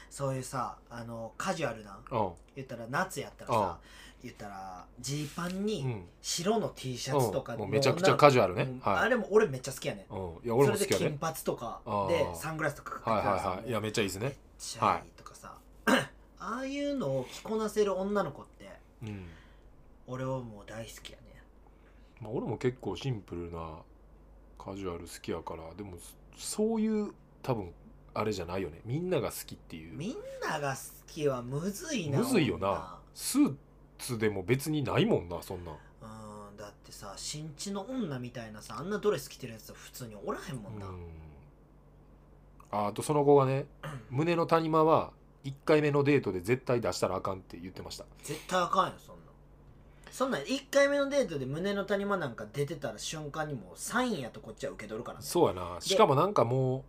Speaker 2: そういうさあのカジュアルな
Speaker 1: うん
Speaker 2: 言ったら夏やったらさ言ったらジーパン
Speaker 1: う
Speaker 2: に
Speaker 1: ん
Speaker 2: 白の T シ
Speaker 1: う
Speaker 2: ャツとか
Speaker 1: んもうめちゃくちゃカジュアルね
Speaker 2: もう
Speaker 1: は
Speaker 2: あ
Speaker 1: い
Speaker 2: れも俺めっちゃ好きやねん
Speaker 1: うんいや俺も
Speaker 2: それ
Speaker 1: 好
Speaker 2: で
Speaker 1: きや
Speaker 2: 金
Speaker 1: ね
Speaker 2: 髪とか
Speaker 1: ああ
Speaker 2: でサングラスとかかけて
Speaker 1: はい
Speaker 2: るやつ
Speaker 1: はいはいいやめっちゃいいです
Speaker 2: めっ
Speaker 1: ね
Speaker 2: ちゃいいとかさ [clears throat] ああいうのを着こなせる女の子って
Speaker 1: うん
Speaker 2: 俺はもう大好きやね
Speaker 1: まあ、俺も結構シンプルなカジュアル好きやからでもそそういう多分あれじゃないよねみんなが好きっていう
Speaker 2: みんなが好きはむずいな
Speaker 1: むずいよなスーツでも別にないもんなそんなん
Speaker 2: 女うんだってさ新地の女みたいなさあんなドレス着てるやつは普通におらへんもんな、
Speaker 1: うんああとその後がね胸の谷間は1回目のデートで絶対出したらあかんって言ってました
Speaker 2: 絶対あかんよそんなんそんなん1回目のデートで胸の谷間なんか出てたら瞬間にもうサインやとこっちは受け取るからね
Speaker 1: そうやなしかもなんかも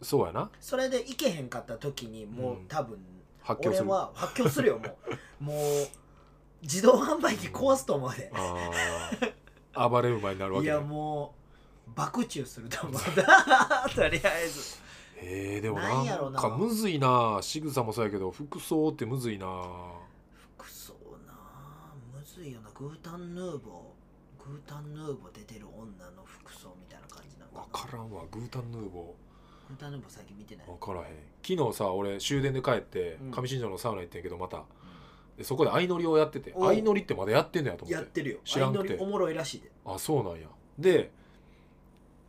Speaker 1: うそうやな
Speaker 2: それで行けへんかった時にもう
Speaker 1: うん
Speaker 2: 多分、
Speaker 1: 発狂
Speaker 2: 俺
Speaker 1: するあ
Speaker 2: は発狂するよも
Speaker 1: [laughs]
Speaker 2: うもう自動販売機壊すと思うで、
Speaker 1: あ暴れ馬になるわ
Speaker 2: い
Speaker 1: け
Speaker 2: や
Speaker 1: ね
Speaker 2: もう爆中すると
Speaker 1: [laughs]
Speaker 2: 思うとりあえず
Speaker 1: へえでも
Speaker 2: なんや
Speaker 1: な
Speaker 2: ろ
Speaker 1: ん
Speaker 2: な
Speaker 1: かむずいな仕草もそうやけど服装ってむずいな
Speaker 2: 服装なあむずいよなグータンヌーボーグータンヌーボー出てる女の服装みたいな感じなの
Speaker 1: わ
Speaker 2: かな
Speaker 1: からんわグータンヌーボ
Speaker 2: グータンヌーボー最近見てない
Speaker 1: ーわからへん昨日さ俺終電で帰って
Speaker 2: うん
Speaker 1: 上新庄のサウナ行ってんけどまたでそこで相乗りをやってて
Speaker 2: お
Speaker 1: 相乗りってまだやってんのやと思
Speaker 2: や
Speaker 1: っ
Speaker 2: っててるよ
Speaker 1: 知らんくて
Speaker 2: 相乗りおもろいらしいで
Speaker 1: あそうなんやで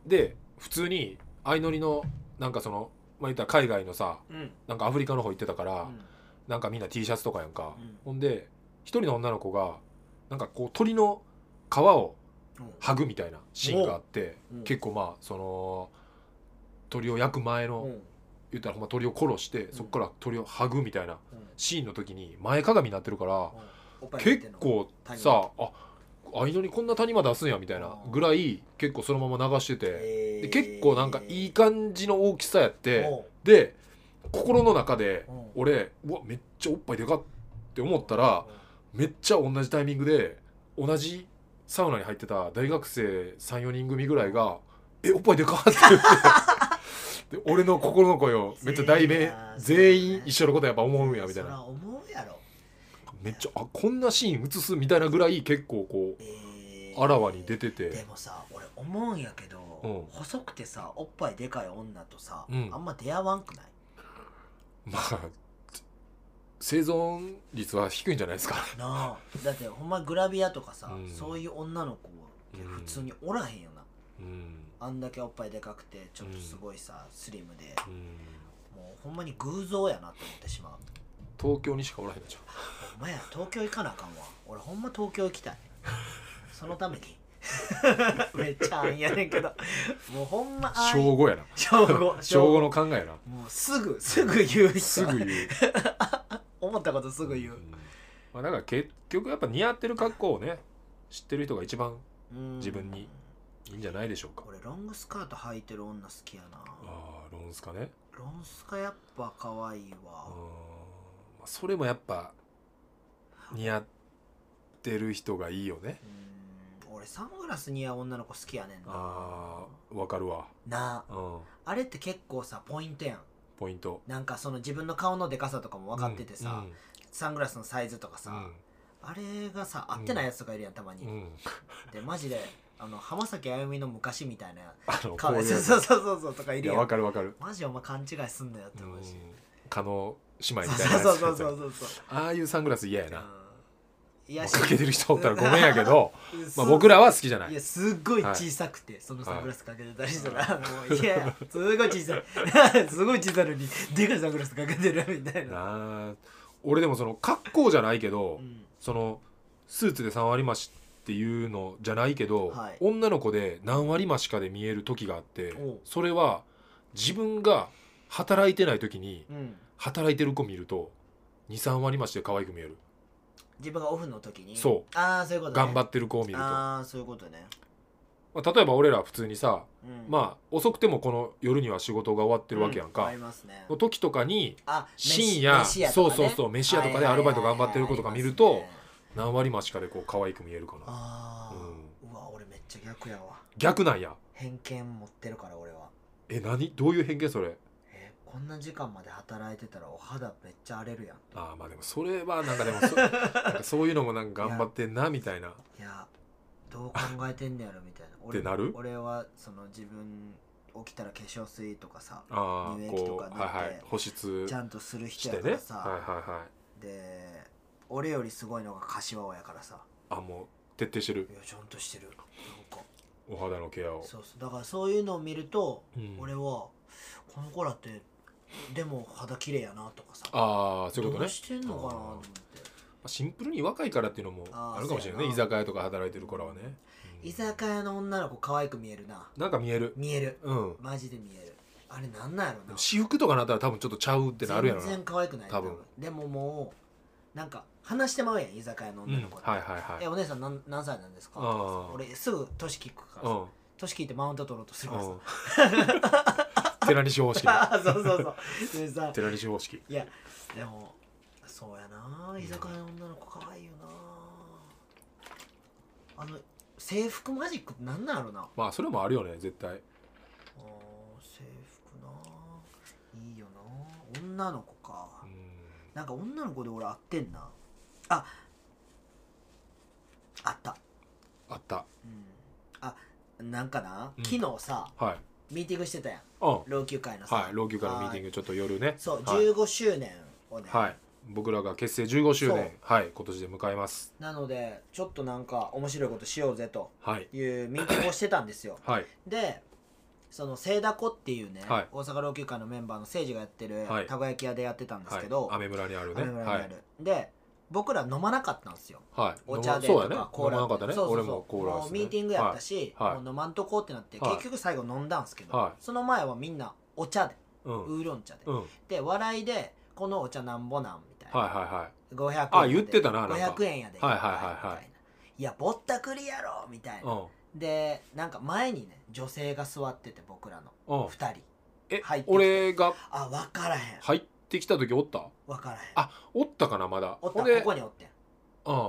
Speaker 1: で普通に相乗りのなんかそのまあ言ったら海外のさ
Speaker 2: うん、うん
Speaker 1: なんかアフリカの方行ってたから、なんかみんな T シャツとかやんか、
Speaker 2: うん
Speaker 1: ほんで一人の女の子がなんかこう鳥の皮を剥ぐみたいなシーンがあって
Speaker 2: おううん
Speaker 1: 結構まあその鳥を焼く前の、
Speaker 2: うんうん
Speaker 1: 言ったらほんま鳥を殺して
Speaker 2: ん
Speaker 1: そこから鳥を剥ぐみたいなシーンの時に前かがみになってるから
Speaker 2: おっぱい出て
Speaker 1: 結
Speaker 2: んの
Speaker 1: 構さあ相乗りこんな谷間出すんやみたいなぐらい結構そのまま流してて
Speaker 2: え
Speaker 1: で
Speaker 2: ー
Speaker 1: 結構なんかいい感じの大きさやって
Speaker 2: おう
Speaker 1: で心の中で
Speaker 2: うん
Speaker 1: 俺うわめっちゃおっぱいでかって思ったらめっちゃ同じタイミングで同じサウナに入ってた大学生34人組ぐらいが「えおっぱいでか!」って言ってで俺の心の声をめっちゃ代
Speaker 2: 全員
Speaker 1: 弁
Speaker 2: や
Speaker 1: 全員一緒のことやっぱ思うんやみたい
Speaker 2: そら
Speaker 1: な
Speaker 2: 思うやろ、
Speaker 1: めっちゃあこんなシーン映すみたいなぐらい結構こう
Speaker 2: えー
Speaker 1: あらわに出て
Speaker 2: で
Speaker 1: て
Speaker 2: もさ俺思うんやけど、
Speaker 1: うん
Speaker 2: 細くてさおっぱいでかい女とさ、
Speaker 1: うん
Speaker 2: あんま出会わんくない
Speaker 1: まあ生存率は低いんじゃないですか
Speaker 2: なあだってほんまグラビアとかさ、
Speaker 1: うん
Speaker 2: そういう女の子って普通におらへんよな、
Speaker 1: うん
Speaker 2: あんだけおっぱいでかくてちょっとすごいさ、スリムで
Speaker 1: うん
Speaker 2: もうほんまに偶像やなって思ってしまう
Speaker 1: 東京にしかおらへんのちゃ
Speaker 2: ほんまや東京行かなあかんわ俺ほんま東京行きたいそのために [laughs] めっちゃあんやねんけどもうほんまあ
Speaker 1: うん小5やな
Speaker 2: 小五
Speaker 1: [laughs] 小5の考えやな
Speaker 2: もうすぐすぐ言う人
Speaker 1: すぐ言う
Speaker 2: 思ったことすぐ言う、
Speaker 1: んまあ、だから結局やっぱ似合ってる格好をね知ってる人が一番
Speaker 2: うん
Speaker 1: 自分にいいんじゃないでしょうか
Speaker 2: 俺ロングスカート履いてる女好きやな
Speaker 1: ああロンスかね
Speaker 2: ロンスカやっぱ可愛い
Speaker 1: あ
Speaker 2: わ
Speaker 1: ー、まあそれもやっぱ似合ってる人がいいよね
Speaker 2: うん俺サングラス似合う女の子好きやねんな
Speaker 1: ああわかるわ
Speaker 2: なあ
Speaker 1: うん
Speaker 2: あれって結構さポイントやん
Speaker 1: ポイント
Speaker 2: なんかその自分の顔のでかさとかも分かっててさ、サングラスのサイズとかさ、あれがさ合ってないやつとかいるやんたまに、
Speaker 1: うん、
Speaker 2: [laughs]
Speaker 1: うんうん
Speaker 2: でマジであの浜崎あゆみの昔みたいな
Speaker 1: あのこ
Speaker 2: 顔
Speaker 1: うい
Speaker 2: そう
Speaker 1: う
Speaker 2: そうそうそうそうとかい
Speaker 1: い
Speaker 2: る
Speaker 1: や
Speaker 2: や
Speaker 1: わ
Speaker 2: ん
Speaker 1: かるわかる
Speaker 2: マジお前勘違いすんなよって思うし、
Speaker 1: 可能姉妹みたいなやつ
Speaker 2: そうそうそうそうそうそう
Speaker 1: ああいうサングラス嫌やな、
Speaker 2: うんいや
Speaker 1: 追っかけてる人おったらごめんやけ
Speaker 2: [laughs]
Speaker 1: どまあ僕らは好きじゃないい
Speaker 2: やすっごい
Speaker 1: はい
Speaker 2: 小さくて、そのサングラスかけてたりしたら、もういやすごい小さい [laughs] すごい小さいのにでかいサングラスかけてるみたいな、
Speaker 1: なあ俺でもその格好じゃないけど、
Speaker 2: うん
Speaker 1: そのスーツで3割増しっていうのじゃないけど、
Speaker 2: はい
Speaker 1: 女の子で何割増しかで見える時があって
Speaker 2: おう
Speaker 1: それは自分が働いてない時に
Speaker 2: うん、
Speaker 1: 働いてる子見ると23割増しで可愛く見える
Speaker 2: 自分がオフの時に
Speaker 1: そう
Speaker 2: ああそういうこと、ね、
Speaker 1: 頑張ってる子を見ると、ま
Speaker 2: ああそういうことね、
Speaker 1: あ、例えば俺ら普通にさ
Speaker 2: うん、あ
Speaker 1: まあ遅くてもこの夜には仕事が終わってるわけやんか、
Speaker 2: りますね
Speaker 1: の時とかに
Speaker 2: あ
Speaker 1: 深夜
Speaker 2: 飯飯屋と
Speaker 1: そう
Speaker 2: かね
Speaker 1: そうそう飯屋とかでアルバイト頑張ってる子とか見ると
Speaker 2: はいはいはいはい
Speaker 1: 何割増しかでこう可愛く見えるかな
Speaker 2: ありますねあー、うわ俺めっちゃ逆やわ
Speaker 1: 逆なんや
Speaker 2: 偏見持ってるから俺は
Speaker 1: え何どういう偏見それ
Speaker 2: えーこんな時間まで働いてたらお肌めっちゃ荒れるやん
Speaker 1: あーまあでもそれはなんかでも
Speaker 2: [laughs]
Speaker 1: そなんかそういうのもなんか頑張ってんなみたいない
Speaker 2: やどう考えてんねやろみたい
Speaker 1: [laughs]
Speaker 2: な
Speaker 1: ってなる
Speaker 2: 俺はその自分起きたら化粧水とかさ
Speaker 1: ああ
Speaker 2: 乳液と
Speaker 1: こ
Speaker 2: か塗っ
Speaker 1: う
Speaker 2: て
Speaker 1: はいはい保湿
Speaker 2: ちゃんとする
Speaker 1: し
Speaker 2: 人
Speaker 1: てね
Speaker 2: やか
Speaker 1: はい
Speaker 2: らさ、
Speaker 1: はいはい
Speaker 2: で俺よりすごいのが柏王やからさ
Speaker 1: あもう徹底してる
Speaker 2: いやちゃんとしてるなんか
Speaker 1: お肌のケアを
Speaker 2: そうそうだからそういうのを見ると、
Speaker 1: うん
Speaker 2: 俺はこの子らってでも肌綺麗やなとかさ
Speaker 1: ああそういうこと
Speaker 2: ど
Speaker 1: ね
Speaker 2: うしてんのかなと思っ
Speaker 1: シンプルに若いからっていうのもあるかもしれないね
Speaker 2: あー
Speaker 1: 居酒屋とか働いてるからはね
Speaker 2: て居
Speaker 1: うん
Speaker 2: 酒屋の女の子可愛く見えるな
Speaker 1: なんか見える
Speaker 2: 見える
Speaker 1: うん
Speaker 2: マジで見えるあれなんなんやろ
Speaker 1: で
Speaker 2: な
Speaker 1: も私服とかなったら多分ちょっとちゃうってなるやろな
Speaker 2: 全然可愛くない
Speaker 1: 多分
Speaker 2: でももうなんか話してまうやん居酒屋の
Speaker 1: うん
Speaker 2: 女
Speaker 1: はい
Speaker 2: の子、
Speaker 1: はいはい
Speaker 2: えお姉さんなん何歳なんですか?」
Speaker 1: あー
Speaker 2: 俺すぐ年聞くから
Speaker 1: う
Speaker 2: さ
Speaker 1: ん
Speaker 2: 年聞いてマウント取ろうとするからさ
Speaker 1: うん [laughs] 寺西方式だ
Speaker 2: あー [laughs] そうそうそうでさ
Speaker 1: 寺西方式
Speaker 2: いやでもそうやな居酒屋の女の子可愛いよなあの制服マジックってなんなんやろな
Speaker 1: まあそれもあるよね絶対
Speaker 2: あー制服ないいよな女の子か、
Speaker 1: うん
Speaker 2: なんか女の子で俺会ってんなああった
Speaker 1: あった
Speaker 2: うんあなんかな、
Speaker 1: うん
Speaker 2: 昨日さ
Speaker 1: はい
Speaker 2: ミーティングしてたやん
Speaker 1: うんは
Speaker 2: 老朽会のさ
Speaker 1: い老朽化のミーティン
Speaker 2: グ
Speaker 1: グちょっと夜ね
Speaker 2: そう、
Speaker 1: はい
Speaker 2: 15周年をね、
Speaker 1: はい僕らが結成15周
Speaker 2: そう
Speaker 1: 年はい今年で迎えます
Speaker 2: なのでちょっとなんか面白いことしようぜと
Speaker 1: はい
Speaker 2: いうミーティングをしてたんで
Speaker 1: [coughs]
Speaker 2: すよ
Speaker 1: はい
Speaker 2: でその聖ダコっていうね、
Speaker 1: はい
Speaker 2: 大阪老朽会のメンバーの誠治がやってる
Speaker 1: はい
Speaker 2: たこ焼き屋でやってたんです
Speaker 1: はい
Speaker 2: けど、
Speaker 1: 雨村にあるね
Speaker 2: 雨村にあ
Speaker 1: は
Speaker 2: る、
Speaker 1: い
Speaker 2: で僕ら飲まなかったんですよ
Speaker 1: はい
Speaker 2: お茶で
Speaker 1: そう
Speaker 2: と
Speaker 1: やね
Speaker 2: かコー
Speaker 1: 飲ま
Speaker 2: ラ
Speaker 1: なかったね
Speaker 2: そうそうそう
Speaker 1: 俺もコーラ
Speaker 2: もうミーティングやった
Speaker 1: し
Speaker 2: し、
Speaker 1: はいはい
Speaker 2: もう飲まんとこうってなって、
Speaker 1: はい
Speaker 2: 結局最後飲んだんすけど、
Speaker 1: はい
Speaker 2: その前はみんなお茶で、
Speaker 1: うんうん
Speaker 2: ウーロン茶で、
Speaker 1: はい
Speaker 2: で笑いでこのお茶なんぼなんみたいな、
Speaker 1: はいはい
Speaker 2: 500円
Speaker 1: あ言ってたななんか
Speaker 2: 500円やで
Speaker 1: はいはいはいはい
Speaker 2: みたいないやぼったくりやろみたいな、
Speaker 1: う
Speaker 2: でなんか前にね女性が座ってて僕らの
Speaker 1: んうん
Speaker 2: 2人
Speaker 1: え
Speaker 2: 入ってきて
Speaker 1: 俺が
Speaker 2: あ分からへん
Speaker 1: 入ってきた時おった
Speaker 2: 分からへん
Speaker 1: あおったかなまだ
Speaker 2: おった
Speaker 1: ほん
Speaker 2: こ
Speaker 1: で
Speaker 2: こにおってん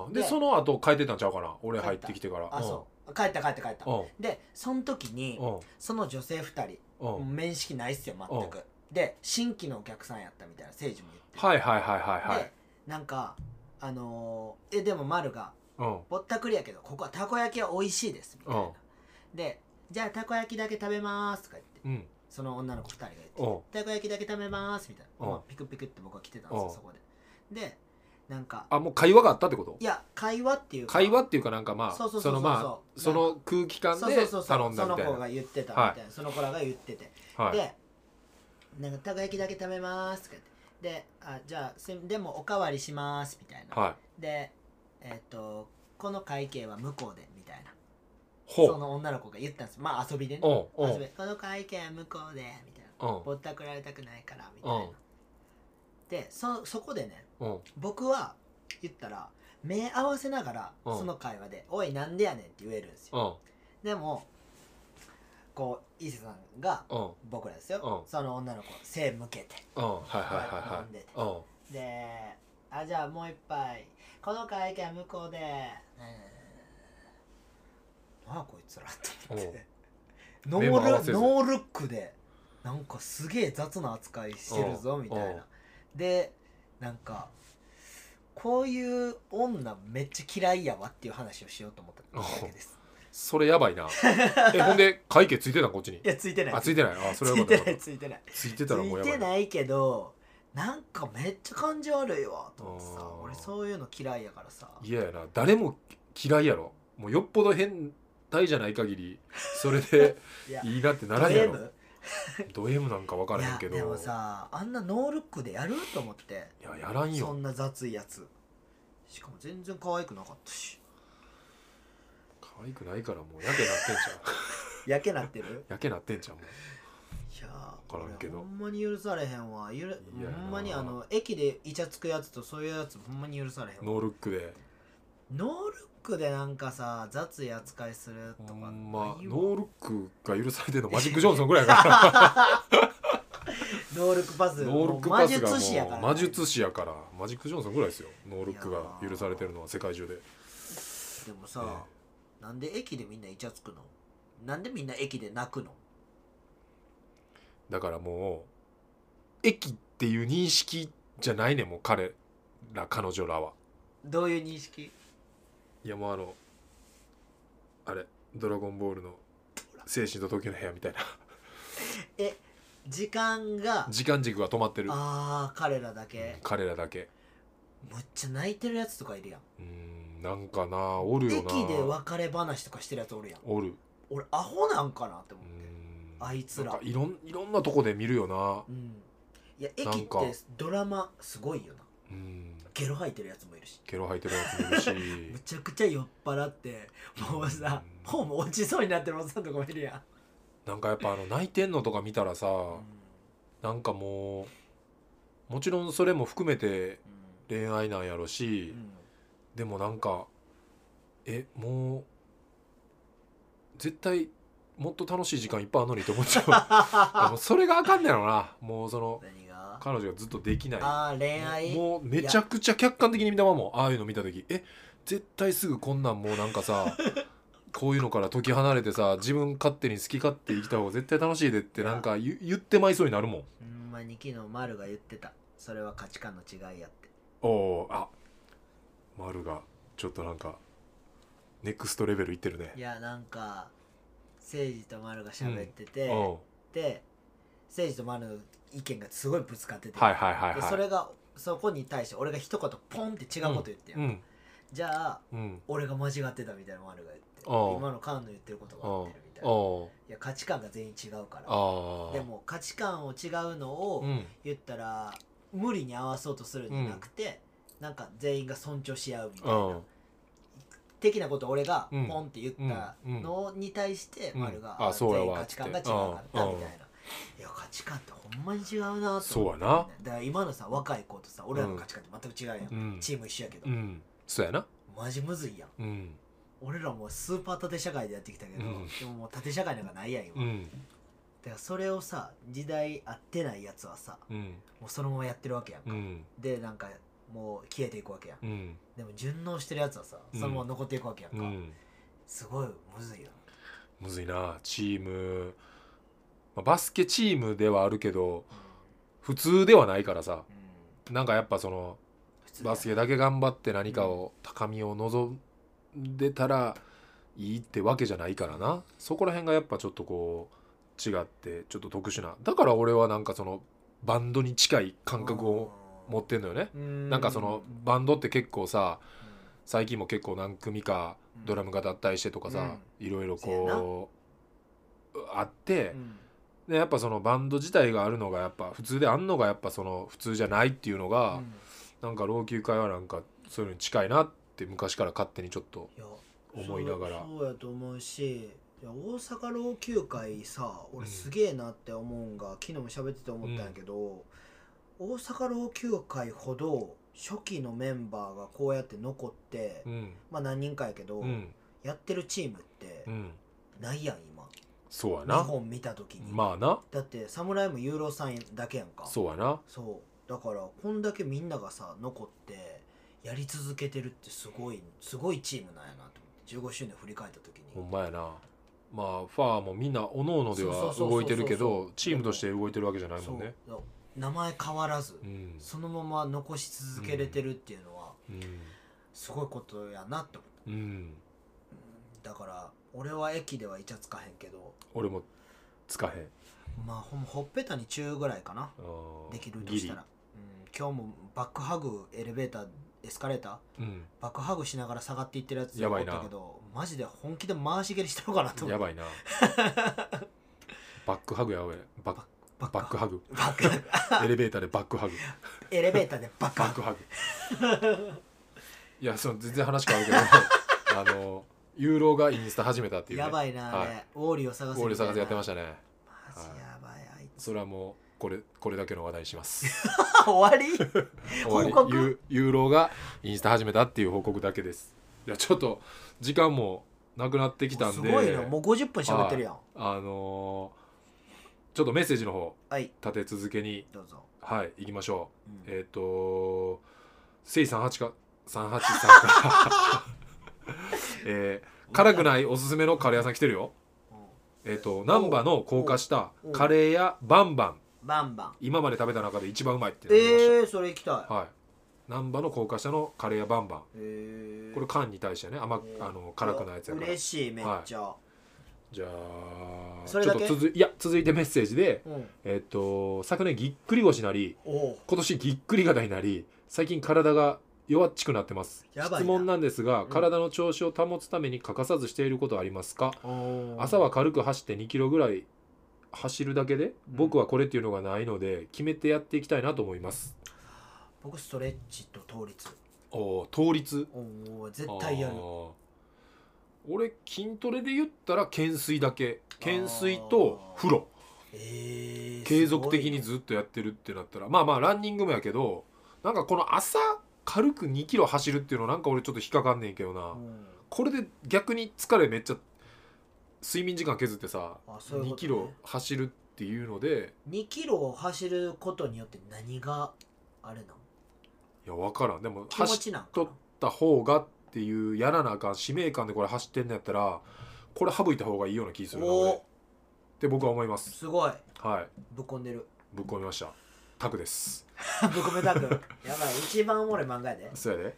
Speaker 1: うんで
Speaker 2: で
Speaker 1: その後変えてたんちゃうかな俺入ってきてから
Speaker 2: あそう帰った帰った帰った
Speaker 1: うん
Speaker 2: でその時に
Speaker 1: うん
Speaker 2: その女性2人
Speaker 1: うんうん
Speaker 2: 面識ないっすよ全くで新規のお客さんやったみたいな誠治も言って
Speaker 1: はいはいはいはいはい
Speaker 2: でなんかあのーえでも丸が
Speaker 1: うん
Speaker 2: 「ぼったくりやけどここはたこ焼きは美味しいです」みたいな、
Speaker 1: うん
Speaker 2: で「じゃあたこ焼きだけ食べます」とか言って
Speaker 1: うん
Speaker 2: その女の子2人が言っ
Speaker 1: う
Speaker 2: て
Speaker 1: ん
Speaker 2: 「たこ焼きだけ食べます」みたいな、
Speaker 1: うん
Speaker 2: まあピクピクって僕は来てたんです
Speaker 1: う
Speaker 2: よ
Speaker 1: ん
Speaker 2: そこででなんか
Speaker 1: あもう会話があったってこと
Speaker 2: いや会話っていうか
Speaker 1: 会話っていうかなんかま
Speaker 2: そうそ
Speaker 1: あ
Speaker 2: うそ
Speaker 1: そう
Speaker 2: そう
Speaker 1: のまあその空気感
Speaker 2: そうそ
Speaker 1: で
Speaker 2: うそうそう
Speaker 1: 頼んだみたい
Speaker 2: その子
Speaker 1: な
Speaker 2: が言ってたみたいな、その子らが言ってて
Speaker 1: はい
Speaker 2: で、なんかたこ焼きだけ食べますとか言って、で、あじゃあすでもおかわりしますみたいな。
Speaker 1: はい
Speaker 2: で、えっ、とこの会計は向こうでみたいな。そ
Speaker 1: ほ
Speaker 2: の女の子が言ったんです。まあ遊びでね。
Speaker 1: ううんうん
Speaker 2: 遊びこの会計は向こうでみたいな。
Speaker 1: うん
Speaker 2: ぼったくられたくないからみたいな。
Speaker 1: うん
Speaker 2: で、そそこでね、
Speaker 1: うん
Speaker 2: 僕は言ったら目合わせながら
Speaker 1: うん
Speaker 2: その会話で、おいなんでやねんって言えるんですよ。
Speaker 1: うん
Speaker 2: でもこう伊勢さんが
Speaker 1: うん
Speaker 2: 僕らですよ、
Speaker 1: うん
Speaker 2: その女の子背向けて
Speaker 1: うんはいはいはいはい
Speaker 2: 飲んでて
Speaker 1: うん
Speaker 2: であじゃあもう一杯この会見は向こうでうんなあこいつらと思ってノ
Speaker 1: 目も合わ
Speaker 2: ー
Speaker 1: せず
Speaker 2: ルノールックでなんかすげえ雑な扱いしてるぞみたい
Speaker 1: うん
Speaker 2: なでなんかこういう女めっちゃ嫌いやわっていう話をしようと思ったわけです
Speaker 1: それやばい
Speaker 2: [laughs]
Speaker 1: なえほんで会計ついてたんこっちに
Speaker 2: いやついてない
Speaker 1: あついてないあそれ
Speaker 2: つ
Speaker 1: はいよか
Speaker 2: て
Speaker 1: っ
Speaker 2: な
Speaker 1: た
Speaker 2: いついてない
Speaker 1: ついて
Speaker 2: つ
Speaker 1: たらもうや
Speaker 2: いて
Speaker 1: ばい
Speaker 2: ないけどなんかめっちゃ感じ悪いわと思ってさ
Speaker 1: あー
Speaker 2: 俺そういうの嫌いやからさ
Speaker 1: 嫌やな誰も嫌いやろもうよっぽど変態じゃない限りそれで
Speaker 2: [laughs] いや
Speaker 1: いいなってな
Speaker 2: ド
Speaker 1: らんや
Speaker 2: M
Speaker 1: ろド M なんか分から
Speaker 2: い
Speaker 1: へん
Speaker 2: や
Speaker 1: けど
Speaker 2: でもさあんなノールックでやると思って
Speaker 1: いややらん
Speaker 2: そ
Speaker 1: よ
Speaker 2: んな雑いやつしかも全然可愛くなかったし
Speaker 1: 可愛くないからもうやけなってんじゃん
Speaker 2: やけなってる
Speaker 1: [laughs] やけなってんじゃんもう
Speaker 2: いやー
Speaker 1: 分からんけど
Speaker 2: 俺ほんまに許されへんわゆる
Speaker 1: いやー
Speaker 2: ほんまにあの駅でイチャつくやつとそういうやつほんまに許されへんわ
Speaker 1: ノールックで
Speaker 2: ノールックでなんかさ雑い扱いすると
Speaker 1: ほ
Speaker 2: か
Speaker 1: んまノ
Speaker 2: ないわ
Speaker 1: ールックが許されてるのマジック・ジョンソンぐらいや [laughs] から
Speaker 2: [laughs] ノールックパス
Speaker 1: ノールックパス
Speaker 2: もう魔術師やか
Speaker 1: がも
Speaker 2: ら
Speaker 1: う魔術師やからマジック・ジョンソンぐらいですよノールックが許されてるのは世界中で
Speaker 2: でもさ、なんで駅でみんなイチャつくのなんでみんな駅で泣くの
Speaker 1: だからもう駅っていう認識じゃないねんもう彼ら彼女らは
Speaker 2: どういう認識
Speaker 1: いやもうあのあれ「ドラゴンボール」の「精神と時の部屋」みたいな
Speaker 2: 時間が
Speaker 1: 時間軸が止まってる
Speaker 2: あー彼らだけ
Speaker 1: 彼らだけ
Speaker 2: むっちゃ泣いてるやつとかいるやん
Speaker 1: うーんなんかなおるよな
Speaker 2: 駅で別れ話とかしてるやつおるやん
Speaker 1: おる
Speaker 2: 俺アホなんかなって
Speaker 1: う
Speaker 2: 思
Speaker 1: ー
Speaker 2: って
Speaker 1: ん
Speaker 2: あいつら
Speaker 1: なんかいろんいろんなとこで見るよな
Speaker 2: うん、いや駅
Speaker 1: な
Speaker 2: っ
Speaker 1: んか
Speaker 2: てドラマすごいよな
Speaker 1: うん
Speaker 2: ゲロ吐いてるやつもいるし
Speaker 1: ゲロ吐いてるやつもいるし
Speaker 2: [laughs] むちゃくちゃ酔っ払ってもうさ
Speaker 1: うん
Speaker 2: 本も落ちそうになってるおっさんとかもいるや
Speaker 1: なんかやっぱあの泣いてんのとか見たらさ
Speaker 2: ん、うん
Speaker 1: なんかもうもちろんそれも含めて恋愛なんやろ
Speaker 2: [laughs]
Speaker 1: し、
Speaker 2: うん
Speaker 1: でもなんかえもう絶対もっと楽しい時間いっぱいあるのにと思っちゃう
Speaker 2: [laughs]
Speaker 1: でもそれがあかんねやろなもうその
Speaker 2: 何が
Speaker 1: 彼女がずっとできない
Speaker 2: ああ恋愛
Speaker 1: もうめちゃくちゃ客観的に見たままもああいうの見た時え絶対すぐこんなんもうなんか
Speaker 2: [laughs]
Speaker 1: さこういうのから解き離れてさ自分勝手に好き勝手生きた方が絶対楽しいでってなんか言言ってまいそうになるもん
Speaker 2: ほんまに昨日丸が言ってたそれは価値観の違いやって
Speaker 1: おおあ丸がちょっとなんかネクストレベルいってるね
Speaker 2: いやなんか誠治と丸が喋ってて、
Speaker 1: うん
Speaker 2: で誠治と丸の意見がすごいぶつかってて、
Speaker 1: はいはいはいはい。
Speaker 2: でそれがそこに対して俺が一言ポンって違うこと言ってやん、
Speaker 1: うん
Speaker 2: じゃあ
Speaker 1: うん。
Speaker 2: 俺が間違ってたみたいなのもあるが言って
Speaker 1: ああ
Speaker 2: 今のカンの言ってること
Speaker 1: あ
Speaker 2: が合
Speaker 1: あ
Speaker 2: ってるみたいない
Speaker 1: あ
Speaker 2: や価値観が全員違うか
Speaker 1: あ
Speaker 2: ら
Speaker 1: あ。
Speaker 2: でも価値観を違うの
Speaker 1: う
Speaker 2: を
Speaker 1: ん
Speaker 2: 言ったら無理に合わそうとするんじゃなくて、なんか全員が尊重し合うみたいな
Speaker 1: あ
Speaker 2: 的なことを俺がポ
Speaker 1: うん
Speaker 2: ンって言ったのに対して
Speaker 1: うん
Speaker 2: 丸が
Speaker 1: あそうや
Speaker 2: 全員
Speaker 1: わ
Speaker 2: 価値観が違う
Speaker 1: つって
Speaker 2: かった
Speaker 1: うん
Speaker 2: みたいないや価値観ってほんまに違うなと
Speaker 1: そう
Speaker 2: 思
Speaker 1: や
Speaker 2: って
Speaker 1: な。
Speaker 2: だから今のさ若い子とさ俺らの価値観って全く違うやん、
Speaker 1: うん。
Speaker 2: チーム一緒やけど、
Speaker 1: うん。そうやな。
Speaker 2: マジむずいやん
Speaker 1: うん
Speaker 2: 俺らもうスーパー縦社会でやってきたけど、
Speaker 1: うん
Speaker 2: でももう縦社会なんかないやん
Speaker 1: う
Speaker 2: 今、だ
Speaker 1: ん
Speaker 2: からそれをさ時代合ってないやつはさ
Speaker 1: うん
Speaker 2: もうそのままやってるわけやん、
Speaker 1: うん
Speaker 2: でなんかもう消えていくわけやん
Speaker 1: うん
Speaker 2: でも順応してるやつはさそのまま残っていくわけやん
Speaker 1: う
Speaker 2: か、
Speaker 1: ん。
Speaker 2: すごいむずいよ
Speaker 1: むずいな。チーム。まあバスケチームではあるけど
Speaker 2: な、
Speaker 1: 普通ではないからさ
Speaker 2: うんうん
Speaker 1: なんかやっぱその
Speaker 2: 普通だよ
Speaker 1: バスケだけ頑張って何かを高みを望んでたらいいってわけじゃないからなそこら辺がやっぱちょっとこう違ってちょっと特殊なだから俺はなんかそのバンドに近い感覚を持ってんのよね
Speaker 2: うん
Speaker 1: なんかそのバンドって結構さ最近も結構何組かドラムが脱退してとかさいろいろこうあって
Speaker 2: うんうん
Speaker 1: でやっぱそのバンド自体があるのがやっぱ普通であんのがやっぱその普通じゃないっていうのが、
Speaker 2: うん
Speaker 1: なんか老朽化はなんかそういうのに近いなって昔から勝手にちょっと
Speaker 2: いや
Speaker 1: 思いながら
Speaker 2: そうそうやと思うしいや大阪老朽会さ俺
Speaker 1: うん
Speaker 2: すげえなって思うんが、昨日も喋ってて思ったんやけど、大阪老朽会ほど初期のメンバーがこうやって残って、
Speaker 1: うん
Speaker 2: まあ何人かやけど、
Speaker 1: うん
Speaker 2: やってるチームって
Speaker 1: うん
Speaker 2: ないやん今
Speaker 1: そうや
Speaker 2: 日
Speaker 1: な
Speaker 2: 本見た時に、
Speaker 1: まあな
Speaker 2: だって侍もユーロさんだけやんか
Speaker 1: そうやな
Speaker 2: そうだからこんだけみんながさ残ってやり続けてるってすごいすごいチームなんやなと思って15周年振り返った時に
Speaker 1: ほんまやなまあファーもみんなおのおのでは動いてるけ
Speaker 2: そうそうそうそうそ
Speaker 1: ど
Speaker 2: う
Speaker 1: チームとして動いてるわけじゃないもんね
Speaker 2: そう名前変わらず、
Speaker 1: うん
Speaker 2: そのまま残し続けれてるっていうのは
Speaker 1: うん
Speaker 2: すごいことやなって思っ
Speaker 1: うん
Speaker 2: ただから俺は駅ではイチャつかへんけど
Speaker 1: 俺もつかへん
Speaker 2: まあほんまほっぺたに中ぐらいかな
Speaker 1: あー
Speaker 2: できるとしたらうん今日もバックハグエレベーターエスカレーター
Speaker 1: うん
Speaker 2: バックハグしながら下がっていってるやつ
Speaker 1: やばいな
Speaker 2: おったけどマジで本気で回し蹴りしたのかなと思
Speaker 1: や
Speaker 2: って
Speaker 1: ばいなバックハグやばいバック
Speaker 2: バッ
Speaker 1: バックハグ
Speaker 2: バックハグ
Speaker 1: エレベーターでバックハグ
Speaker 2: エレベーターでバック
Speaker 1: バ
Speaker 2: ハ
Speaker 1: ック
Speaker 2: グ
Speaker 1: ハグいやその全然話変わるけどあのユーロがインスタ始めたっていう、ね、
Speaker 2: やばいなあれ、
Speaker 1: はい
Speaker 2: ウォーリーを探
Speaker 1: ウォ
Speaker 2: せ
Speaker 1: ーリー探せやってま
Speaker 2: し
Speaker 1: したね
Speaker 2: マジやばいあいつ
Speaker 1: それはもうこれこれだけの話題にします
Speaker 2: 終わり
Speaker 1: 終
Speaker 2: 報
Speaker 1: わり
Speaker 2: 告
Speaker 1: ユユーロがインスタ始めたっていう報告だけですいやちょっと時間もなくなってきたんです
Speaker 2: ごいなもう50分喋ってるやん
Speaker 1: あのーちょっとメッセージの方
Speaker 2: はい
Speaker 1: 立て続けに
Speaker 2: どうぞ、
Speaker 1: はい行きましょ
Speaker 2: うん
Speaker 1: うえっ、とせい38か383から
Speaker 2: [laughs]
Speaker 1: えー辛くないおすすめのカレー屋さん来てるよ
Speaker 2: うん
Speaker 1: えっ、と難波の高架下カレー屋バンバン
Speaker 2: バンバン
Speaker 1: 今まで食べた中で一番うまいってなりまし
Speaker 2: えー、それ行きたい、
Speaker 1: た、はい難波の高架下のカレー屋バンバン
Speaker 2: えー
Speaker 1: これ缶に対してね甘くあの辛くないやつやから
Speaker 2: 嬉しいめっちゃ、
Speaker 1: じゃあちょ
Speaker 2: そ
Speaker 1: っ
Speaker 2: れだけ
Speaker 1: と続いいや続いてメッセージで
Speaker 2: うん
Speaker 1: えっ、と昨年ぎっくり腰になり
Speaker 2: おお
Speaker 1: 今年ぎっくり肩になり最近体が弱っちくなってます
Speaker 2: やばいな
Speaker 1: 質問なんですが、
Speaker 2: ん
Speaker 1: 体の調子を保つために欠かさずしていることはありますか、
Speaker 2: おー
Speaker 1: 朝は軽く走って2キロぐらい走るだけで、僕はこれっていうのがないので決めてやっていきたいなと思います
Speaker 2: 僕ストレッチと倒立
Speaker 1: おー倒立
Speaker 2: おお絶対やる
Speaker 1: あー俺筋トレで言ったら懸垂だけ懸垂と風呂
Speaker 2: えー、
Speaker 1: 継続的に
Speaker 2: っ
Speaker 1: ずっとやってるってなったらまあまあランニングもやけどなんかこの朝軽く2キロ走るっていうのなんか俺ちょっと引っかかんねんけどな、これで逆に疲れめっちゃ睡眠時間削ってさ
Speaker 2: あそういう
Speaker 1: 2
Speaker 2: こと
Speaker 1: キ
Speaker 2: ね
Speaker 1: ロ走るっていうので
Speaker 2: 2キロを走ることによって何があれなの
Speaker 1: いや分からんでも
Speaker 2: 気持
Speaker 1: 走っ
Speaker 2: ちなんか
Speaker 1: とった方がっていうやらなあかん使命感でこれ走ってんのやったらこれ省いた方がいいような気す
Speaker 2: な
Speaker 1: るな
Speaker 2: お
Speaker 1: 俺っ
Speaker 2: お
Speaker 1: て僕は思います
Speaker 2: すごい
Speaker 1: はい
Speaker 2: ぶっこんでる [laughs]
Speaker 1: ぶっ込みましたタクです
Speaker 2: ぶっこめたくやばい一番おもろい漫画やで
Speaker 1: そうやで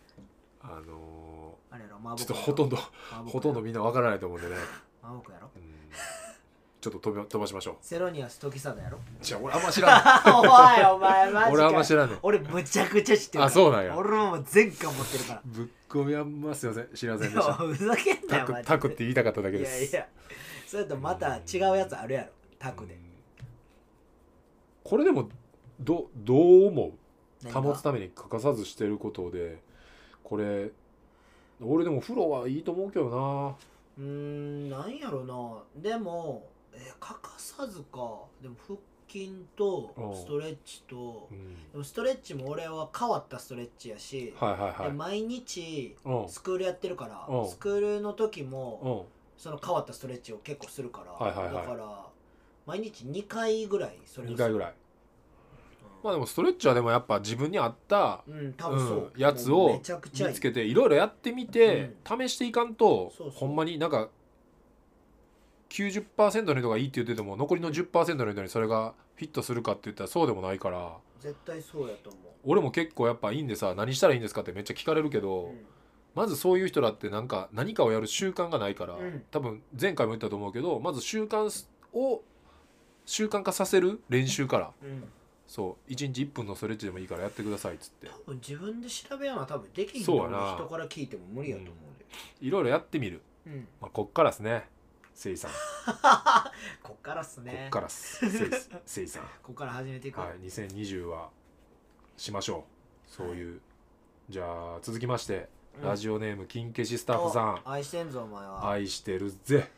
Speaker 1: あの
Speaker 2: あれやろマー
Speaker 1: ー
Speaker 2: ボ
Speaker 1: ちょっ
Speaker 2: ク
Speaker 1: とほと
Speaker 2: やろ
Speaker 1: んど
Speaker 2: マーボクやろ
Speaker 1: ほとんどみんなわからないと思うんでね、
Speaker 2: マーボクやろ
Speaker 1: うんちょっと飛び飛ばしましょう
Speaker 2: セロニアストキサ
Speaker 1: [laughs]
Speaker 2: ダやろ
Speaker 1: じゃあ俺あんま知らん
Speaker 2: おいお前マジか
Speaker 1: 俺あんま知らんねん
Speaker 2: 俺むちゃくちゃ知ってるから
Speaker 1: あそうなんや
Speaker 2: 俺ももう全巻持ってるから
Speaker 1: ぶっ込みあんますいません知りません
Speaker 2: い
Speaker 1: でした
Speaker 2: やふざけん
Speaker 1: [laughs]
Speaker 2: な
Speaker 1: タ
Speaker 2: よマ
Speaker 1: ク
Speaker 2: ジで
Speaker 1: タクって言いたかっただけ
Speaker 2: い
Speaker 1: で
Speaker 2: や
Speaker 1: す
Speaker 2: いやそれとまた違うやつあるやろタク
Speaker 1: う
Speaker 2: で
Speaker 1: んこれでもどどう思う
Speaker 2: 何が
Speaker 1: 保つために欠かさずしてることでこれ俺でも風呂はいいと思うけど
Speaker 2: うーんなんやろなでも、えー欠かさずかでも腹筋と
Speaker 1: おう
Speaker 2: ストレッチと
Speaker 1: な、うん
Speaker 2: でもストレッチも俺は変わったストレッチやし、
Speaker 1: はいはいはい
Speaker 2: で毎日
Speaker 1: うん
Speaker 2: スクールやってるから、
Speaker 1: おう
Speaker 2: スクールの時も
Speaker 1: うん
Speaker 2: その変わったストレッチを結構するから、
Speaker 1: はいはいはい
Speaker 2: だから毎日2回ぐらいそれを
Speaker 1: 2回ぐらいまあ
Speaker 2: う
Speaker 1: でもストレッチはでもやっぱ自分に合った
Speaker 2: ん、うん、多分そう、
Speaker 1: うんやつを
Speaker 2: もうめちゃくちゃい
Speaker 1: 見
Speaker 2: い
Speaker 1: つけていろいろやってみて、試していかんと
Speaker 2: そうそう
Speaker 1: ほんまになんか90%の人がいいって言ってても残りの10%の人にそれがフィットするかって言ったらそうでもないから
Speaker 2: 絶対そうやと思
Speaker 1: 俺も結構やっぱいいんでさ何したらいいんですかってめっちゃ聞かれるけ
Speaker 2: う、
Speaker 1: ど、
Speaker 2: うん
Speaker 1: まずそういう人だってなんか何かをやる習慣がないから、
Speaker 2: うん
Speaker 1: 多分前回も言ったと思うけどまず習慣を習慣化させる練習から
Speaker 2: うん、
Speaker 1: そう1日1分のストレッチでもいいからやってくださいっつって
Speaker 2: 多分自分で調べやな多分できひんと思う
Speaker 1: そうやな
Speaker 2: 人から聞いても無理やと思うで、
Speaker 1: いろいろやってみる、
Speaker 2: うん、
Speaker 1: まあ、こっからですねせいさん
Speaker 2: [laughs] こっからっす
Speaker 1: こ
Speaker 2: ね
Speaker 1: っからっす。せいせ
Speaker 2: [laughs]
Speaker 1: いさん。
Speaker 2: こっから始めていく、
Speaker 1: はい、2020はしましょう。そういう。じゃあ続きまして、
Speaker 2: うん
Speaker 1: ラジオネーム金消しスタッフさん。
Speaker 2: お愛してんぞお前は、
Speaker 1: 愛してる
Speaker 2: [laughs]
Speaker 1: ぜ。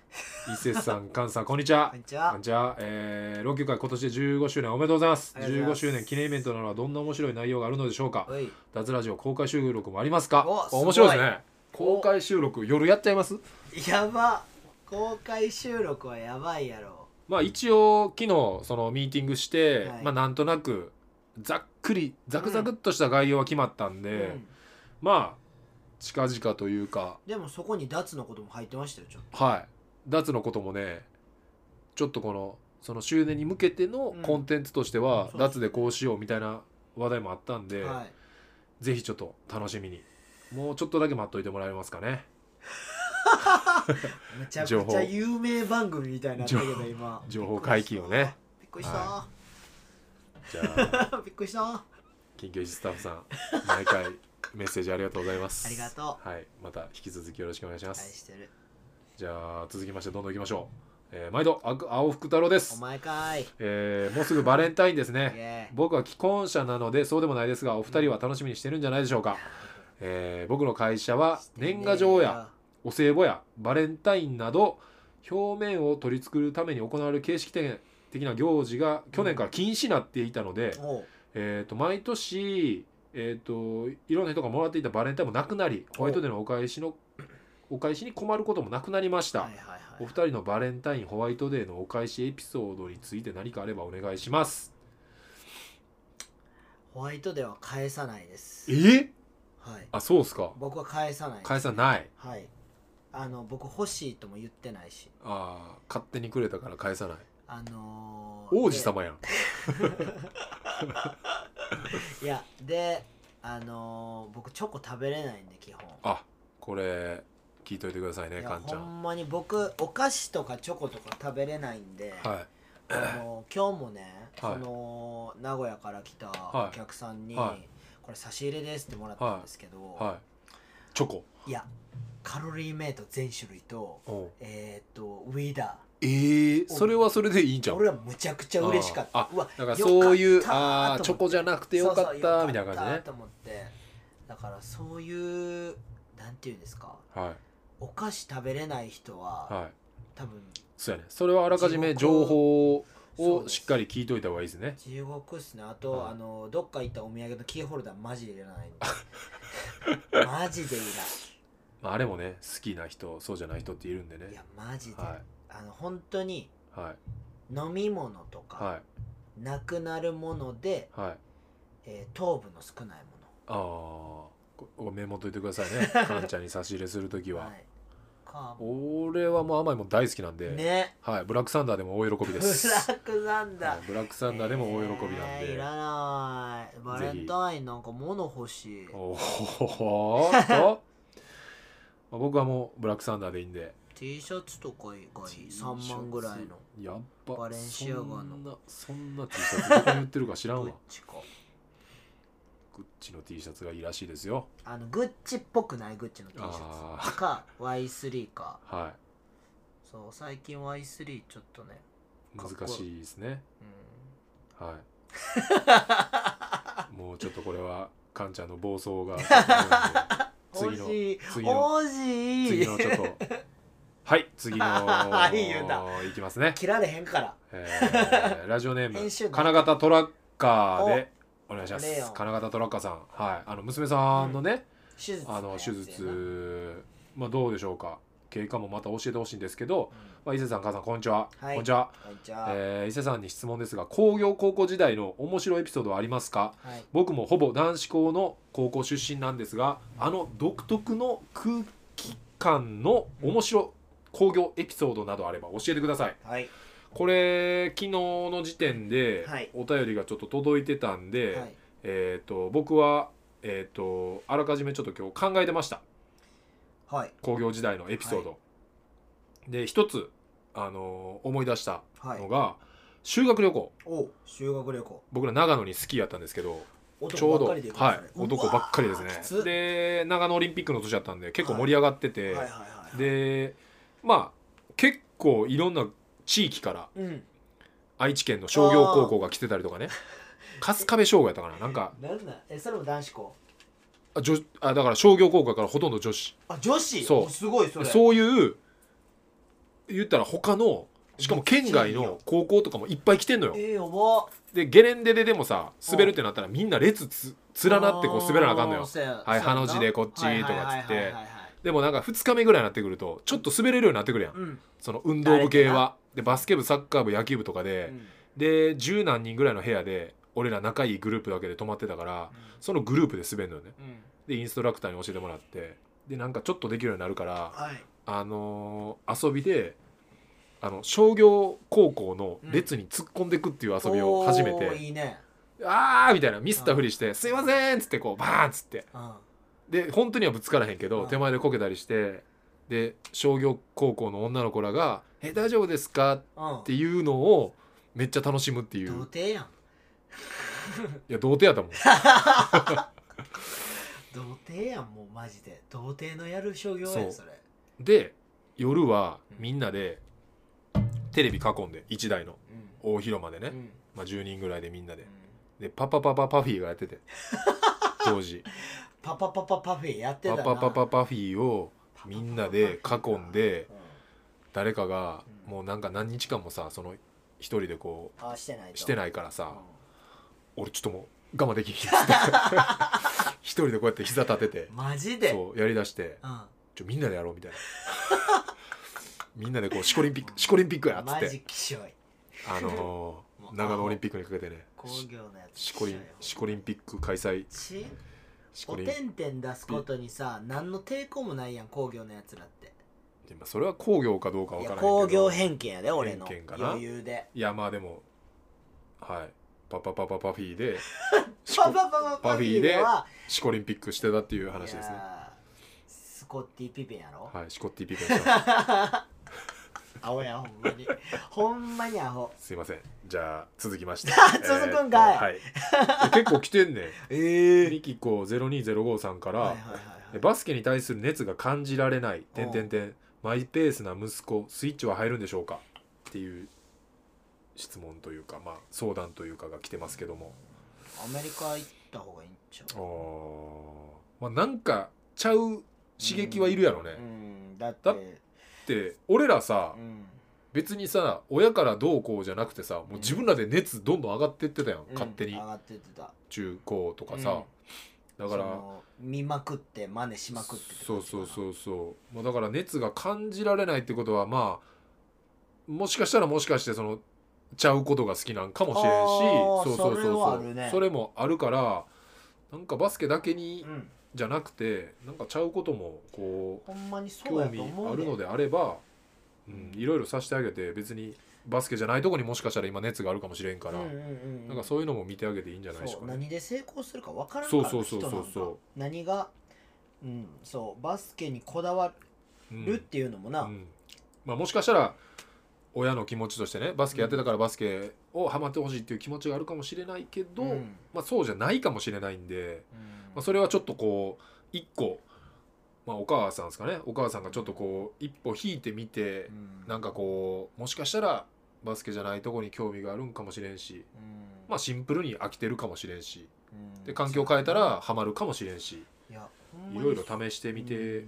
Speaker 1: 伊勢さん、菅さん、こんにちは
Speaker 2: こん。にちは
Speaker 1: じゃあ、えー、老朽化今年で15周年おめでとうございます
Speaker 2: ありがとう
Speaker 1: 15
Speaker 2: ございます
Speaker 1: 周年記念イベントなのはどんな面白い内容があるのでしょうか
Speaker 2: おい
Speaker 1: 脱ラジオ公開収録もありますか
Speaker 2: おすごい
Speaker 1: 面白いですね公開収録夜やっちゃいます
Speaker 2: やば公開収録はやばいやろ
Speaker 1: まあ一応昨日そのミーティングして、
Speaker 2: はい
Speaker 1: まあなんとなくざっくりザクザクっとした概要は決まったんで、
Speaker 2: うん、
Speaker 1: まあ近々というか
Speaker 2: でもそこに脱のことも入ってましたよちょっ
Speaker 1: はい脱のこともねちょっとこのその周年に向けての
Speaker 2: うん
Speaker 1: コンテンツとして
Speaker 2: うん
Speaker 1: は、
Speaker 2: そうそう
Speaker 1: 脱でこうしようみたいな話題もあったん
Speaker 2: と、
Speaker 1: で、
Speaker 2: はい
Speaker 1: ぜひちょっと楽しみにもうちょっとだけ待っといてもらえますかね
Speaker 2: めちゃ
Speaker 1: 情
Speaker 2: くち
Speaker 1: 報
Speaker 2: ゃ有名番組みたいになったけど今
Speaker 1: 情報解禁をね
Speaker 2: びっくりした、
Speaker 1: じゃあ
Speaker 2: [laughs] びっくりした
Speaker 1: 緊急時スタッフさん毎回メッセージありがとうございます
Speaker 2: ありがと
Speaker 1: う、はい、また引き続きよろしくお願いしま
Speaker 2: 愛
Speaker 1: す
Speaker 2: してる
Speaker 1: じゃあ続きましてどんどんいきましょう、えー毎度あく青福太郎で
Speaker 2: お
Speaker 1: す、
Speaker 2: 前かいイ
Speaker 1: えーもうすぐバレンタインです
Speaker 2: [laughs]
Speaker 1: ね
Speaker 2: エーイ
Speaker 1: 僕は既婚者なのでそうでもないですがお二人は楽しみにしてるんじゃないでしょうか、えー僕の会社は年賀状やお歳暮やバレンタインなど表面を取り繕うために行われる形式的な行事が去年から禁止になっていたので、
Speaker 2: おう
Speaker 1: えー、と毎年、えー、といろんな人がもらっていたバレンタインもなくなりホワイトデーのお返しのお返しに困ることもなくなりました、
Speaker 2: はいはいはい
Speaker 1: お二人のバレンタインホワイトデーのお返しエピソードについて何かあればお願いします
Speaker 2: ホワイトでは返さないです
Speaker 1: えー、
Speaker 2: はい
Speaker 1: あそうっすか
Speaker 2: 僕は返さないです
Speaker 1: 返さない
Speaker 2: はいあの僕欲しいとも言ってないし
Speaker 1: あー勝手にくれたから返さない
Speaker 2: あのー
Speaker 1: 王子様やん
Speaker 2: でいやであのー僕チョコ食べれないんで基本
Speaker 1: あこれ聞いといてくださいね
Speaker 2: い
Speaker 1: か
Speaker 2: や
Speaker 1: んち
Speaker 2: ほ
Speaker 1: ゃん
Speaker 2: んまに僕お菓子とかチョコとか食べれないんで、
Speaker 1: は
Speaker 2: あの今日もね、
Speaker 1: はい
Speaker 2: その名古屋から来た
Speaker 1: い
Speaker 2: お客さんに、
Speaker 1: はい
Speaker 2: これ差し入れですってもらったんですけど、
Speaker 1: いはいチョコ
Speaker 2: い、やカロリーメイト全種類とえー、っとウィダ
Speaker 1: えー、それはそれでいいんじ
Speaker 2: ー
Speaker 1: ゃん
Speaker 2: 俺はむちゃくちゃ嬉しかった
Speaker 1: あ
Speaker 2: うわ
Speaker 1: だからそういう
Speaker 2: よかった
Speaker 1: ああーチョコじゃなくてよかった
Speaker 2: そうそう
Speaker 1: みたいな感じ
Speaker 2: よかっ
Speaker 1: ね
Speaker 2: と思ってだからそういうなんていうんですか
Speaker 1: は
Speaker 2: お菓子食べれない人は、
Speaker 1: いはい
Speaker 2: 多分
Speaker 1: そうやねそれはあらかじめ
Speaker 2: 地
Speaker 1: 情
Speaker 2: 獄
Speaker 1: 報
Speaker 2: そう
Speaker 1: を
Speaker 2: です
Speaker 1: しっかり聞いといた方がいいですね
Speaker 2: 地獄っすねあと、
Speaker 1: はい
Speaker 2: あのどっか行ったお土産のキーホルダーマジでいらないんで
Speaker 1: [laughs]
Speaker 2: マジでい
Speaker 1: まああれもね好きな人そうじゃない人っているんで
Speaker 2: らんい
Speaker 1: ね
Speaker 2: やマジで、
Speaker 1: は
Speaker 2: あの本当に
Speaker 1: いはい
Speaker 2: 飲み物とか、
Speaker 1: はい
Speaker 2: なくなるもので、
Speaker 1: はい
Speaker 2: えー糖分の少ないも
Speaker 1: ああここメモっといてください
Speaker 2: [laughs]
Speaker 1: ねかんちゃんに差し入れするとき
Speaker 2: の
Speaker 1: は、
Speaker 2: はいか
Speaker 1: 俺はもう甘いもん大好きなんで、
Speaker 2: ね
Speaker 1: はいブラックサンダーでも大喜び
Speaker 2: [laughs] ブラ
Speaker 1: です
Speaker 2: ックサン
Speaker 1: は
Speaker 2: ダ
Speaker 1: い
Speaker 2: ー
Speaker 1: ブラックサンダーでも大喜びなん
Speaker 2: えーい
Speaker 1: で、
Speaker 2: らないバレンタインなんか物欲しい
Speaker 1: おおーっと [laughs] まあ僕はもうブラックサンダーでいいんで
Speaker 2: T シャツとか以外3万ぐらいの
Speaker 1: T シャツやっぱ
Speaker 2: バレンシアガの
Speaker 1: そんなそんな T シャツどこに売ってるか知らん
Speaker 2: [laughs] ど
Speaker 1: わ
Speaker 2: っちか
Speaker 1: グッチの T シャツがいいらしいですよ
Speaker 2: あのグッチっぽくないグッチの T シャ
Speaker 1: あ
Speaker 2: ツか Y3 か
Speaker 1: あはい
Speaker 2: そう最近 Y3 ちょっとねかっこいい
Speaker 1: 難しいですね
Speaker 2: う
Speaker 1: はい
Speaker 2: [laughs]
Speaker 1: もうちょっとこれはカンちゃんの暴走が
Speaker 2: ん
Speaker 1: 次の
Speaker 2: 惜しい
Speaker 1: 次の
Speaker 2: 惜 [laughs] しい
Speaker 1: 次のちょっとはい次の
Speaker 2: はい言うない
Speaker 1: きますね
Speaker 2: 切られへんから
Speaker 1: えーラジオネーム
Speaker 2: [laughs] 編集部
Speaker 1: 金型トラッカーでお願いしま
Speaker 2: レオン
Speaker 1: す金型トラッカーさんはいあの娘さんのね、
Speaker 2: 手術
Speaker 1: あの手術まあどうでしょうか経過もまた教えてほしいんですけど、まあ、伊勢さん母さんこんにちは、
Speaker 2: は
Speaker 1: こ
Speaker 2: い
Speaker 1: んにちは、
Speaker 2: こんにちは、
Speaker 1: えー伊勢さんに質問ですが工業高校時代の面白いエピソードはありますか
Speaker 2: はい
Speaker 1: 僕もほぼ男子校の高校出身なんですがあの独特の空気感の面白い工業エピソードなどあれば教えてください
Speaker 2: はい
Speaker 1: これ昨日の時点で
Speaker 2: はい
Speaker 1: お便りがちょっと届いてたんで、
Speaker 2: はい
Speaker 1: えー、と僕は、えー、とあらかじめちょっと今日考えてました
Speaker 2: はい
Speaker 1: 工業時代のエピソード、で一つ、あのー思い出した
Speaker 2: はい
Speaker 1: のが、修学旅行
Speaker 2: お修学旅行
Speaker 1: 僕ら長野に好きやったんですけどちょうど
Speaker 2: 男ばっかりで行く
Speaker 1: はい
Speaker 2: それ
Speaker 1: 男ばっかりです
Speaker 2: うわーき
Speaker 1: ね
Speaker 2: つ
Speaker 1: で長野オリンピックの年だったんで結構盛り上がってて、
Speaker 2: はいはいはいはい
Speaker 1: でまあ結構いろんな地域から
Speaker 2: うん
Speaker 1: 愛知県の商業高校が来てたりとか
Speaker 2: [laughs]
Speaker 1: ね春日部商業やったかななんか
Speaker 2: なんだえそれも男子校
Speaker 1: あ女あだから商業高校やからほとんど女子
Speaker 2: あ女子
Speaker 1: そう
Speaker 2: おすごいそれ
Speaker 1: そういう言ったら他のしかも県外の高校とかもいっぱい来てんのよ
Speaker 2: えー、やば
Speaker 1: でゲレンデででもさ滑るってなったらみんな列つ連なってこう滑らなあかんの
Speaker 2: あー
Speaker 1: よ
Speaker 2: そうや
Speaker 1: はい
Speaker 2: そうやな
Speaker 1: ハの字でこっちとかっつって
Speaker 2: はいはいはいはいはい
Speaker 1: でもなんか2日目ぐらいになってくるとちょっと滑れるようになってくるやん
Speaker 2: うん
Speaker 1: その運動部系はでバスケ部サッカー部野球部とか
Speaker 2: う
Speaker 1: で
Speaker 2: ん
Speaker 1: で十何人ぐらいの部屋で俺ら仲いいグループだけで泊まってたからそのグループで滑るのよね
Speaker 2: うん
Speaker 1: でインストラクターに教えてもらってでなんかちょっとできるようになるから
Speaker 2: はい
Speaker 1: あのー遊びであの商業高校の列に突っ込んでくっていう遊びを始め
Speaker 2: おー
Speaker 1: て
Speaker 2: いいね
Speaker 1: 「あー」みたいなミスったふりして「すいません」っつってこうバーンっつって
Speaker 2: うん
Speaker 1: で本当にはぶつからへんけ
Speaker 2: う
Speaker 1: ど
Speaker 2: ん
Speaker 1: 手前でこけたりしてで商業高校の女の子らが「え大丈夫ですか?」っ
Speaker 2: うん
Speaker 1: ていうのをめっちゃ楽しむってい
Speaker 2: 童
Speaker 1: う
Speaker 2: 貞や
Speaker 1: い
Speaker 2: ん
Speaker 1: や童貞やったもん
Speaker 2: 童貞やんもうマジで童貞のやる商業やん
Speaker 1: そ
Speaker 2: それ
Speaker 1: で夜はみんなでテレビ囲んで1台の
Speaker 2: うん
Speaker 1: 大広間でね、
Speaker 2: うんうん
Speaker 1: まあ、10人ぐらいでみんなででパパパパパフィーがやってて当時
Speaker 2: パパパパパフェやってた
Speaker 1: パ
Speaker 2: な
Speaker 1: パパパパフィーをみんなで囲んで
Speaker 2: う
Speaker 1: 誰かが
Speaker 2: うん
Speaker 1: もうなんか何日間もさその一人でこ
Speaker 2: あしてないう
Speaker 1: して
Speaker 2: い
Speaker 1: ないからさ、
Speaker 2: う
Speaker 1: 俺ちょっともう我慢できひんっつって一人でこうやって膝立てて
Speaker 2: んマジで
Speaker 1: そうやりだして
Speaker 2: うん
Speaker 1: ちょみんなでやろうみたいな [laughs] みんなでこうシコリンピックシコリンピックやっつっ
Speaker 2: マジ
Speaker 1: て
Speaker 2: きしょい
Speaker 1: あのー
Speaker 2: もう
Speaker 1: 長野オリンピックにかけてね
Speaker 2: 工業のやつ
Speaker 1: シコリンシコリン
Speaker 2: ピ
Speaker 1: ピック開催
Speaker 2: ち
Speaker 1: シコ
Speaker 2: お
Speaker 1: リンピッ
Speaker 2: てんてん出すことにさ何の抵抗もないやん工業のやつらって
Speaker 1: クまあそれは工業かどうかわ
Speaker 2: い
Speaker 1: からな
Speaker 2: や
Speaker 1: いけど
Speaker 2: 工業偏見やで俺の
Speaker 1: 偏見かな
Speaker 2: 余裕で
Speaker 1: いやまあでもはいパパパパパフィー
Speaker 2: [laughs]
Speaker 1: でシコ
Speaker 2: パパパパパフィーでは
Speaker 1: シコリンピックしてたっていう話です
Speaker 2: い
Speaker 1: ね
Speaker 2: やースコッティピペンやろ
Speaker 1: はいシコッティピックでした
Speaker 2: [laughs] アホやほんま
Speaker 1: [laughs]
Speaker 2: にほんまにアホ
Speaker 1: すいませんじゃあ続きまして
Speaker 2: [laughs] 続くんかい
Speaker 1: えーとはい、結構来てんねん
Speaker 2: え
Speaker 1: ミキコ0205さんから、
Speaker 2: はいはいはいはい
Speaker 1: バスケに対する熱が感じられない」「てんてんてんマイペースな息子スイッチは入るんでしょうか?」っていう質問というか、まあ、相談というかが来てますけども
Speaker 2: アメリカ行った方がいいんちゃう
Speaker 1: あー、まあ、なんかちゃう刺激はいるやろね、
Speaker 2: う
Speaker 1: っ
Speaker 2: んだって
Speaker 1: だて俺らさ
Speaker 2: うん
Speaker 1: 別にさ親からどうこうじゃなくてさもう自分らで熱どんどん上がってってたやん、
Speaker 2: うん
Speaker 1: 勝手に
Speaker 2: 上がってってた
Speaker 1: 中高とかさ、だから
Speaker 2: その見まくって真似しまくってって
Speaker 1: そうそう
Speaker 2: う
Speaker 1: そうそうもうだから熱が感じられないってことはまあもしかしたらもしかしてそのちゃうことが好きなんかもしれん
Speaker 2: あ
Speaker 1: し
Speaker 2: ー
Speaker 1: そうそうそう
Speaker 2: それはあ
Speaker 1: そう
Speaker 2: るね
Speaker 1: それもあるからなんかバスケだけに
Speaker 2: うん
Speaker 1: じゃなくてなんかちゃうこともこ
Speaker 2: ほんまにそうう
Speaker 1: 興
Speaker 2: や
Speaker 1: 味
Speaker 2: と思
Speaker 1: あ
Speaker 2: うで
Speaker 1: るのであれば、うん、いろいろさしてあげて別にバスケじゃないとこにもしかしたら今熱があるかもしれんから、
Speaker 2: うんうんうんうん、
Speaker 1: なんかそういうのも見てあげていいんじゃないでしょ
Speaker 2: そうう
Speaker 1: かね。
Speaker 2: 何で成功するか分からんか
Speaker 1: そ
Speaker 2: ら
Speaker 1: う
Speaker 2: な
Speaker 1: そうそうそうそう
Speaker 2: 人なんか何がうんそうバスケにこだわ
Speaker 1: うん
Speaker 2: るっていうのもな、
Speaker 1: うんまあ、もしかしたら親の気持ちとしてねバスケやってたからバスケをハマってほしいっていう気持ちがあるかもしれないけど、
Speaker 2: うん
Speaker 1: まあ、そうじゃないかもしれないんで、
Speaker 2: うん
Speaker 1: まあ、それはちょっとこう一個、まあ、お母さんですかねお母さんがちょっとこう一歩引いてみて
Speaker 2: う、ん
Speaker 1: なんかこうもしかしたらバスケじゃないとこに興味があるんかもしれんし、
Speaker 2: うん
Speaker 1: まあ、シンプルに飽きてるかもしれんし
Speaker 2: うん
Speaker 1: で環境変えたらハマるかもしれんし
Speaker 2: いや
Speaker 1: いろいろ
Speaker 2: め
Speaker 1: 試してみて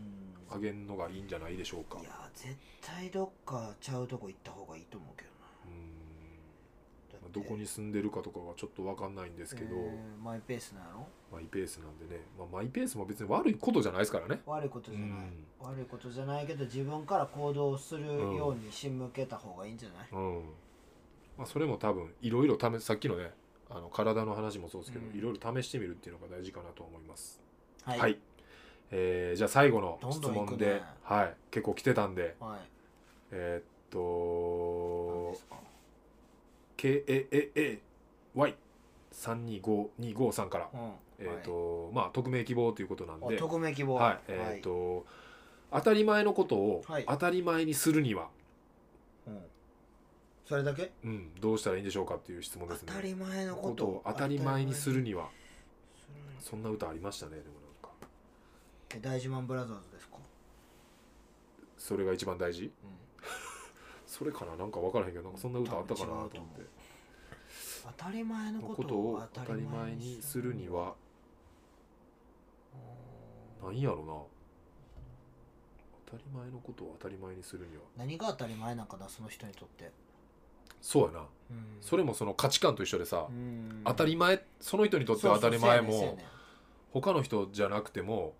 Speaker 1: あ
Speaker 2: い
Speaker 1: げんのがいいんじゃないでしょうか。
Speaker 2: や絶対どっかちゃうとこ行った方がいいと思うけど
Speaker 1: うん
Speaker 2: なだ
Speaker 1: ま
Speaker 2: っ
Speaker 1: あ
Speaker 2: て
Speaker 1: どこに住んでるかとかはちょっと分かんないんですけど、
Speaker 2: うんマイペースなの
Speaker 1: マイペースなんでね、まあ、マイペースも別に悪いことじゃないですからね
Speaker 2: 悪いことじゃない、
Speaker 1: うん
Speaker 2: 悪いことじゃないけど自分から行動する
Speaker 1: ん
Speaker 2: ように仕向けた方がいいんじゃない、
Speaker 1: うん、まあ、それも多分いろいろ試さっきのねあの体の話もそうですけど
Speaker 2: うん
Speaker 1: いろいろ試してみるっていうのが大事かなと思います
Speaker 2: は
Speaker 1: はいい、えーじゃあ最後の
Speaker 2: ど
Speaker 1: 質
Speaker 2: んどん行
Speaker 1: 問
Speaker 2: くね
Speaker 1: ではい、結構来てたんで
Speaker 2: はい
Speaker 1: えーっ
Speaker 2: 何
Speaker 1: と
Speaker 2: ですか
Speaker 1: KAAAY325253 さんから、
Speaker 2: うん
Speaker 1: えーっとまあ匿名希望ということなん
Speaker 2: はい
Speaker 1: で
Speaker 2: あ匿名希望
Speaker 1: はい、えっ、と、当たり前のことを
Speaker 2: はい
Speaker 1: 当たり前にするには、
Speaker 2: うんそれだけ
Speaker 1: うん、どうしたらいいんでしょうかっていう質問ですね。
Speaker 2: 当たり前のこ
Speaker 1: こととを当たり前にするには、
Speaker 2: 当たり前にす
Speaker 1: そんな歌ありましたね。でもなんか、
Speaker 2: るえ大事マンブラザーズですか、
Speaker 1: それが一番大事。
Speaker 2: うん、
Speaker 1: それかな、なんか分からへんけど、なんかそんな歌あったかなと思って
Speaker 2: 多分違うと思。当たり前の
Speaker 1: の
Speaker 2: こ
Speaker 1: ことと
Speaker 2: を
Speaker 1: を当たり前にするには、なんやろな。当たり前のことを当たり前にするには、
Speaker 2: 何が当たり前なんかなその人にとって、
Speaker 1: そうやな。
Speaker 2: うん
Speaker 1: それもその価値観と一緒でさ、
Speaker 2: うん
Speaker 1: 当たり前、その人にとっては当たり前も。
Speaker 2: そうそうそうやね
Speaker 1: 他の人じゃなくても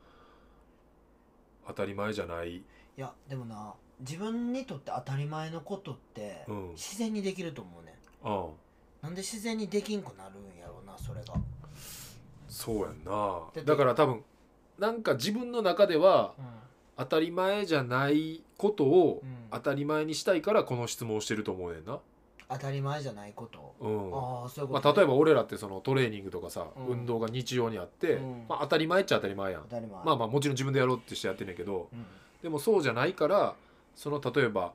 Speaker 1: 当たり前じゃない、
Speaker 2: いやでもな自分にとって当たり前のことって
Speaker 1: うんうん、
Speaker 2: 自然にできると思うねなんで自然にできんくなるんやろうなそれが
Speaker 1: そうやんな
Speaker 2: だって
Speaker 1: だから多分なんか自分の中では
Speaker 2: う
Speaker 1: 当たり前じゃないことを
Speaker 2: んうん
Speaker 1: 当たり前にしたいからこの質問をしてると思うねんな、
Speaker 2: 当たり前じゃないこと
Speaker 1: うん
Speaker 2: ああそういうこ
Speaker 1: ま
Speaker 2: と
Speaker 1: あ、
Speaker 2: ね
Speaker 1: 例えば俺らってそのトレーニングとかさ、
Speaker 2: うん
Speaker 1: 運動が日常にあって、
Speaker 2: うん
Speaker 1: まあ、当たり前っちゃ当たり前やん
Speaker 2: 当、たり前
Speaker 1: まあまあもちろん自分でやろうってしてやってんねんけど
Speaker 2: うん
Speaker 1: でもそうじゃないからその例えば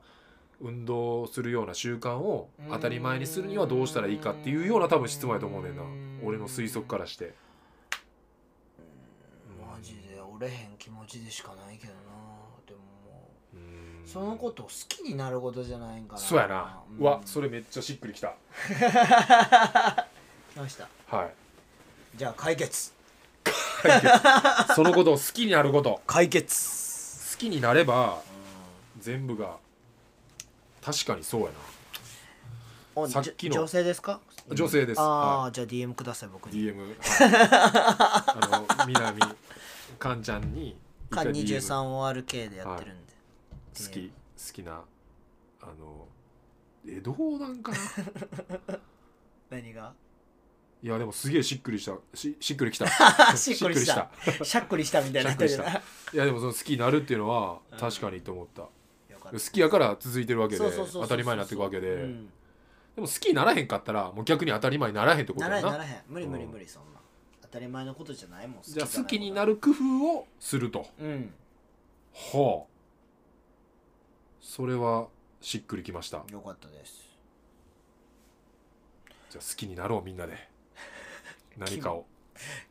Speaker 1: 運動するような習慣を当たり前にするにはどうしたらいいかっていうような多分質問やと思うねんな
Speaker 2: うん
Speaker 1: 俺の推測からして
Speaker 2: マジで折れへん気持ちでしかないけどなでもも
Speaker 1: うん
Speaker 2: うそのことを好きになることじゃないんかな
Speaker 1: そうやな、
Speaker 2: ん
Speaker 1: うわそれめっちゃしっくりきた
Speaker 2: 来ました
Speaker 1: はい
Speaker 2: じゃあ解決
Speaker 1: そのことを好きになること
Speaker 2: 解決
Speaker 1: 好きになれば全部が確かにそうや
Speaker 2: お
Speaker 1: さっきの
Speaker 2: じゃ女性ですか
Speaker 1: な女性です、
Speaker 2: ああ、
Speaker 1: は
Speaker 2: じゃあ DM ください僕
Speaker 1: い、
Speaker 2: に
Speaker 1: DM、はい、あの南かんちゃんに一
Speaker 2: か
Speaker 1: 回 DM 好
Speaker 2: 23ORK でやってるんで、
Speaker 1: き好きなあのえどうなんかな
Speaker 2: 何が
Speaker 1: いやでもすげえしっくりしたししっくりきた
Speaker 2: しっくりしたしゃっくりしたみたいにな
Speaker 1: しっくりした
Speaker 2: よ
Speaker 1: いやでもその好きになるっていうのは
Speaker 2: うん
Speaker 1: 確かにと思った、
Speaker 2: かっ
Speaker 1: 好
Speaker 2: た
Speaker 1: きやから続いてるわけで
Speaker 2: そうそうそうそうそう
Speaker 1: 当たり前になっていくわけで、
Speaker 2: うん
Speaker 1: でも好きにならへんかったらもう逆に当たり前にならへんってこと
Speaker 2: な
Speaker 1: や
Speaker 2: らへ
Speaker 1: なん
Speaker 2: ならへん無理無理
Speaker 1: うん
Speaker 2: 無理そんな当たり前のことじゃないもん
Speaker 1: じゃあ好きにな
Speaker 2: る
Speaker 1: る工夫をすると
Speaker 2: うん
Speaker 1: はあそれはしっくりきました
Speaker 2: よかったです
Speaker 1: じゃあ好きになろうみんなで何かを、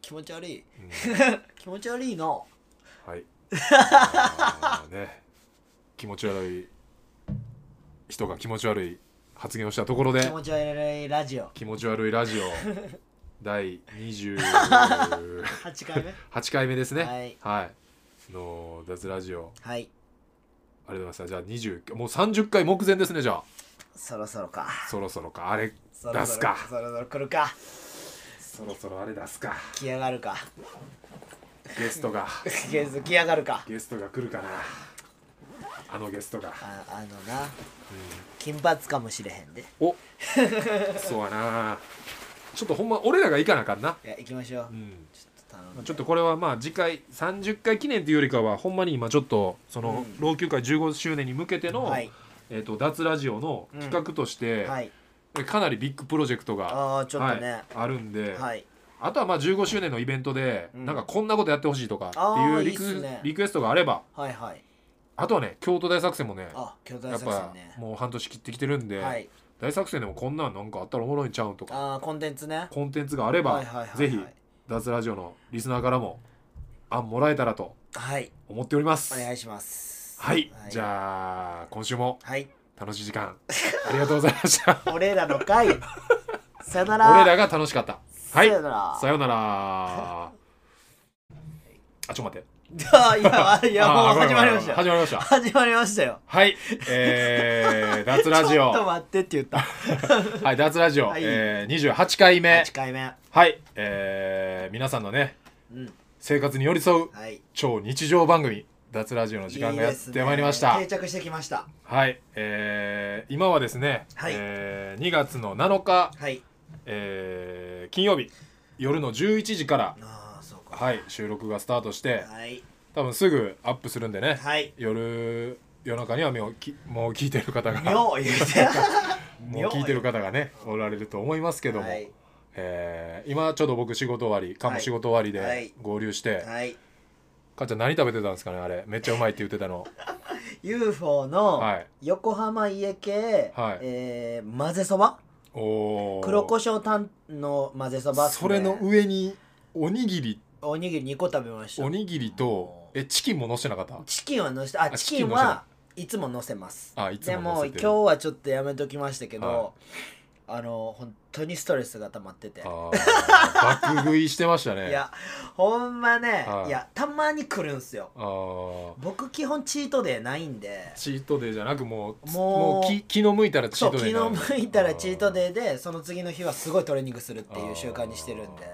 Speaker 2: 気持ち悪い
Speaker 1: うん
Speaker 2: [laughs] 気持ち悪いの [laughs]
Speaker 1: はいあーね気持ち悪い人が気持ち悪い発言をしたところ
Speaker 2: 気
Speaker 1: で
Speaker 2: 持ち悪いラジオ
Speaker 1: 気持ち悪いラ
Speaker 2: [laughs]
Speaker 1: ジオ第28
Speaker 2: 8
Speaker 1: [laughs]
Speaker 2: 回目 [laughs]
Speaker 1: 回目ですね
Speaker 2: はい
Speaker 1: はいの脱ラジオ
Speaker 2: はい
Speaker 1: ありがとうございましたじゃあ20もう30回目前ですねじゃあ
Speaker 2: そろそろか
Speaker 1: そろそろかあれ
Speaker 2: そろそろ
Speaker 1: 出すか
Speaker 2: そろそろ来るか
Speaker 1: そろそろあれ出すか
Speaker 2: 来やがるか
Speaker 1: ゲスト
Speaker 2: [laughs]
Speaker 1: が
Speaker 2: ゲス来やがるか
Speaker 1: ゲストが来るかなあのゲストが、
Speaker 2: ああのな金髪かもしれへんで
Speaker 1: お
Speaker 2: [laughs]
Speaker 1: そうやなちょっとほんま俺らが行かなあかんな、
Speaker 2: いや行きましょう
Speaker 1: うん、
Speaker 2: ちょっと頼
Speaker 1: まあ
Speaker 2: む
Speaker 1: ちょっとこれはまあ次回30回記念というよりかはほんまに今ちょっとその
Speaker 2: うん
Speaker 1: 老朽化15周年に向けての、
Speaker 2: はい
Speaker 1: えー、と脱ラジオの企画として、
Speaker 2: はい
Speaker 1: かなりビッグプロジェクトが
Speaker 2: ああちょっと
Speaker 1: はい
Speaker 2: ね
Speaker 1: あるんで、
Speaker 2: はい
Speaker 1: あとはまあ15周年のイベントで、
Speaker 2: うん
Speaker 1: なんかこんなことやってほしいとかって
Speaker 2: あ
Speaker 1: い
Speaker 2: ー
Speaker 1: うリク
Speaker 2: いいっすね
Speaker 1: リクエストがあれば
Speaker 2: はいはい
Speaker 1: あとはね京都大作戦もね
Speaker 2: あ巨大
Speaker 1: やっ
Speaker 2: 作
Speaker 1: ぱ
Speaker 2: 戦ね
Speaker 1: もう半年切ってきてるんで、
Speaker 2: はい
Speaker 1: 大作戦でもこんなんなんかあったらおもろいんちゃうんとか
Speaker 2: ああコンテンツね
Speaker 1: コンテンツがあれば、
Speaker 2: はいはいはいはい
Speaker 1: ぜひ脱ラジオのリスナーからも案もらえたらと
Speaker 2: はい
Speaker 1: 思っております。
Speaker 2: お願いします
Speaker 1: はい、じゃあ今週も
Speaker 2: はい
Speaker 1: 楽しい時
Speaker 2: [laughs]
Speaker 1: 間ありがとうございました。
Speaker 2: 俺らの
Speaker 1: [laughs]
Speaker 2: 会さよなら
Speaker 1: 俺らが楽しかった。はい
Speaker 2: さよなら
Speaker 1: さよなら。
Speaker 2: [laughs]
Speaker 1: あちょっと待って。
Speaker 2: いやいや
Speaker 1: あ
Speaker 2: も
Speaker 1: ー
Speaker 2: う始まりましたよ
Speaker 1: 始まりました。
Speaker 2: 始まりましたよ
Speaker 1: はい、
Speaker 2: [laughs]
Speaker 1: えー、脱ラジ
Speaker 2: ち
Speaker 1: オ
Speaker 2: ょっと待ってって言った
Speaker 1: はい脱ラジオ、
Speaker 2: はい
Speaker 1: えー、28回目
Speaker 2: 8回目
Speaker 1: はい、えー、皆さんのね
Speaker 2: うん
Speaker 1: 生活に寄り添う
Speaker 2: はい
Speaker 1: 超日常番組脱ラジオの時間がやってまいりました
Speaker 2: いいですね定着してきました
Speaker 1: はい、えー、今はですね、
Speaker 2: はい
Speaker 1: えー、2月の7日、
Speaker 2: はい
Speaker 1: えー、金曜日夜の11時から、
Speaker 2: ああそうか
Speaker 1: はい、収録がスタートして
Speaker 2: はい
Speaker 1: 多分すぐアップするんでね、
Speaker 2: はい
Speaker 1: 夜夜中にはもうきもう聞いてる方がも
Speaker 2: 妙言うて
Speaker 1: う聞いてる方がねおられると思います [laughs] けども、
Speaker 2: はい
Speaker 1: えー今ちょうど僕仕事終わりかも
Speaker 2: はい
Speaker 1: 仕事終わり
Speaker 2: は
Speaker 1: で
Speaker 2: い
Speaker 1: 合流して、
Speaker 2: はい
Speaker 1: かっちゃん何食べてたんですかねあれめっちゃうまいって言ってたの
Speaker 2: UFO の
Speaker 1: はい
Speaker 2: 横浜家系、
Speaker 1: はい
Speaker 2: えー混ぜそば
Speaker 1: おお
Speaker 2: 黒胡椒たんの混ぜそばっすね
Speaker 1: それの上におにぎり
Speaker 2: おにぎり2個食べました
Speaker 1: おにぎりとえチキンものしてなかった
Speaker 2: チキンはのせあ
Speaker 1: あ
Speaker 2: チキンはいつものせます
Speaker 1: あいつ
Speaker 2: で
Speaker 1: も
Speaker 2: も
Speaker 1: 乗せ
Speaker 2: 今
Speaker 1: てる
Speaker 2: 日はちょっとやめときましたけ
Speaker 1: は
Speaker 2: ど、あの本当にストレスが溜まってて
Speaker 1: あー爆食いしてましたね
Speaker 2: いやほんまね、
Speaker 1: はい
Speaker 2: い、やたまに来るんすよ
Speaker 1: あー
Speaker 2: 僕基本チートデーないんで
Speaker 1: チートデーじゃなくもうも
Speaker 2: もう
Speaker 1: う気気の向いたらチ
Speaker 2: そ
Speaker 1: ー
Speaker 2: う
Speaker 1: ト
Speaker 2: 昨
Speaker 1: デー
Speaker 2: 日
Speaker 1: になる
Speaker 2: 向いたらチートデーでその次の日はすごいトレーニングするっていう習慣にしてるんで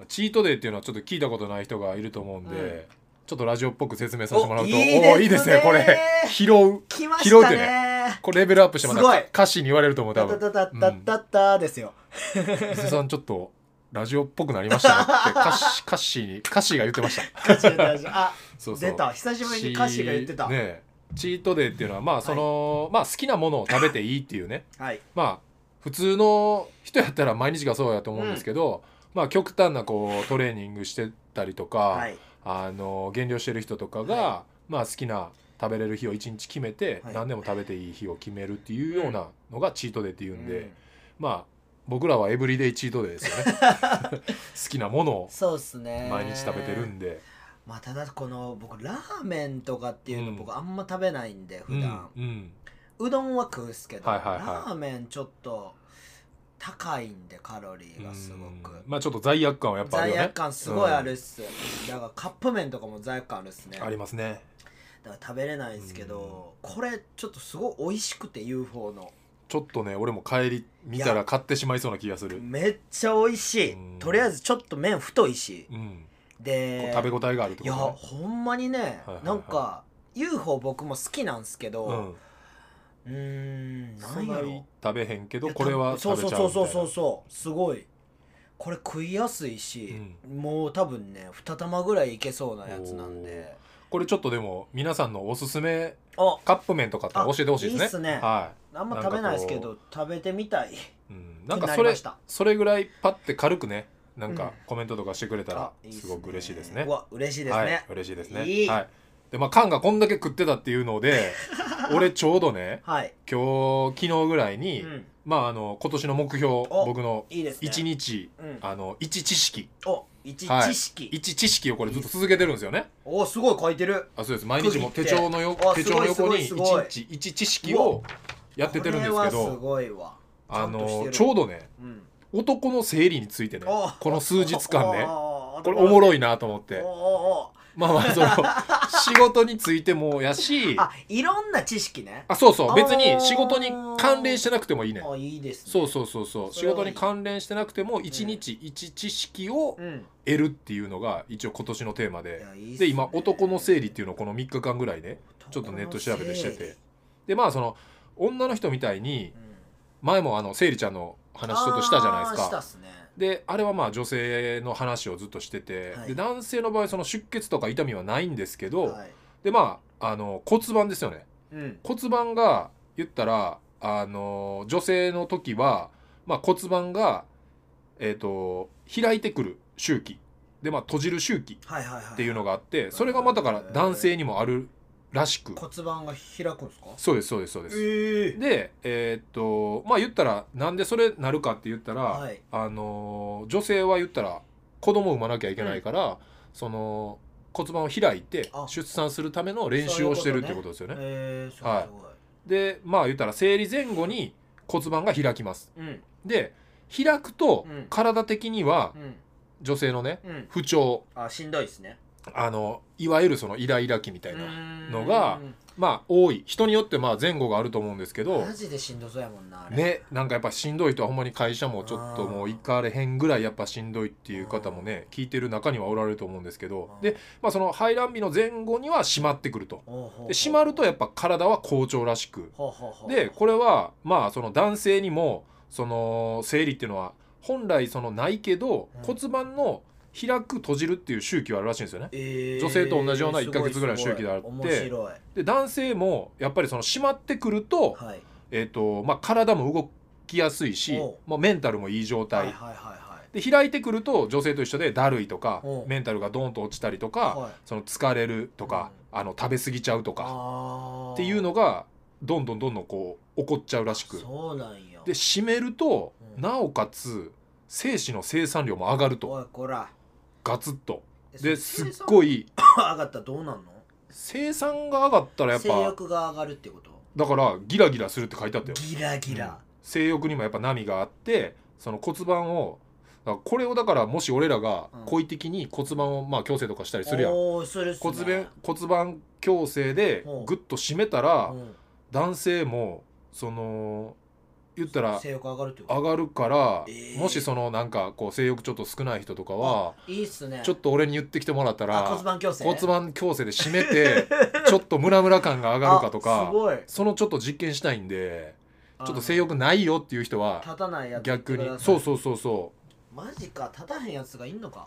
Speaker 1: あーチートデーっていうのはちょっと聞いたことない人がいると思うんで、
Speaker 2: うん
Speaker 1: ちょっとラジオっぽく説明させてもらうと
Speaker 2: おいいですね
Speaker 1: ーいいですねこれ拾う
Speaker 2: 来ましたね
Speaker 1: これレベルアップしてます
Speaker 2: ご
Speaker 1: た
Speaker 2: い
Speaker 1: 歌詞に言われると思う多
Speaker 2: タタ
Speaker 1: 分
Speaker 2: [laughs] タタタタタですよ
Speaker 1: 伊勢さんちょっとラジオっぽくなりましたね
Speaker 2: [laughs]
Speaker 1: って歌詞歌詞に歌詞が言ってました
Speaker 2: 歌詞が出たあ
Speaker 1: そうそう
Speaker 2: 出た久しぶりに歌詞が言ってた
Speaker 1: チーねえチートデーっていうのはまあその、まあ好きなものを食べていいっていうね
Speaker 2: はい
Speaker 1: まあ普通の人やったら毎日がそうやと思うんですけど、まあ極端なこうトレーニングしてたりとか、
Speaker 2: はい
Speaker 1: あの減量してる人とかが、
Speaker 2: は
Speaker 1: まあ好きな食べれる日を1日決めて、
Speaker 2: はい
Speaker 1: 何でも食べていい日を決めるっていうようなのがチートデイっていうんで、まあ僕らはエブリデイチートデイです
Speaker 2: [laughs]
Speaker 1: よね好きなものを
Speaker 2: そうっすね
Speaker 1: 毎日食べてるんで、
Speaker 2: まあただこの僕ラーメンとかっていうの
Speaker 1: うん
Speaker 2: 僕あんま食べないんで
Speaker 1: う
Speaker 2: 普
Speaker 1: ん
Speaker 2: 段、
Speaker 1: うん
Speaker 2: うどんは食うっすけど、
Speaker 1: はいはいはい
Speaker 2: ラーメンちょっと高いんでカロリーがすごく、
Speaker 1: うんまあちょっと罪悪感はやっぱあるよ
Speaker 2: 罪
Speaker 1: ね
Speaker 2: 悪感すごいあるっす、だからカップ麺とかも罪悪感あるっすね
Speaker 1: ありますね
Speaker 2: だから食べれないんですけど、これちょっとすごい美味しくて UFO の
Speaker 1: ちょっとね俺も帰り見たら買ってしまいそうな気がする、
Speaker 2: めっちゃ美味しい、
Speaker 1: うん
Speaker 2: とりあえずちょっと麺太いし
Speaker 1: うん、こ
Speaker 2: で
Speaker 1: う食べ応えがあるってこ
Speaker 2: いや
Speaker 1: とね
Speaker 2: ほんまにね、
Speaker 1: いはい
Speaker 2: なんか UFO 僕も好きなんですけ
Speaker 1: う
Speaker 2: ど
Speaker 1: ん
Speaker 2: うーん
Speaker 1: そ
Speaker 2: なん
Speaker 1: ん
Speaker 2: や
Speaker 1: な
Speaker 2: ろ
Speaker 1: に食べへんけど
Speaker 2: いや
Speaker 1: これは
Speaker 2: そう
Speaker 1: 食
Speaker 2: そ
Speaker 1: べ
Speaker 2: う
Speaker 1: ちゃう
Speaker 2: そう
Speaker 1: みたい
Speaker 2: そう
Speaker 1: な
Speaker 2: そうそうすごいこれ食いやすいし、もう多分ね2玉ぐらいいけそうなやつなんで
Speaker 1: これちょっとでも皆さんのおすすめ
Speaker 2: あ
Speaker 1: カップ麺とかって教えてほしいですね
Speaker 2: あいいっすね
Speaker 1: は
Speaker 2: あんま食べないですけど食べてみたい
Speaker 1: い、うん、
Speaker 2: な
Speaker 1: な
Speaker 2: り
Speaker 1: ん
Speaker 2: ました
Speaker 1: かそれそれぐらいパッて軽くねなん
Speaker 2: うん
Speaker 1: かコメントとかしてくれたら
Speaker 2: あいいっ
Speaker 1: すごく嬉しいですね,、
Speaker 2: うわ嬉しいですね、
Speaker 1: はい嬉しいですね
Speaker 2: いい
Speaker 1: はいでまあ、カンがこんだけ食ってたっていうの
Speaker 2: [laughs]
Speaker 1: で俺ちょうどね
Speaker 2: はい。
Speaker 1: 今日昨日ぐらいに、
Speaker 2: うん。
Speaker 1: まああの今年の目標
Speaker 2: お
Speaker 1: 僕の
Speaker 2: いいですね。
Speaker 1: 1。日
Speaker 2: うん。
Speaker 1: あの1知識
Speaker 2: お、一
Speaker 1: はい
Speaker 2: 知識。
Speaker 1: 1知識をこれずっと続けてるんですよね
Speaker 2: お、すごい書いてる。
Speaker 1: あそうです毎日も
Speaker 2: 区切
Speaker 1: 手
Speaker 2: って
Speaker 1: 帳のよ
Speaker 2: あ
Speaker 1: 手帳の
Speaker 2: すご
Speaker 1: 横
Speaker 2: い
Speaker 1: に
Speaker 2: す
Speaker 1: 一
Speaker 2: ごいすごい
Speaker 1: 日一知識をやっててるんですけ
Speaker 2: これはす
Speaker 1: ど
Speaker 2: ごいわ。
Speaker 1: あの
Speaker 2: ち
Speaker 1: ち
Speaker 2: ゃん
Speaker 1: ょ
Speaker 2: と
Speaker 1: うどね
Speaker 2: してるうん。
Speaker 1: 男の生理についてね
Speaker 2: お
Speaker 1: この数日間ね
Speaker 2: こ
Speaker 1: これおも
Speaker 2: いっ
Speaker 1: ろいなと思って
Speaker 2: おお
Speaker 1: まあまあその仕事についてもやし
Speaker 2: お。あ、いろんな知識ね。
Speaker 1: あそうそう別
Speaker 2: あー
Speaker 1: に仕事に関連してなくてもいいね
Speaker 2: あ、いいですね。
Speaker 1: そうそうそうそう
Speaker 2: そ
Speaker 1: 仕
Speaker 2: れは
Speaker 1: 事
Speaker 2: いい
Speaker 1: に関連してなくても一日一知識を
Speaker 2: うん。
Speaker 1: 得るっていうのが一応今年のテーマ
Speaker 2: い
Speaker 1: で
Speaker 2: やいいっすね
Speaker 1: で今男の生理っていうのをこの3日間ぐらいでちょっとネット調べてしててでまあその女の人みたいに
Speaker 2: うん。
Speaker 1: 前もあの生理ちゃんの話ちょっとしたじゃないです
Speaker 2: あーした
Speaker 1: か
Speaker 2: っ。すね。
Speaker 1: であれはまあ女性の話をずっとしてて、
Speaker 2: はい
Speaker 1: で男性の場合その出血とか痛みはないんですけど、
Speaker 2: はい。
Speaker 1: でまああの骨盤ですよね
Speaker 2: うん。
Speaker 1: 骨盤が言ったらあの女性の時は、まあ、骨盤が、えー、と開いてくる周期で、まあ、閉じる周期
Speaker 2: はいはいはい。
Speaker 1: っていうのがあってそれがまあだから男性にもあるらしく
Speaker 2: 骨盤が開くんですか
Speaker 1: そうですそうですそうです。
Speaker 2: ええ。
Speaker 1: でえーっとまあ言ったらなんでそれなるかって言ったら、
Speaker 2: はい
Speaker 1: あのー女性は言ったら子供を産まなきゃいけないから、その骨盤を開いて
Speaker 2: あ
Speaker 1: 出産するための練習をしてるってことですよね。
Speaker 2: ええ、すごいすごい。
Speaker 1: でまあ言ったら生理前後に骨盤が開きます。
Speaker 2: うん。
Speaker 1: で開くと
Speaker 2: うん
Speaker 1: 体的には
Speaker 2: うん。
Speaker 1: 女性のね
Speaker 2: うん。
Speaker 1: 不調
Speaker 2: あ、しんどいですね。
Speaker 1: あのいわゆるそのイライラ期みたいな、のが
Speaker 2: うーん
Speaker 1: まあ多い人によってまあ前後があると思うんですけど
Speaker 2: マジでしんどそうやもんなあれ
Speaker 1: ねなんかやっぱしんどい人はほんまに会社もちょっともう行かれへんぐらいやっぱしんどいっていう方もね聞いてる中にはおられると思うんですけどで、まあ、その排卵日の前後には締まってくるとで締まるとやっぱ体は好調らしくでこれはまあその男性にもその生理っていうのは本来そのないけど
Speaker 2: うん
Speaker 1: 骨盤の開く閉じるっていう周期はあるらしいんですよね
Speaker 2: れ
Speaker 1: 女性と同じような1ヶ月ぐらいの周期であって
Speaker 2: 面白い
Speaker 1: で男性もやっぱりその締まってくると,、
Speaker 2: はい
Speaker 1: えーとまあ、体も動きやすいし
Speaker 2: おう、
Speaker 1: まあ、メンタルもいい状
Speaker 2: はいは
Speaker 1: 態
Speaker 2: いはいは
Speaker 1: で開いてくると女性と一緒でだるいとか
Speaker 2: おう
Speaker 1: メンタルがドーンと落ちたりと
Speaker 2: い
Speaker 1: か
Speaker 2: はい
Speaker 1: その疲れるとか、あの食べ過ぎちゃうとか
Speaker 2: あー
Speaker 1: っていうのがどんどんどんどんこう起こっちゃうらしく
Speaker 2: そうなんや
Speaker 1: で締めると
Speaker 2: うん
Speaker 1: なおかつ精子の生産量も上がると
Speaker 2: おいこら
Speaker 1: ガツッと
Speaker 2: え
Speaker 1: ですっ
Speaker 2: その
Speaker 1: ごい
Speaker 2: 生産上がったらどうなんの
Speaker 1: 生産が上がったらやっ
Speaker 2: 性
Speaker 1: ぱ
Speaker 2: 欲が上がるってこと
Speaker 1: だからギラギラするって書いてあったよ
Speaker 2: ギラギ
Speaker 1: うん
Speaker 2: ラ
Speaker 1: 性欲にもやっぱ波があってその骨盤をだからこれをだからもし俺らが
Speaker 2: うん
Speaker 1: 故意的に骨盤をまあ矯正とかしたりするやん
Speaker 2: おーするっすね
Speaker 1: 骨盤骨盤矯正で
Speaker 2: うん
Speaker 1: グッと締めたら
Speaker 2: うん
Speaker 1: 男性もその言ったら
Speaker 2: 性欲上がるってこと
Speaker 1: 上がるから
Speaker 2: えー
Speaker 1: もしそのなんかこう性欲ちょっと少ない人とかはい
Speaker 2: いっすね
Speaker 1: ちょっと俺に言ってきてもらった
Speaker 2: あ
Speaker 1: ら
Speaker 2: 骨盤矯正
Speaker 1: 骨盤矯正で締めて
Speaker 2: [laughs]
Speaker 1: ちょっとムラムラ感が上がるかと
Speaker 2: あす
Speaker 1: か
Speaker 2: ごい
Speaker 1: そのちょっと実験したいんで
Speaker 2: あの
Speaker 1: ちょっと性欲ないよっていう人は
Speaker 2: 立たないやつ
Speaker 1: 逆にそう
Speaker 2: う
Speaker 1: そうそうそ
Speaker 2: マジか立たへんやつがいんのか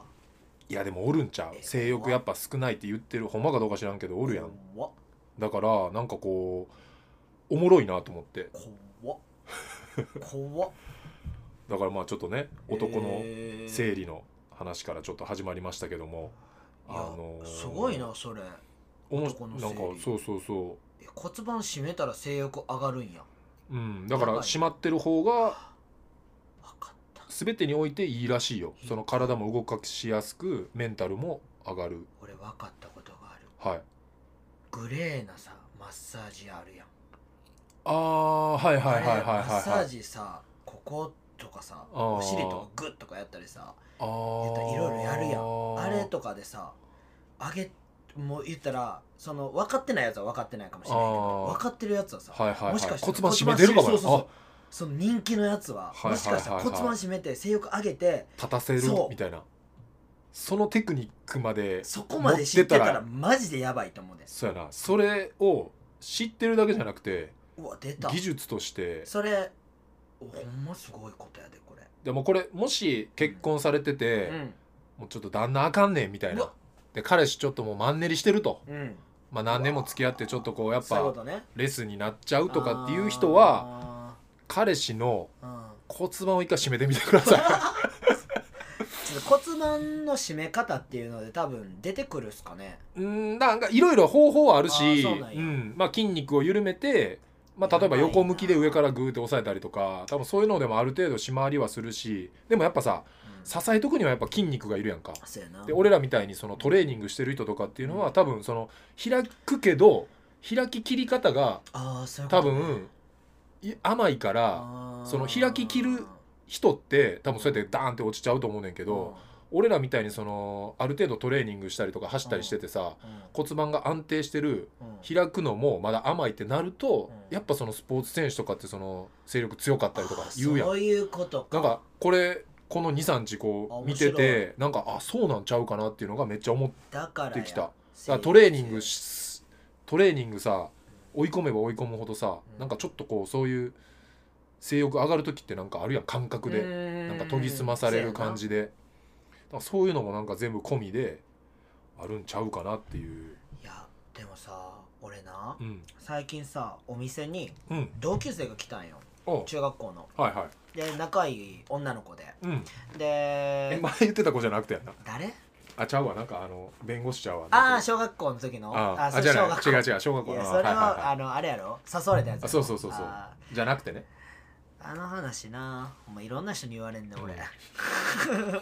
Speaker 1: ういやでもおるんちゃう
Speaker 2: え
Speaker 1: 性欲やっぱ少ないって言ってるほんまかどうか知らんけどおるやん
Speaker 2: 怖っ
Speaker 1: だからなんかこうおもろいなと思って [laughs]
Speaker 2: 怖っ怖っ
Speaker 1: だからまあちょっとね男の
Speaker 2: えー
Speaker 1: 生理の話からちょっと始まりましたけども、
Speaker 2: いや
Speaker 1: あのー
Speaker 2: すごいなそれ
Speaker 1: おも
Speaker 2: 男の生
Speaker 1: なん
Speaker 2: 理
Speaker 1: かそうそうそ
Speaker 2: え骨盤締めたら性欲上がるんや
Speaker 1: う、うん、だから
Speaker 2: やばい
Speaker 1: 締まってる方が
Speaker 2: 分かった
Speaker 1: 全てにおいていいらしいよその体も動かしやすくメンタルも上がる
Speaker 2: 俺分かったことがある
Speaker 1: はい
Speaker 2: グレーなさマッサージあるやん
Speaker 1: ああはいはいはいはい
Speaker 2: あれマッサ
Speaker 1: はいは
Speaker 2: ー
Speaker 1: い
Speaker 2: ジさこことかさ
Speaker 1: あー
Speaker 2: お尻とかグッとかやったりさ
Speaker 1: あ
Speaker 2: 言った
Speaker 1: あ
Speaker 2: らいろいろやるや
Speaker 1: ん
Speaker 2: あれとかでさ上げもう言ったらその分かってないやつは分かってないかもしれないけど
Speaker 1: あー
Speaker 2: 分かってるやつはさ
Speaker 1: はいはい、はい、
Speaker 2: もしかして
Speaker 1: 骨盤締めてるかも
Speaker 2: そう
Speaker 1: よ
Speaker 2: そうそう
Speaker 1: あ
Speaker 2: その人気のやつは
Speaker 1: はいはいはいはい
Speaker 2: もしかしたら骨盤締めて性欲上げて
Speaker 1: 立たせる
Speaker 2: そう
Speaker 1: みたいなそのテクニックまで
Speaker 2: そこまで知ってた
Speaker 1: 持ってた
Speaker 2: ら
Speaker 1: ら
Speaker 2: マジでやばいと思うで
Speaker 1: そうやなそれを知ってるだけじゃなくて
Speaker 2: うわ出た
Speaker 1: 技術として
Speaker 2: それおほんますごいことやでこれ
Speaker 1: でもこれもし結婚されてて、
Speaker 2: うん
Speaker 1: もうちょっと旦那あかんねんみたいうな
Speaker 2: わ
Speaker 1: で彼氏ちょっともうマンネリしてると、
Speaker 2: うん
Speaker 1: まあ、何年も付き合ってちょっとこうやっ
Speaker 2: そういうこ
Speaker 1: ぱ
Speaker 2: とね
Speaker 1: レスになっちゃうとかっていう人は彼氏の
Speaker 2: あーうん
Speaker 1: 骨盤を一回締めてみてくださ
Speaker 2: ちょっと骨盤の締め方っていうので多分出てくるっすかね
Speaker 1: いうんなんかいろいろ方法はある
Speaker 2: あー
Speaker 1: し
Speaker 2: そうなんや
Speaker 1: んまあ、筋肉を緩めて、まあ、例えば
Speaker 2: やばいな
Speaker 1: 横向きで上からグーって押さえたりとか多分そういうのでもある程度締まりはするしでもやっぱさ
Speaker 2: うん
Speaker 1: 支えとくにはやっぱ筋肉がいるやんか。
Speaker 2: そうやな
Speaker 1: で俺らみたいにそのトレーニングしてる人とかっていうのは多分その開くけど開き切り方が
Speaker 2: ああそういうこ
Speaker 1: 多
Speaker 2: と
Speaker 1: 分い甘いから
Speaker 2: あー
Speaker 1: その開ききる人って多分そうやってダーンって落ちちゃうと思うねんけど俺らみたいにそのある程度トレーニングしたりとか走ったりしててさ
Speaker 2: うんうん
Speaker 1: 骨盤が安定してる
Speaker 2: うん
Speaker 1: 開くのもまだ甘いってなると
Speaker 2: うん
Speaker 1: やっぱそのスポーツ選手とかってその勢力強かったりとか言うやん
Speaker 2: あーそういうこと
Speaker 1: なんかこれこの23日こう見て
Speaker 2: あ面
Speaker 1: てなんかあそうなんちゃうかなっていうのがめっちゃ思って
Speaker 2: だからや
Speaker 1: できただだからトレーニング
Speaker 2: 成
Speaker 1: しトレーニングさ追い込めば追い込むほどさ
Speaker 2: うん
Speaker 1: なんかちょっとこうそういう性欲上がる時ってなんかあるやん感覚
Speaker 2: 功
Speaker 1: で
Speaker 2: う
Speaker 1: なんか研ぎ澄まされる感じでだからそういうのもなんか全部込みであるんちゃうかなっていう
Speaker 2: そうやないやでもさ俺な
Speaker 1: うん
Speaker 2: 最近さお店に
Speaker 1: うん
Speaker 2: 同級生が来たんよ
Speaker 1: お
Speaker 2: 中学校の
Speaker 1: はいはい
Speaker 2: で仲いい女の子で
Speaker 1: うんえ
Speaker 2: で
Speaker 1: 前言ってた子じゃなくてやんな
Speaker 2: 誰
Speaker 1: あちゃうわなんかあの弁護士ちゃうわ
Speaker 2: ああ小学校の時の
Speaker 1: あ
Speaker 2: そ
Speaker 1: あ
Speaker 2: れ
Speaker 1: じゃ
Speaker 2: 小
Speaker 1: な
Speaker 2: 学
Speaker 1: い
Speaker 2: 校
Speaker 1: 違う違う小学校
Speaker 2: い
Speaker 1: の
Speaker 2: や
Speaker 1: あ
Speaker 2: それは,、
Speaker 1: いいい
Speaker 2: あのあれやろ誘われたやつやろ
Speaker 1: あそうそうそうそう
Speaker 2: あ
Speaker 1: じゃなくてね
Speaker 2: ーあの話なお前いろんな人に言われんね俺、
Speaker 1: うん
Speaker 2: [laughs]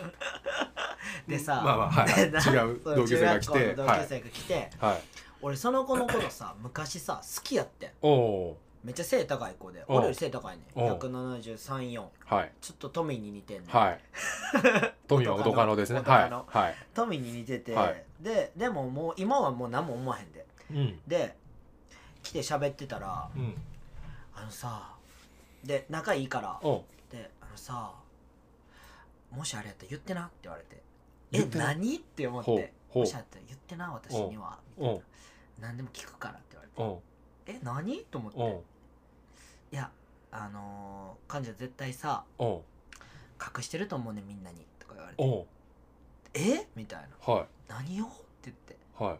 Speaker 2: でさ、
Speaker 1: まあまあはいはい
Speaker 2: でな
Speaker 1: 違う
Speaker 2: その
Speaker 1: 同級生が来て
Speaker 2: 中学校の同級生が来て、
Speaker 1: はい
Speaker 2: 俺その子のことさ昔さ好きやってん
Speaker 1: おお
Speaker 2: めっちゃ背高い子で
Speaker 1: おう
Speaker 2: 俺より背高いね
Speaker 1: おう
Speaker 2: 1734
Speaker 1: ーはい
Speaker 2: ちょっとトミーに似てんねん、 [laughs]
Speaker 1: はい。富は男のですね。
Speaker 2: 男
Speaker 1: は
Speaker 2: の
Speaker 1: い。はい。
Speaker 2: トミーに似てて、
Speaker 1: はい
Speaker 2: ででももう今はもう何も思わへんで
Speaker 1: うん。
Speaker 2: で来て喋ってたら
Speaker 1: うん。
Speaker 2: あのさで仲いいから
Speaker 1: おう
Speaker 2: であのさもしあれやったら言ってなって言われて
Speaker 1: 言
Speaker 2: え
Speaker 1: ってな
Speaker 2: 何って思っ
Speaker 1: ほう
Speaker 2: て。
Speaker 1: ほ
Speaker 2: も
Speaker 1: う
Speaker 2: しあれやったら言ってな私にはみた
Speaker 1: お
Speaker 2: いうな何でも聞くからって言われて
Speaker 1: おう
Speaker 2: え何と思って
Speaker 1: おう
Speaker 2: いやあのー、彼女絶対さ
Speaker 1: おう
Speaker 2: 隠してると思うねみんなにとか言われて
Speaker 1: おう
Speaker 2: えみたいな
Speaker 1: は
Speaker 2: 何をって言って
Speaker 1: い。はい。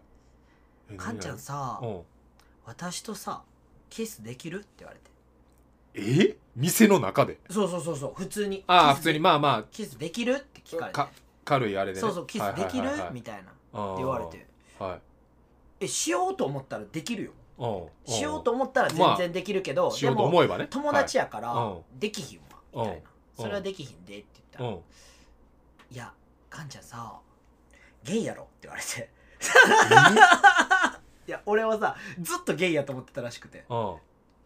Speaker 1: え
Speaker 2: かんちゃん。さ
Speaker 1: 何々おう
Speaker 2: 私とさキスできるって言われて
Speaker 1: え店の中で
Speaker 2: そうそうそうそう普通に
Speaker 1: ああ、
Speaker 2: キ
Speaker 1: 普
Speaker 2: ス
Speaker 1: 通
Speaker 2: で
Speaker 1: に、まあまあ、
Speaker 2: キスできるって聞かれて
Speaker 1: か軽いあれでね。
Speaker 2: そうそうキスできるみ
Speaker 1: たい
Speaker 2: たいなって
Speaker 1: な
Speaker 2: 言われて。
Speaker 1: はい。
Speaker 2: えしようと思ったらできるよ
Speaker 1: おう
Speaker 2: しようと思ったら全然できるけど、
Speaker 1: しようと
Speaker 2: でも
Speaker 1: 思えばね。
Speaker 2: 友達やから、
Speaker 1: は
Speaker 2: できひんわみたいな
Speaker 1: うん
Speaker 2: それはできひんでって言った
Speaker 1: う
Speaker 2: ら
Speaker 1: ん。
Speaker 2: 「いやかんちゃんさゲイやろ」って言われて [laughs] いや俺はさずっとゲイやと思ってたらしくて
Speaker 1: うん。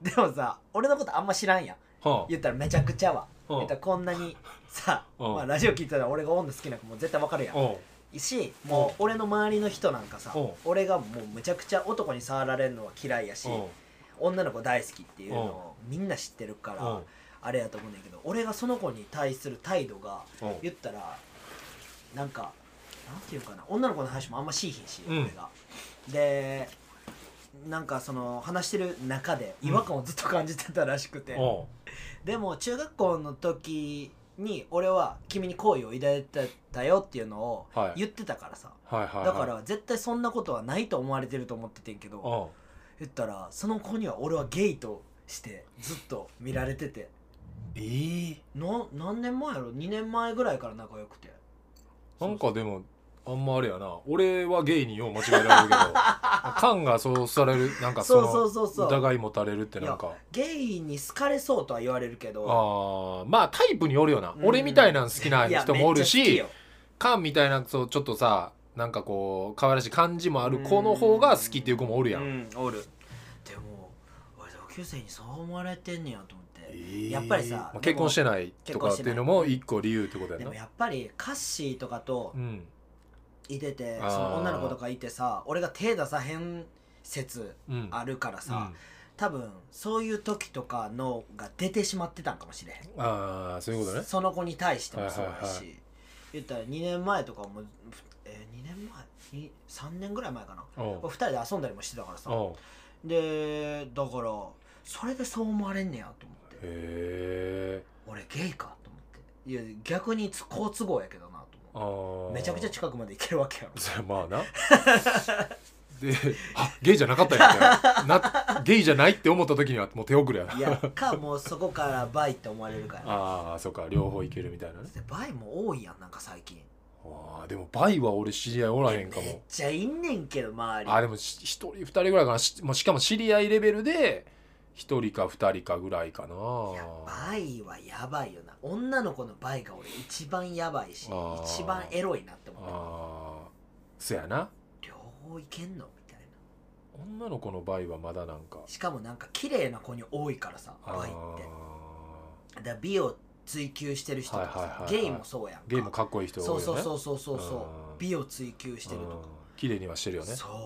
Speaker 2: でもさ俺のことあんま知らんやん
Speaker 1: は
Speaker 2: 言ったらめちゃくちゃわ
Speaker 1: あ。
Speaker 2: 言ったらこんなにさ、
Speaker 1: うん
Speaker 2: まあ、ラジオ聞いたら俺が女好きなんかもう絶対わかるやん
Speaker 1: おう
Speaker 2: しもう俺の周りの人なんかさ
Speaker 1: うん
Speaker 2: 俺がもうむちゃくちゃ男に触られるのは嫌いやし
Speaker 1: おう
Speaker 2: 女の子大好きっていうのをみんな知ってるから
Speaker 1: おう
Speaker 2: あれやと思うねんだけど俺がその子に対する態度が
Speaker 1: おう
Speaker 2: 言ったらなんかなんていうかな女の子の話もあんましいひんし、
Speaker 1: うん
Speaker 2: 俺がでなんかその話してる中で違和感をずっと感じてたらしくて、
Speaker 1: おう
Speaker 2: でも中学校の時に俺は君に好意を抱いてたよっていうのを
Speaker 1: はい
Speaker 2: 言ってたからさ、
Speaker 1: はいはいはい。
Speaker 2: だから絶対そんなことはないと思われてると思っててんけど、
Speaker 1: おう
Speaker 2: 言ったらその子には俺はゲイとしてずっと見られてて
Speaker 1: ええ。
Speaker 2: な何年前やろ2年前ぐらいから仲良くて
Speaker 1: なんかでもあんまあれやな俺はゲイによう間違えられ
Speaker 2: [laughs]
Speaker 1: るけどカンがそうされるなんかそ
Speaker 2: そうそう
Speaker 1: の
Speaker 2: そうそう
Speaker 1: 疑い持たれるってなんか
Speaker 2: ゲイに好かれそうとは言われるけど
Speaker 1: あーまあタイプによるよな
Speaker 2: うん
Speaker 1: 俺みたいなん好きない
Speaker 2: や
Speaker 1: 人もおる
Speaker 2: めっちゃ好き
Speaker 1: し
Speaker 2: よ
Speaker 1: カンみたいなそうちょっとさなんかこう可愛らしい感じもある子の方が好きっていう子もおるやん、
Speaker 2: うんおるでも俺同級生にそう思われてんねやと思って、や
Speaker 1: や
Speaker 2: っぱりさ
Speaker 1: 結婚してない
Speaker 2: で
Speaker 1: と
Speaker 2: も
Speaker 1: かっていうのも一個理由ってことや
Speaker 2: で
Speaker 1: な
Speaker 2: もやっぱりカッシーとかと
Speaker 1: うん
Speaker 2: いてて、
Speaker 1: あー
Speaker 2: その女の子とかいてさ俺が手出さへん説
Speaker 1: うん
Speaker 2: あるからさ、
Speaker 1: うん
Speaker 2: 多分そういう時とかのが出てしまってたんかもしれへん
Speaker 1: ああそういうことね
Speaker 2: その子に対してもそうだし、
Speaker 1: はいはい
Speaker 2: 言ったら2年前とかもえー、2年前に3年ぐらい前かな
Speaker 1: おう
Speaker 2: 2人で遊んだりもしてたからさ
Speaker 1: おう
Speaker 2: でだからそれでそう思われんねやと思って
Speaker 1: へえ
Speaker 2: 俺ゲイかと思っていや逆につ好都合やけどなと
Speaker 1: あ
Speaker 2: 思
Speaker 1: ー
Speaker 2: ってめちゃくちゃ近くまで行けるわけやろ
Speaker 1: そりゃ [laughs] まあ
Speaker 2: [laughs]
Speaker 1: なであゲイじゃなかったんやみたいななゲイじゃないって思った時にはもう手遅れ [laughs] やない
Speaker 2: やかもうそこからバイって思われるからだ
Speaker 1: ああそうか両方いけるみたいなね
Speaker 2: ってバイも多いやんなんか最近
Speaker 1: あーでもバイは俺知り合いおらへんか
Speaker 2: めっ
Speaker 1: も
Speaker 2: ちゃいんねんけど周り
Speaker 1: あーでもし一人二人ぐらいかなしもうしかも知り合いレベルで一人か二人かぐらいかない
Speaker 2: やバイはやばいよな女の子のバイが俺一番やばいし
Speaker 1: あー
Speaker 2: 一番エロいなって思っ
Speaker 1: あーそやな
Speaker 2: て両方いけんのみたいな
Speaker 1: 女の子のバイはまだなんか
Speaker 2: しかもなんか綺麗な子に多いからさ
Speaker 1: あ
Speaker 2: バイ
Speaker 1: ー
Speaker 2: ってだから美を追求してる人とかさ、
Speaker 1: はいはいはいはい
Speaker 2: ゲイもそうやんか
Speaker 1: ゲイもかっこいい人多いよ
Speaker 2: そう
Speaker 1: ね
Speaker 2: そう
Speaker 1: う
Speaker 2: そうそうそうそう
Speaker 1: うん
Speaker 2: 美を追求してると
Speaker 1: ん綺麗にはしてる
Speaker 2: か、
Speaker 1: よね
Speaker 2: そうだ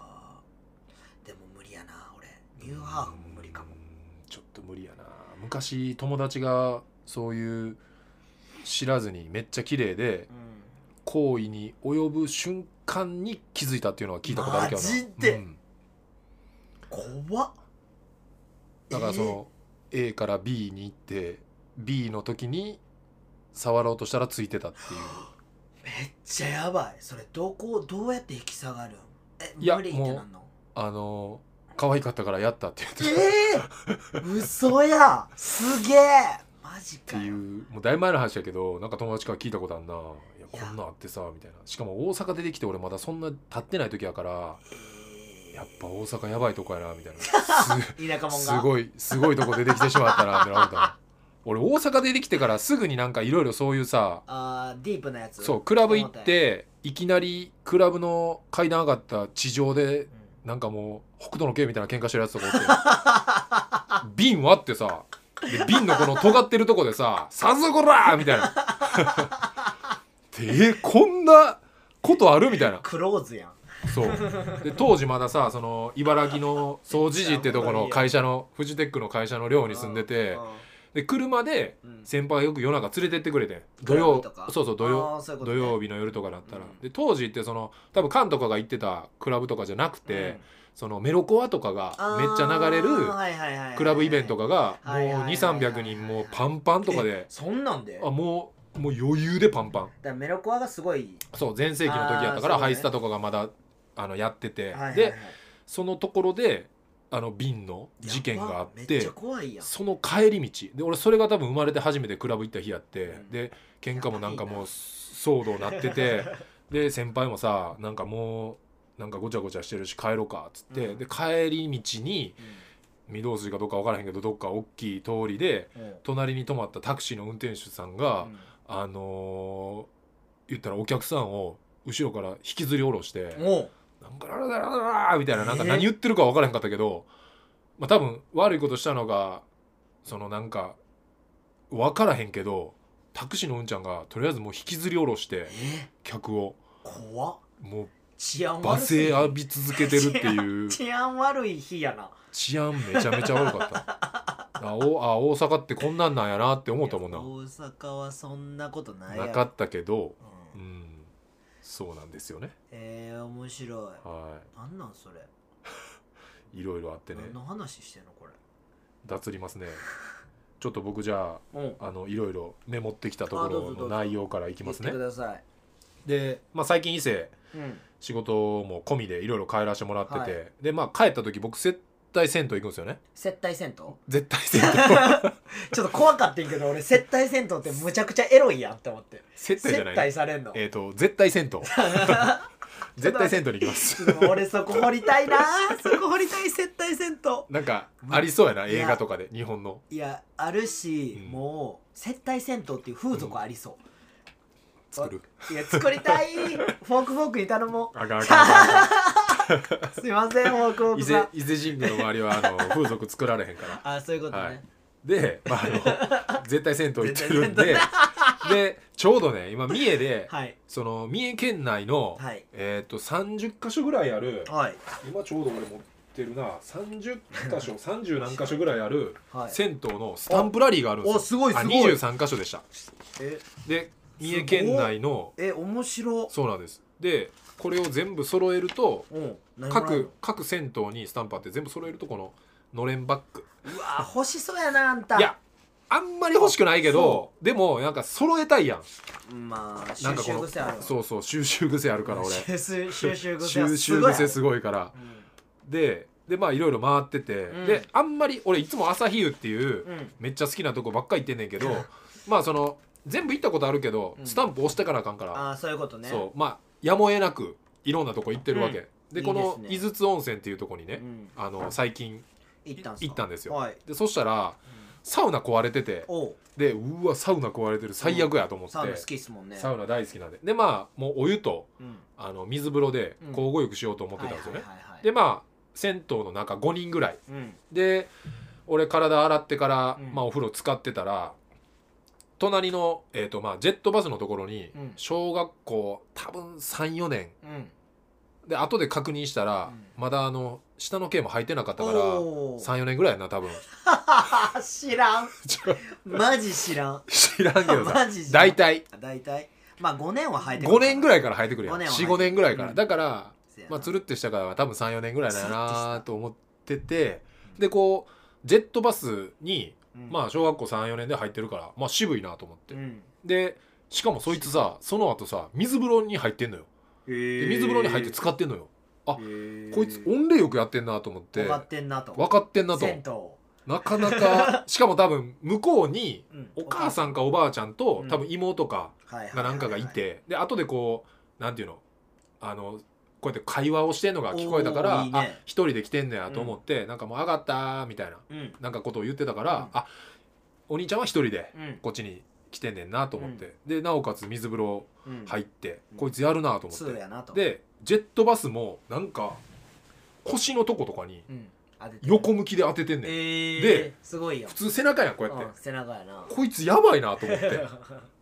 Speaker 2: からでも無理やな俺ニューハーフも無理かも
Speaker 1: うんちょっと無理やな昔友達がそういう知らずにめっちゃ綺麗で
Speaker 2: うん
Speaker 1: 行為に及ぶ瞬間に気づいたっていうのは聞いたことあるけどな
Speaker 2: マジで
Speaker 1: うん
Speaker 2: 怖っ
Speaker 1: だからその A から B に行って B の時に触ろうとしたらついてた
Speaker 2: [gasps]
Speaker 1: っていう
Speaker 2: めっちゃやばいそれどこどうやって引き下がるんえ
Speaker 1: いや
Speaker 2: 無理ってなんの
Speaker 1: あの可愛かったからやったって言ってたっ
Speaker 2: ええー、嘘やすげえマジ
Speaker 1: て
Speaker 2: か
Speaker 1: い
Speaker 2: よ
Speaker 1: うもうだいぶ前の話やけどなんか友達から聞いたことあんないやこんなんあってさみたいなしかも大阪出てきて俺まだそんな立ってない時やから
Speaker 2: え
Speaker 1: やっぱ大阪やばいとこやなみたいな [laughs] す
Speaker 2: ー、田舎者が
Speaker 1: すごいすごいとこ出てきてしまったなってなった俺大阪出てきてからすぐになんかいろいろそういうさ
Speaker 2: あーディープなやつ
Speaker 1: そうクラブ行っていきなりクラブの階段上がった地上で
Speaker 2: うん
Speaker 1: なんかもう北斗の拳みたいな喧嘩してるやつとかおって瓶割ってさで瓶のこの尖ってるとこでさ「さぞこら!」みたいなでえこんなことあるみたいな
Speaker 2: クローズやん
Speaker 1: そうで当時まださその茨城の総知事ってとこの会社のフジテックの会社の寮に住んでてで車で
Speaker 2: うんうん
Speaker 1: 先輩がよく夜中連れてってくれてん土
Speaker 2: クラ
Speaker 1: 曜
Speaker 2: ブとか
Speaker 1: そうそう土曜
Speaker 2: あーそういうこと
Speaker 1: 土
Speaker 2: ね
Speaker 1: 曜日の夜とかだったら、
Speaker 2: うん
Speaker 1: で当時ってその多分カンとかが行ってたクラブとかじゃなくて、
Speaker 2: うん
Speaker 1: そのメロコアとかがめっちゃ流れるクラブイベント
Speaker 2: が
Speaker 1: とかがもう
Speaker 2: はいはいはいはい
Speaker 1: 2300人もうパンパンとかで
Speaker 2: そんなんで
Speaker 1: あもうもう余裕でパンパン
Speaker 2: だからメロコアがすごい
Speaker 1: そう全盛期の時やったから、
Speaker 2: あーそうだね
Speaker 1: ハイスタとかがまだあのやってて、
Speaker 2: はいはいはい
Speaker 1: でそのところであの瓶の事件があっ
Speaker 2: やばめっち
Speaker 1: て
Speaker 2: ゃ怖いやん
Speaker 1: その帰り道で俺それが多分生まれて初めてクラブ行った日やって、
Speaker 2: うん
Speaker 1: で喧嘩もなんか
Speaker 2: やばい
Speaker 1: もう
Speaker 2: な
Speaker 1: 騒動なっててで先輩もさなんかもうなんかごちゃごちゃしてるし帰ろうかっつって、
Speaker 2: うん
Speaker 1: で帰り道に
Speaker 2: う
Speaker 1: 御堂筋かどうか分からへんけどどっか大きい通りで
Speaker 2: んうん
Speaker 1: 隣に止まったタクシーの運転手さんが、あのー言ったらお客さんを後ろから引きずり下ろして。
Speaker 2: うんもう
Speaker 1: なんかラララララみたいななんか
Speaker 2: えー
Speaker 1: 何言ってるか分からへんかったけど、まあ多分悪いことしたのがそのなんか分からへんけどタクシーのうんちゃんがとりあえずもう引きずり下ろして
Speaker 2: え
Speaker 1: 客を
Speaker 2: 怖っ
Speaker 1: も
Speaker 2: 治安
Speaker 1: う
Speaker 2: 悪
Speaker 1: 罵声
Speaker 2: い
Speaker 1: 浴び続けてるっていう
Speaker 2: 治安悪い日やな
Speaker 1: 治安めちゃめちゃ悪かったあおあ大阪ってこんなんなんやなって思ったもん
Speaker 2: いや
Speaker 1: な
Speaker 2: 大阪はそんなことないやろ
Speaker 1: なかったけど
Speaker 2: う
Speaker 1: うんんそうなんですよね
Speaker 2: えー、面白い
Speaker 1: は
Speaker 2: なんなんそれ
Speaker 1: いいろいろあってね
Speaker 2: 何の話してんのこれ
Speaker 1: 脱りますねちょっと僕じゃあ
Speaker 2: うん
Speaker 1: あのいろいろメモってきたと
Speaker 2: あど
Speaker 1: こ
Speaker 2: うぞど
Speaker 1: ろ
Speaker 2: うぞ
Speaker 1: の内容からいきますね
Speaker 2: 言ってく。ださい
Speaker 1: で、まあ、最近伊勢
Speaker 2: うん
Speaker 1: 仕事も込みでいろいろ帰らせてもらってて、
Speaker 2: はい
Speaker 1: でまあ帰った時僕セッ対銭湯行くんですよね
Speaker 2: [laughs] 接待銭湯
Speaker 1: 絶対銭湯
Speaker 2: ちょっと怖かったんけど俺接待銭湯ってむちゃくちゃエロいやんって思って
Speaker 1: 接待じ
Speaker 2: 接
Speaker 1: ゃない
Speaker 2: 待されんの
Speaker 1: えっ、と絶対銭
Speaker 2: [laughs]
Speaker 1: 湯絶対銭湯に行きま
Speaker 2: ち
Speaker 1: す
Speaker 2: ょっと俺そこ掘りたいなそこ掘りたい接待銭
Speaker 1: なんかありそうやない
Speaker 2: や
Speaker 1: 映画とかで日本の
Speaker 2: 湯いやあるし、
Speaker 1: うん
Speaker 2: もう接待銭湯っていう風俗ありそう、
Speaker 1: 作る
Speaker 2: いや作りたいフォークフォークに頼も
Speaker 1: あかんあかんあかんあかん
Speaker 2: うすいませんフォークフォー
Speaker 1: 伊
Speaker 2: ク
Speaker 1: 勢
Speaker 2: さん
Speaker 1: 伊勢神宮の周りはあの風俗作られへんから
Speaker 2: あそういうことね、
Speaker 1: はいで、まあ、あの絶対銭湯行ってるんででちょうどね今三重で、
Speaker 2: はい
Speaker 1: その三重県内の、
Speaker 2: はい
Speaker 1: えっ、と30箇所ぐらいある
Speaker 2: はい
Speaker 1: 今ちょうど俺持ってるな30箇所30何箇所ぐらいある
Speaker 2: はい
Speaker 1: 銭湯のスタンプラリーがあるんですよ
Speaker 2: おすごいすごい
Speaker 1: あ23箇所でした
Speaker 2: え
Speaker 1: で三重県内の
Speaker 2: え面白
Speaker 1: そうなんですでこれを全部揃えると
Speaker 2: うん何もらえんの
Speaker 1: 各各銭湯にスタンプあって全部揃えるとこののれんバッグ
Speaker 2: うわ欲しそうやなあんた
Speaker 1: いやあんまり欲しくないけどでもなんか揃えたいやん
Speaker 2: まあ
Speaker 1: なん
Speaker 2: 収
Speaker 1: かこ
Speaker 2: 集
Speaker 1: の
Speaker 2: 癖あるわ
Speaker 1: そうそう収集癖あるから俺
Speaker 2: 収集収集癖は
Speaker 1: 収
Speaker 2: す
Speaker 1: 集
Speaker 2: ごいある
Speaker 1: 癖すごいからででまあいろいろ回ってて、
Speaker 2: うん
Speaker 1: であんまり俺いつも朝日湯っていう、
Speaker 2: うん、うん
Speaker 1: めっちゃ好きなとこばっかり行ってんねんけ
Speaker 2: [laughs]
Speaker 1: どまあその全部行ったことあるけど、
Speaker 2: うん
Speaker 1: スタンプ押してからあかんから、
Speaker 2: ああそういうことね
Speaker 1: そうまあやむを得なくいろんなとこ行ってるわけ、でこの
Speaker 2: いいで
Speaker 1: 井
Speaker 2: す
Speaker 1: 筒温泉っていうとこにね、
Speaker 2: ん、
Speaker 1: あの最近
Speaker 2: 行ったんすか
Speaker 1: 行ったんですよ
Speaker 2: はい、
Speaker 1: でそしたらサウナ壊れてて
Speaker 2: おう
Speaker 1: でうわサウナ壊れてる最悪やと思って、
Speaker 2: サウナ好きっすもんね
Speaker 1: サウナ大好きなんででまあもうお湯と
Speaker 2: うん
Speaker 1: あの水風呂で
Speaker 2: うん
Speaker 1: 交互浴しようと思ってたんですよね、
Speaker 2: はいはいはいはい
Speaker 1: でまあ銭湯の中5人ぐらい
Speaker 2: うん
Speaker 1: で俺体洗ってから、
Speaker 2: うん
Speaker 1: まあ、お風呂使ってたら隣の、えーとまあ、ジェットバスのところに
Speaker 2: うん
Speaker 1: 小学校多分34年
Speaker 2: うん
Speaker 1: で後で確認したら、
Speaker 2: う
Speaker 1: まだあの下の毛も履いてなかったから
Speaker 2: おー
Speaker 1: 34年ぐらいやな多分
Speaker 2: [laughs]
Speaker 1: [laughs]
Speaker 2: 知らん
Speaker 1: ちょ
Speaker 2: マジ知らん
Speaker 1: 知らんけどさ
Speaker 2: マジ知らん
Speaker 1: 大体
Speaker 2: 大体まあ5年は生えて
Speaker 1: 5年ぐ
Speaker 2: らい
Speaker 1: らいから生えてくるやん
Speaker 2: 五年は生えてくる
Speaker 1: 45年ぐらいから、
Speaker 2: うん
Speaker 1: だから、まあ、つ
Speaker 2: る
Speaker 1: るってしたからは多分34年ぐらいだ
Speaker 2: つるっとし
Speaker 1: な
Speaker 2: た
Speaker 1: と思ってて
Speaker 2: うん
Speaker 1: でこうジェットバスに、ま
Speaker 2: あ
Speaker 1: あ、小学校34年で入ってるから、まあ、渋いなと思って
Speaker 2: う。ん
Speaker 1: でしかもそいつさその後さ水風呂に入ってんのよ
Speaker 2: へ
Speaker 1: で
Speaker 2: ー
Speaker 1: 水風呂に入って使ってんのよあ
Speaker 2: へー
Speaker 1: こいつ温冷浴やってんなと思って
Speaker 2: 分かってんなと
Speaker 1: 分かってんなと
Speaker 2: 銭湯
Speaker 1: なかなかしかも多分向こうに
Speaker 2: うん
Speaker 1: お母さんかおばあちゃんと
Speaker 2: うん
Speaker 1: 多分妹か
Speaker 2: はいはいはい
Speaker 1: がなんかがいてで後でこうなんていうのあのこうやって会話をしてんのが聞こえたか
Speaker 2: おー
Speaker 1: ら
Speaker 2: いいね
Speaker 1: あ一人で来てんねやと思ってなんかもう上がったーみたいな
Speaker 2: うん
Speaker 1: なんかことを言ってたか
Speaker 2: うん
Speaker 1: らあお兄ちゃんは一人で
Speaker 2: うん
Speaker 1: こっちに来てんねんなと思ってでなおかつ水風呂
Speaker 2: うん
Speaker 1: 入って、
Speaker 2: うん
Speaker 1: こいつやるなと思
Speaker 2: 通
Speaker 1: って、
Speaker 2: やなと
Speaker 1: でジェットバスもなんか腰のとことかに
Speaker 2: うん当てて
Speaker 1: 横向きで当ててんねん、
Speaker 2: えですごいよ
Speaker 1: 普通背中やんこうやって、
Speaker 2: うん背中やな
Speaker 1: こいつやばいなと
Speaker 2: [laughs]
Speaker 1: 思って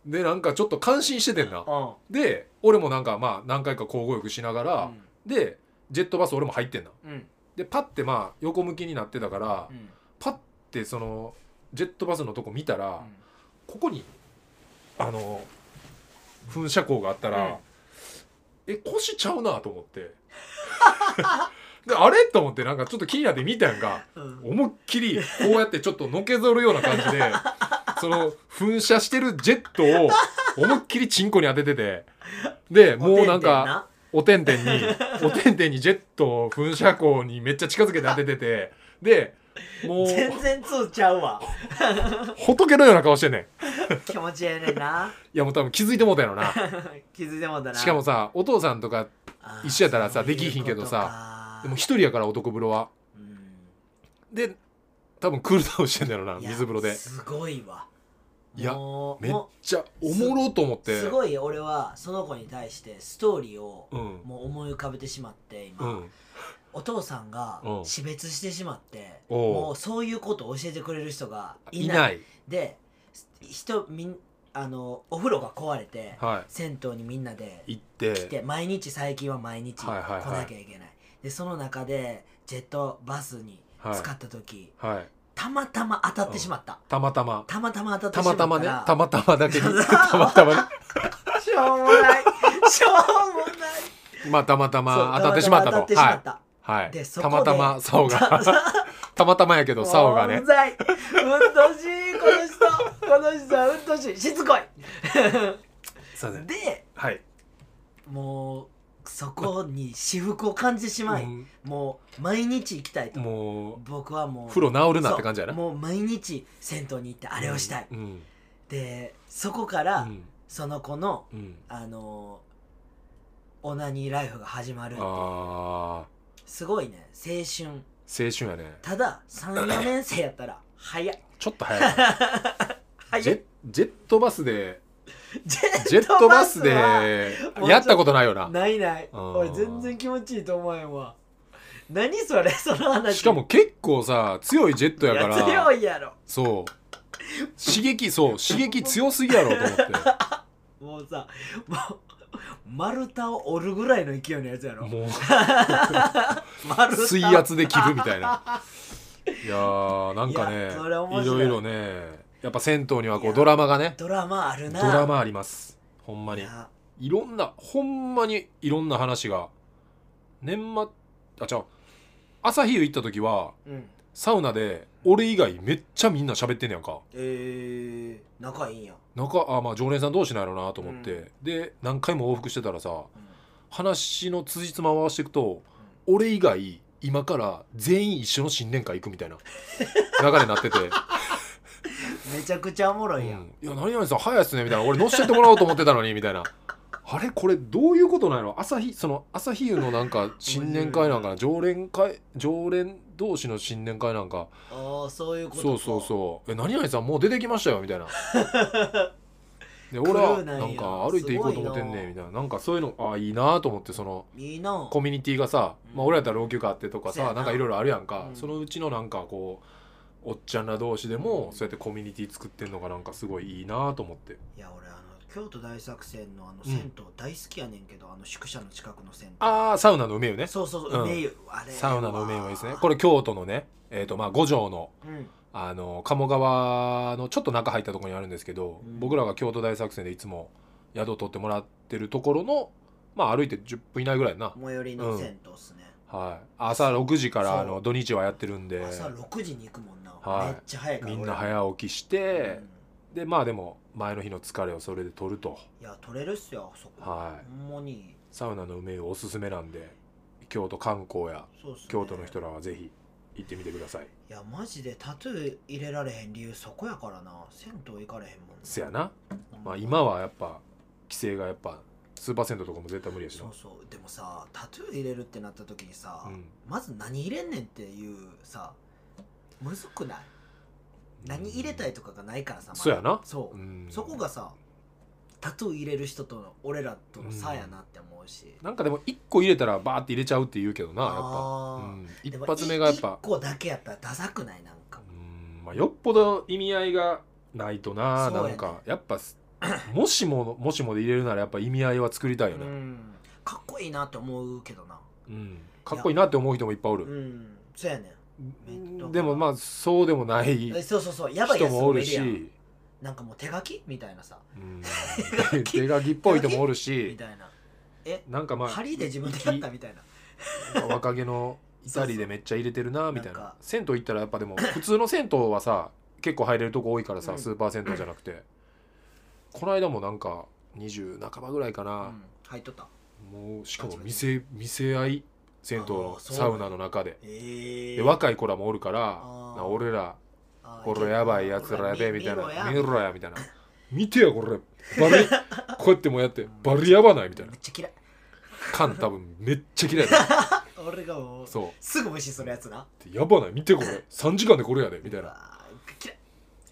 Speaker 1: でなんかちょっと感心しててんなで俺もなんかまあ何回か交互浴しながら、でジェットバス俺も入ってんな
Speaker 2: うんうん
Speaker 1: でパッてまあ横向きになってたから、
Speaker 2: うん
Speaker 1: パッてそのジェットバスのとこ見たら、
Speaker 2: うん
Speaker 1: ここにあの噴射口があったら、
Speaker 2: うん
Speaker 1: え腰ちゃうなと思ってであれと思ってなんかちょっと気になって見たやんか
Speaker 2: うん
Speaker 1: 思いっきりこうやってちょっとのけぞるような感じでその噴射してるジェットを思いっきりチンコに当てててでもうなんかおてんてんにおてんてんにジェットを噴射口にめっちゃ近づけて当てててでも
Speaker 2: お
Speaker 1: う
Speaker 2: てんてんな全然通ちゃうわ
Speaker 1: 仏のような顔してんねんい
Speaker 2: 気持ちええねんな [laughs]
Speaker 1: やもう多分気づいてもうたやろな
Speaker 2: 気づいてもうたな
Speaker 1: しかもさお父さんとか
Speaker 2: あー
Speaker 1: 一緒やったらさ
Speaker 2: そういう
Speaker 1: できひんけど
Speaker 2: ことか
Speaker 1: さでも一人やから男風呂は
Speaker 2: うん
Speaker 1: で多分クールダウンしてんだよない
Speaker 2: や
Speaker 1: 水風呂です
Speaker 2: ごいわ
Speaker 1: いや
Speaker 2: もう
Speaker 1: めっ
Speaker 2: も
Speaker 1: ちゃおもろと思っ
Speaker 2: う
Speaker 1: て
Speaker 2: すごい俺はその子に対してストーリーを
Speaker 1: うん
Speaker 2: もう思い浮かべてしまって
Speaker 1: う
Speaker 2: 今、
Speaker 1: ん
Speaker 2: お父さんが
Speaker 1: うん
Speaker 2: 死別してしまって、
Speaker 1: おう
Speaker 2: もうそういうことを教えてくれる人がい
Speaker 1: い
Speaker 2: ない
Speaker 1: ない
Speaker 2: で人みんあのお風呂が壊れて、
Speaker 1: は
Speaker 2: 銭湯にみんなで
Speaker 1: い行っ
Speaker 2: 来
Speaker 1: て
Speaker 2: て毎日最近は毎日来
Speaker 1: はいはいはい
Speaker 2: なきゃいけない,、でその中でジェットバスに
Speaker 1: はい
Speaker 2: 使った時、
Speaker 1: はい
Speaker 2: たまたま当たってしまった、
Speaker 1: たまたま
Speaker 2: たまたま当
Speaker 1: た
Speaker 2: たってしま
Speaker 1: ま
Speaker 2: った
Speaker 1: た
Speaker 2: ら
Speaker 1: まねたまたまだけに [laughs]
Speaker 2: そう
Speaker 1: たまたまね
Speaker 2: しょうも
Speaker 1: [laughs]
Speaker 2: ないしょうもない
Speaker 1: まあたまたま
Speaker 2: そう
Speaker 1: 当たってしまった
Speaker 2: 当た
Speaker 1: と
Speaker 2: ってしまった、
Speaker 1: はいはい
Speaker 2: でそ
Speaker 1: た
Speaker 2: こで
Speaker 1: またま竿がたまたまやけど竿がね
Speaker 2: うんざいうんとしいこの人この人はうん
Speaker 1: [laughs]
Speaker 2: としいしつこい
Speaker 1: すいません
Speaker 2: で
Speaker 1: はい
Speaker 2: もうそこに私服を感じてしまい、もう毎日行きたいと
Speaker 1: もう
Speaker 2: 僕はもう
Speaker 1: 風呂治るなって感じやな
Speaker 2: そうもう毎日銭湯に行ってあれをしたい、
Speaker 1: うん
Speaker 2: でそこ
Speaker 1: う
Speaker 2: から
Speaker 1: ん
Speaker 2: その子の、
Speaker 1: うん
Speaker 2: あのーオナニーライフが始まるっていう
Speaker 1: ああ
Speaker 2: すごいね青春
Speaker 1: 青春やね
Speaker 2: ただ34年生やったら早い
Speaker 1: ちょっと早
Speaker 2: [laughs]
Speaker 1: いな
Speaker 2: 早い
Speaker 1: ジェジェットバス
Speaker 2: [laughs]
Speaker 1: で
Speaker 2: ジ
Speaker 1: ジェットバスで
Speaker 2: は
Speaker 1: やったことないよな
Speaker 2: ないない
Speaker 1: あー
Speaker 2: 俺全然気持ちいいと思えんわ何それその話
Speaker 1: しかも結構さ強いジェットやか
Speaker 2: いや強
Speaker 1: ら
Speaker 2: いやろ
Speaker 1: そう刺激そう刺激強すぎやろと思
Speaker 2: [laughs]
Speaker 1: って
Speaker 2: もうさもう丸太を折るぐらいの勢いのやつやろ
Speaker 1: もう
Speaker 2: 丸太
Speaker 1: 水圧で切るみたいないやーなんか
Speaker 2: い
Speaker 1: ね
Speaker 2: やそれ面
Speaker 1: い
Speaker 2: 白い
Speaker 1: ろいろねやっぱ銭湯にはこ
Speaker 2: いうや
Speaker 1: ドラマがね
Speaker 2: ドラマある
Speaker 1: ド
Speaker 2: な
Speaker 1: ラマありますほんま
Speaker 2: い
Speaker 1: に
Speaker 2: や
Speaker 1: いろんなほんまにいろんな話が年末あちゃう朝日湯行った時は
Speaker 2: うん
Speaker 1: サウナで俺以外めっちゃみんな喋ってんねやんか
Speaker 2: えー、仲いいんや、
Speaker 1: なんかあまあ常連さん同士なんやろなと思って、
Speaker 2: うん
Speaker 1: で何回も往復してたらさ
Speaker 2: うん
Speaker 1: 話の辻褄を合わせていくと俺以外今から全員一緒の新年会行くみたいな流れになってて
Speaker 2: めちゃくちゃおも
Speaker 1: う
Speaker 2: ろ
Speaker 1: ん
Speaker 2: い
Speaker 1: い
Speaker 2: や
Speaker 1: や
Speaker 2: ん、
Speaker 1: 何々さん早いっすねみたいな俺乗せてもらおうと思ってたのにみたいなあれこれどういうことなんやろ朝日その朝日湯のなんか新年会なんかな常連会常連同士の新年会なんか
Speaker 2: ああそういうことか
Speaker 1: そうそうそう「え何々さんもう出てきましたよ」みたいなで俺
Speaker 2: クル
Speaker 1: は
Speaker 2: ーな
Speaker 1: なんん
Speaker 2: や
Speaker 1: か歩いていこうと思ってん
Speaker 2: すごいな
Speaker 1: ねみたいななんかそういうのああいいなと思ってその
Speaker 2: いいな
Speaker 1: コミュニティがさ、まあ、俺やったら老朽化あってとか
Speaker 2: そうや
Speaker 1: さな
Speaker 2: な
Speaker 1: んかいろいろあるやんか、
Speaker 2: うん
Speaker 1: そのうちのなんかこうおっちゃんら同士でも
Speaker 2: うん
Speaker 1: そうやってコミュニティ作ってんのがなんかすごいいいなと思って
Speaker 2: いや俺あの京都大作戦のあの
Speaker 1: うん
Speaker 2: 銭湯大好きやねんけど、あの宿舎の近くの銭湯
Speaker 1: ああサウナの梅湯ね
Speaker 2: そうそう
Speaker 1: う
Speaker 2: そ
Speaker 1: ん
Speaker 2: う梅湯、あれ
Speaker 1: サウナの梅湯はいいですねこ
Speaker 2: れ
Speaker 1: れ京都のねえっ、とまあ五条の
Speaker 2: うん
Speaker 1: あの鴨川のちょっと中入ったところにあるんですけど、
Speaker 2: うん
Speaker 1: 僕らが京都大作戦でいつも宿取ってもらってるところのまあ歩いて10分以内ぐらいやな、
Speaker 2: 最寄りの銭湯っすね、
Speaker 1: はい、朝6時からあ
Speaker 2: そ
Speaker 1: の
Speaker 2: う
Speaker 1: 土日はやってるんで
Speaker 2: 朝6時に行くもんな、
Speaker 1: はい
Speaker 2: めっちゃ早いから
Speaker 1: み
Speaker 2: 俺
Speaker 1: んな早起きして、でまあでも前の日の疲れをそれで取ると
Speaker 2: うんいや取れるっすよあそこ、
Speaker 1: は
Speaker 2: ほんまに
Speaker 1: サウナの梅湯おすすめなんで京都観光や
Speaker 2: そうっすね
Speaker 1: 京都の人らはぜひ行ってみてください
Speaker 2: いやマジでタトゥー入れられへん理由そこやからな銭湯行かれへんもん
Speaker 1: せやな、
Speaker 2: ほん
Speaker 1: まあ、今はやっぱ規制がやっぱスーパー銭湯とかも絶対無理やしな
Speaker 2: そうそうでもさタトゥー入れるってなった時にさ、
Speaker 1: うん
Speaker 2: まず何入れんねんっていうさむずくない何入れたいとかがないからさ、まだ
Speaker 1: そうやな
Speaker 2: そうう、
Speaker 1: ん
Speaker 2: そこがさタトゥー入れる人との俺らとの差やなって思うし、
Speaker 1: なんかでも1個入れたらバーって入れちゃうって言うけどなやっぱ、う
Speaker 2: あー
Speaker 1: ん、一
Speaker 2: でも
Speaker 1: 発目がやっぱ
Speaker 2: 一個だけやったらダサくないなんか
Speaker 1: うん、まあ、よっぽど意味合いがないとな、
Speaker 2: そうや
Speaker 1: な
Speaker 2: ね
Speaker 1: んかやっぱすもしももしもで入れるならやっぱ意味合いは作りたいよ
Speaker 2: う
Speaker 1: ね、
Speaker 2: んかっこいいなって思うけどな
Speaker 1: うん、かっこいいなって思う人もいっぱいおる、
Speaker 2: うんそうやねん
Speaker 1: うんでもまあそうでもない
Speaker 2: んえ
Speaker 1: 人
Speaker 2: そうそうそうやばいやつ
Speaker 1: もおる
Speaker 2: いやん
Speaker 1: し、
Speaker 2: なんかもう手書きみたいなさ
Speaker 1: うん
Speaker 2: [laughs] 書、き
Speaker 1: 手書きっぽい人もおる
Speaker 2: み
Speaker 1: した
Speaker 2: いなえ
Speaker 1: なんかまあ
Speaker 2: 針で自分でやったみたいな
Speaker 1: 若気の至りでめっちゃ入れてるなみたいな
Speaker 2: そうそう
Speaker 1: 銭湯行ったらやっぱでも普通の銭湯はさ結構入れるとこ多いからさ、
Speaker 2: うん
Speaker 1: スーパー銭湯じゃなくてこの間もなんか20半ばぐらいか
Speaker 2: う
Speaker 1: な、
Speaker 2: ん入っとった
Speaker 1: もうしかも店店合い銭湯の
Speaker 2: あーそう
Speaker 1: サウナの中で。
Speaker 2: ええ
Speaker 1: で若い子らもおるから
Speaker 2: あー
Speaker 1: な俺ら
Speaker 2: あ
Speaker 1: これやばいやつらやべえみたい
Speaker 2: 見ろや
Speaker 1: な見ろやみたいな見てやこれバ
Speaker 2: [laughs]
Speaker 1: リこうやってもうやってバリやばないみたいな
Speaker 2: めっちゃ嫌い
Speaker 1: 缶多分めっちゃ嫌いだ
Speaker 2: 俺がもう
Speaker 1: そ
Speaker 2: すぐ無視するやつな
Speaker 1: うやばない見てこれ3時間でこれやでみたいうな
Speaker 2: わー嫌い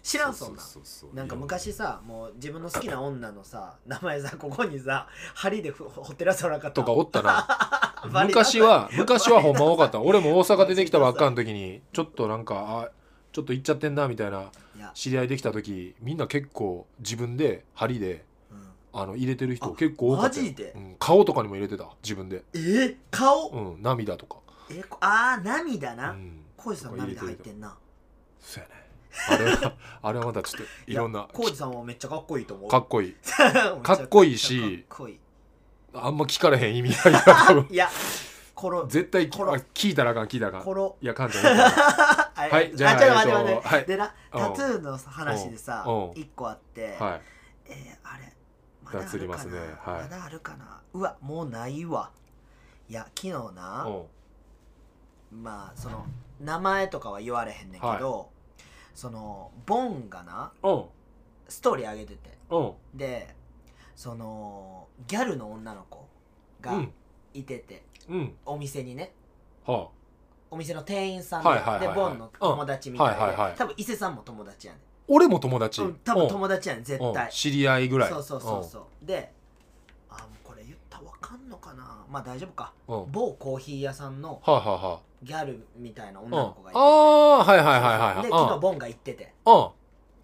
Speaker 2: 知らんそんな
Speaker 1: うそうそう
Speaker 2: なんか昔さもう自分の好きな女のさ名前さここにさ針でふ掘ってらさなかった
Speaker 1: とかおったな
Speaker 2: [laughs] バリ
Speaker 1: 昔は昔はほんま多かった俺も大阪出てきたばっかの時にちょっとなんかあちょっと行っちゃってんなみたいない
Speaker 2: や、
Speaker 1: 知り合いできた時みんな結構自分で針で
Speaker 2: うん
Speaker 1: あの入れてる人結構多かったよ
Speaker 2: あマジで
Speaker 1: うん、顔とかにも入れてた自分で、
Speaker 2: えー顔、
Speaker 1: うん、涙とか、
Speaker 2: えこああ涙な、
Speaker 1: うん、
Speaker 2: 浩二さん涙入ってんな
Speaker 1: そうやねあれは [laughs] あれはまたちょっといろんな
Speaker 2: 浩二さんはめっちゃかっこいいと思う
Speaker 1: かっこいい
Speaker 2: か
Speaker 1: かっこいい
Speaker 2: [laughs]
Speaker 1: し
Speaker 2: かっ
Speaker 1: [laughs]
Speaker 2: こいい
Speaker 1: あんま聞かれへん意味合い
Speaker 2: [laughs]
Speaker 1: が多分
Speaker 2: いやコロ
Speaker 1: 絶対き
Speaker 2: こら
Speaker 1: あ聞いたらあかん聞いたらあか
Speaker 2: コ
Speaker 1: ん
Speaker 2: ロ
Speaker 1: いやかんちゃん言うからは
Speaker 2: はい
Speaker 1: じ
Speaker 2: じ
Speaker 1: ゃあ
Speaker 2: ゃあちょっと待って待
Speaker 1: えっ
Speaker 2: っ
Speaker 1: と
Speaker 2: て、
Speaker 1: はい
Speaker 2: でな
Speaker 1: うん
Speaker 2: タトゥーの話でさ
Speaker 1: うんうん
Speaker 2: 一個あって、
Speaker 1: はい
Speaker 2: えーあれまだあ
Speaker 1: 脱り
Speaker 2: る
Speaker 1: ま
Speaker 2: か
Speaker 1: すね
Speaker 2: な、
Speaker 1: はい
Speaker 2: まだあるかなうわもうないわいや昨日な
Speaker 1: お
Speaker 2: まあその名前とかは言われへんねんけど、そのボンがな
Speaker 1: うんうん
Speaker 2: ストーリー上げてて
Speaker 1: うん
Speaker 2: でそのギャルの女の子
Speaker 1: う
Speaker 2: が
Speaker 1: ん
Speaker 2: いてて、
Speaker 1: うん
Speaker 2: お店にね
Speaker 1: はあ
Speaker 2: お店の店員さんで,、
Speaker 1: はいはいはいはい
Speaker 2: でボンの友達みたいで、
Speaker 1: うんはいはいはい
Speaker 2: 多分伊勢さんも友達やね
Speaker 1: 俺も友達
Speaker 2: ん、うん、多分友達やねん絶
Speaker 1: うん
Speaker 2: 対
Speaker 1: うん知り合いぐらい
Speaker 2: そうそうそうそうであもうこれ言ったらわかんのかなまあ大丈夫か
Speaker 1: うんうん
Speaker 2: 某コーヒー屋さんの
Speaker 1: はいはいはい
Speaker 2: ギャルみたいな
Speaker 1: うん
Speaker 2: 女の
Speaker 1: あ
Speaker 2: 子がいてて、
Speaker 1: あーはいはいはいはい
Speaker 2: で
Speaker 1: うん
Speaker 2: 昨日ボンが行ってて
Speaker 1: うん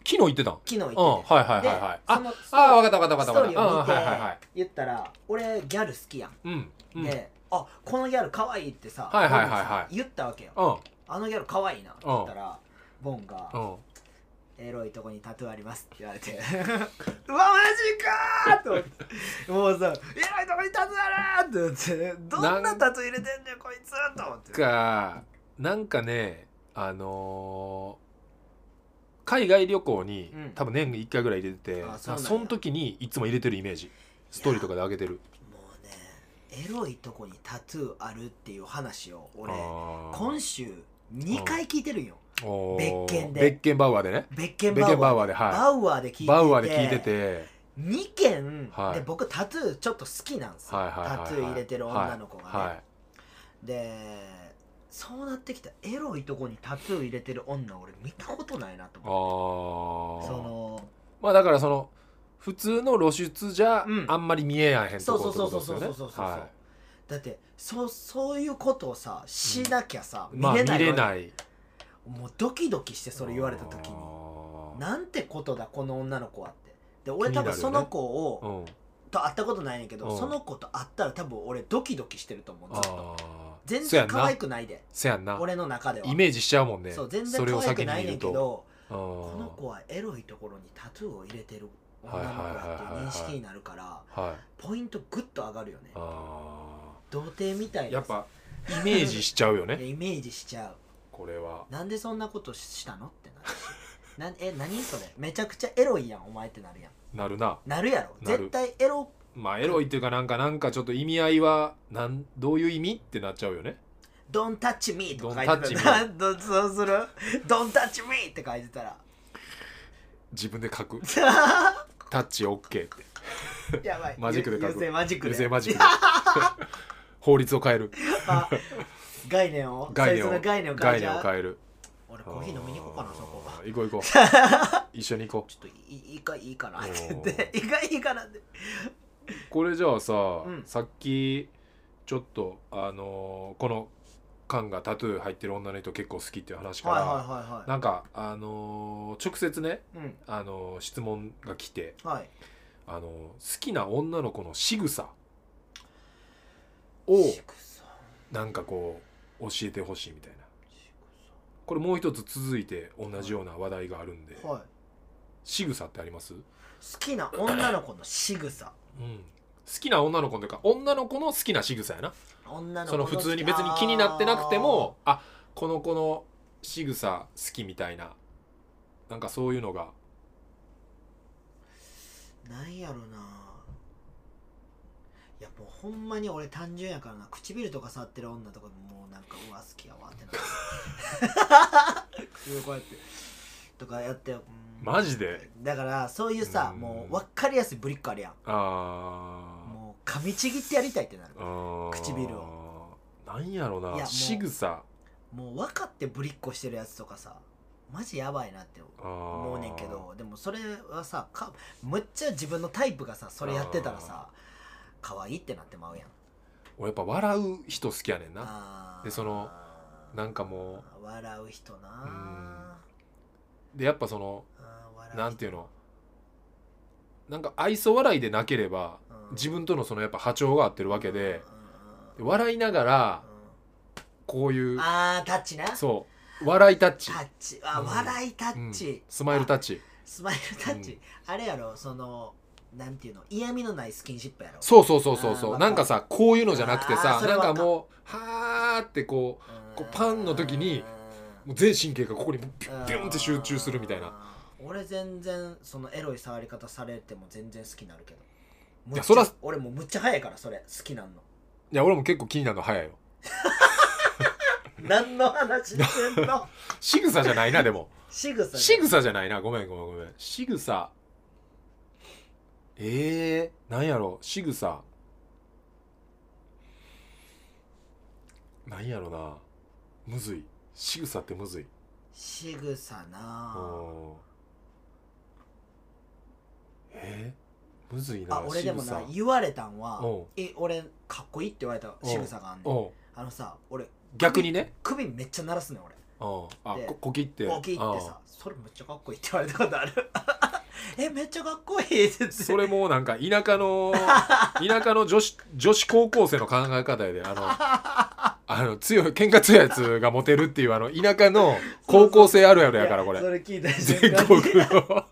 Speaker 1: 昨日行ってたん
Speaker 2: 昨日行って
Speaker 1: う
Speaker 2: て、
Speaker 1: んはいはいはい
Speaker 2: で
Speaker 1: はい
Speaker 2: そ
Speaker 1: あ
Speaker 2: のその
Speaker 1: あ分かった分かった
Speaker 2: ス
Speaker 1: 分
Speaker 2: ト
Speaker 1: か
Speaker 2: ー
Speaker 1: った
Speaker 2: リーを
Speaker 1: う
Speaker 2: 見
Speaker 1: ん
Speaker 2: て、
Speaker 1: はいはいはい
Speaker 2: 言ったら俺ギャル好きやん、
Speaker 1: うんうん
Speaker 2: であこのギャル可愛いってさ、
Speaker 1: はいはいはいはい
Speaker 2: ボンがさ言ったわけよ、
Speaker 1: うん
Speaker 2: あのギャル可愛いなって言ったら、ボンが、
Speaker 1: うん
Speaker 2: エロいとこにタトゥーあります」って言われて「 [laughs] うわマジかー!」と思ってもうさ「エロいとこにタトゥーある!」って思って「どんなタトゥー入れてんねんこいつ!」と思って
Speaker 1: かなんかねあのー海外旅行に、
Speaker 2: うん
Speaker 1: 多分年に1回ぐらい入れてて
Speaker 2: あそうなんや
Speaker 1: その時にいつも入れてるイメージストーリーとかで上げてる
Speaker 2: もうねエロいとこにタトゥーあるっていう話を俺今
Speaker 1: 今
Speaker 2: 週2回聞いてるんよ別件で
Speaker 1: 別件バウアーでね
Speaker 2: ベッケン
Speaker 1: 別
Speaker 2: バ
Speaker 1: 件
Speaker 2: ウアー
Speaker 1: バウアーで
Speaker 2: バ
Speaker 1: は
Speaker 2: ウアーで聞いて
Speaker 1: い
Speaker 2: て
Speaker 1: バウアーで聞いてて
Speaker 2: 2件、
Speaker 1: はい
Speaker 2: で僕タトゥーちょっと好きなんですよ、
Speaker 1: はいはいはいはい
Speaker 2: タトゥー入れてる女の子がね、
Speaker 1: は
Speaker 2: でそうなってきたらエロいとこにタトゥー入れてる女俺見たことないなと
Speaker 1: いあ
Speaker 2: 思ってそ
Speaker 1: ー
Speaker 2: の
Speaker 1: まあだからその普通の露出じゃ
Speaker 2: うん
Speaker 1: あんまり見えやへんとこ
Speaker 2: そう
Speaker 1: って
Speaker 2: そう
Speaker 1: こ
Speaker 2: そ
Speaker 1: とですよね
Speaker 2: うそうそうそうそう
Speaker 1: は
Speaker 2: だってそうそういうことをさしなきゃさ、
Speaker 1: いまあ見れ
Speaker 2: い
Speaker 1: ない
Speaker 2: もうドキドキしてそれ言われた時に
Speaker 1: あー
Speaker 2: なんてことだこの女の子はってで
Speaker 1: 気
Speaker 2: 俺
Speaker 1: にな
Speaker 2: 多
Speaker 1: るよ
Speaker 2: 分
Speaker 1: ね
Speaker 2: その子を、
Speaker 1: うん
Speaker 2: と会ったことないねんけど、
Speaker 1: うん
Speaker 2: その子と会ったら多分俺ドキドキしてると思うずっと
Speaker 1: あー
Speaker 2: 全
Speaker 1: そや
Speaker 2: 然
Speaker 1: んな
Speaker 2: 可愛くないで
Speaker 1: せやんな
Speaker 2: 俺の中では
Speaker 1: イメージしちゃうもんね
Speaker 2: そう全然可愛くないねんけど
Speaker 1: それを
Speaker 2: こ
Speaker 1: 先に見る
Speaker 2: の
Speaker 1: と
Speaker 2: 子はエロいところにタトゥーを入れてる女の子だっていう認識になるから
Speaker 1: うんはい
Speaker 2: ポイントグッと上がるよね
Speaker 1: あ
Speaker 2: 童貞みた
Speaker 1: ー
Speaker 2: いな
Speaker 1: やっぱイメージしちゃうよ
Speaker 2: [laughs] いや
Speaker 1: ね
Speaker 2: イメージしちゃ
Speaker 1: これは
Speaker 2: うなんでそんなことしたのって
Speaker 1: [laughs]
Speaker 2: なるしなんえ何それめちゃくちゃエロいやんお前ってなるやん
Speaker 1: なるな
Speaker 2: なるやろ
Speaker 1: なる
Speaker 2: 絶対エロ
Speaker 1: まあエロいっていうかなんかなんかちょっと意味合いはなんどういう意味ってなっちゃうよね
Speaker 2: 「Don't touch me」とか書いて
Speaker 1: Don't touch
Speaker 2: たら [laughs] どそうする「Don't touch me」って書いてたら [laughs]
Speaker 1: 自分で書くタッチ OK って
Speaker 2: やばい
Speaker 1: マジックで書く
Speaker 2: 優先マジック
Speaker 1: 優
Speaker 2: で
Speaker 1: 勢マジックで
Speaker 2: [laughs]
Speaker 1: 法律を変える
Speaker 2: あ概念を
Speaker 1: 概念
Speaker 2: そいつ
Speaker 1: を
Speaker 2: の概念を変え
Speaker 1: 概
Speaker 2: ち
Speaker 1: 念
Speaker 2: ゃ
Speaker 1: を
Speaker 2: う
Speaker 1: 変える
Speaker 2: 俺コーヒー飲みに行こうかなそこ
Speaker 1: あー行こう行こう
Speaker 2: [laughs]
Speaker 1: 一緒に行こ
Speaker 2: ちょっといいいいかいいかなって言って [laughs] いいかいいかなって
Speaker 1: うこれじゃあさ、
Speaker 2: ん
Speaker 1: さっきちょっとあのーこの缶がタトゥー入ってる女の人結構好きっていう話から、
Speaker 2: はいはいはいは
Speaker 1: なんかあのー直接ね
Speaker 2: いうん
Speaker 1: あのー質問が来て
Speaker 2: はい
Speaker 1: あのー好きな女の子の仕草を
Speaker 2: シクソ
Speaker 1: なんかこう教えてほしいみたいな
Speaker 2: ンシク
Speaker 1: これもう一つ続いて同じような話題があるんで、
Speaker 2: ソンはい好
Speaker 1: 仕草ってあります、
Speaker 2: きな女の子の仕草
Speaker 1: うん、好きな女の子というか女の子の好きな仕草やな
Speaker 2: 女の子
Speaker 1: その
Speaker 2: の
Speaker 1: 普通に別に気になってなくてもあこの子の仕草好きみたいななんかそういうのが
Speaker 2: あーなんやろなやもうほんまに俺単純やからな唇とか触ってる女とかもうなんかうわ好きやわってな
Speaker 1: [laughs]
Speaker 2: る唇こうやってとかやってうん
Speaker 1: マジで
Speaker 2: だからそういうさ
Speaker 1: うん
Speaker 2: もう分かりやすいブリックあるやん
Speaker 1: あー
Speaker 2: もう噛みちぎってやりたいってなる
Speaker 1: あー
Speaker 2: 唇
Speaker 1: なんやろ
Speaker 2: いやも
Speaker 1: な
Speaker 2: う
Speaker 1: 仕草
Speaker 2: もう分かってぶりっこしてるやつとかさマジやばいなって
Speaker 1: 思
Speaker 2: 思うねんけどでもそれはさかむっちゃ自分のタイプがさそれやってたらさ可愛いってなってまうやん
Speaker 1: 俺やっぱ笑う人好きやねんな
Speaker 2: あー
Speaker 1: でそのなんかも
Speaker 2: 笑う人な
Speaker 1: でやっぱその
Speaker 2: あー笑う人
Speaker 1: なんていうのなんか愛想笑いでなければ
Speaker 2: うん
Speaker 1: 自分とのそのやっぱ波長が合ってるわけで
Speaker 2: うんうんうん
Speaker 1: 笑いながらこういう
Speaker 2: あータッチな
Speaker 1: そう笑いタッチ
Speaker 2: タッチあ、
Speaker 1: うん
Speaker 2: 笑いタ
Speaker 1: う
Speaker 2: ッ
Speaker 1: ん
Speaker 2: チ、
Speaker 1: スマイルタッチ
Speaker 2: スマイルタッチ、
Speaker 1: うん
Speaker 2: あれやろそのなんていうの嫌味のないスキンシップやろ
Speaker 1: そうそうそうそう
Speaker 2: あー
Speaker 1: そ
Speaker 2: わ
Speaker 1: う
Speaker 2: かる
Speaker 1: なんかさこういうのじゃなくて
Speaker 2: あ
Speaker 1: さ
Speaker 2: ーそれ
Speaker 1: なん
Speaker 2: わか
Speaker 1: か
Speaker 2: る
Speaker 1: もうはーってこ
Speaker 2: うん
Speaker 1: こうパンの時にうもう全神経がここにビュビュンって集中するみたいな
Speaker 2: うん俺全然そのエロい触り方されても全然好きになるけど
Speaker 1: いやそら [laughs]
Speaker 2: むっちゃ俺もうむっちゃ早いからそれ好きなんの
Speaker 1: いや俺も結構気になるの早いよ
Speaker 2: 何の話してんの
Speaker 1: 仕草じゃないなで
Speaker 2: [laughs]
Speaker 1: も
Speaker 2: 仕草
Speaker 1: 仕草じゃないなごめんごめんごめん仕草えー、なんやろ仕草なんやろなむずい仕草ってむずい
Speaker 2: 仕草なあ
Speaker 1: うんえー、むずいな
Speaker 2: あ俺でも
Speaker 1: 仕
Speaker 2: な
Speaker 1: 草
Speaker 2: 言われたんは
Speaker 1: うん
Speaker 2: え俺かっこいいって言われた仕草があんねん
Speaker 1: うん
Speaker 2: あのさ俺
Speaker 1: 逆にね
Speaker 2: 首めっちゃ鳴らすねん俺
Speaker 1: うんあ
Speaker 2: で
Speaker 1: ここきって
Speaker 2: 大きいってさそれめっちゃかっこいいって言われたことある [laughs] えめっちゃかっこいいって言って
Speaker 1: うんそれもなんか田舎
Speaker 2: [laughs]
Speaker 1: の田舎の女子女子高校生の考え方やであのあの強い喧嘩強いやつがモテるっていうあの田舎の高校生あるあるやからこれ
Speaker 2: いそれ聞いた瞬
Speaker 1: 全
Speaker 2: 間
Speaker 1: 国
Speaker 2: に
Speaker 1: の [laughs]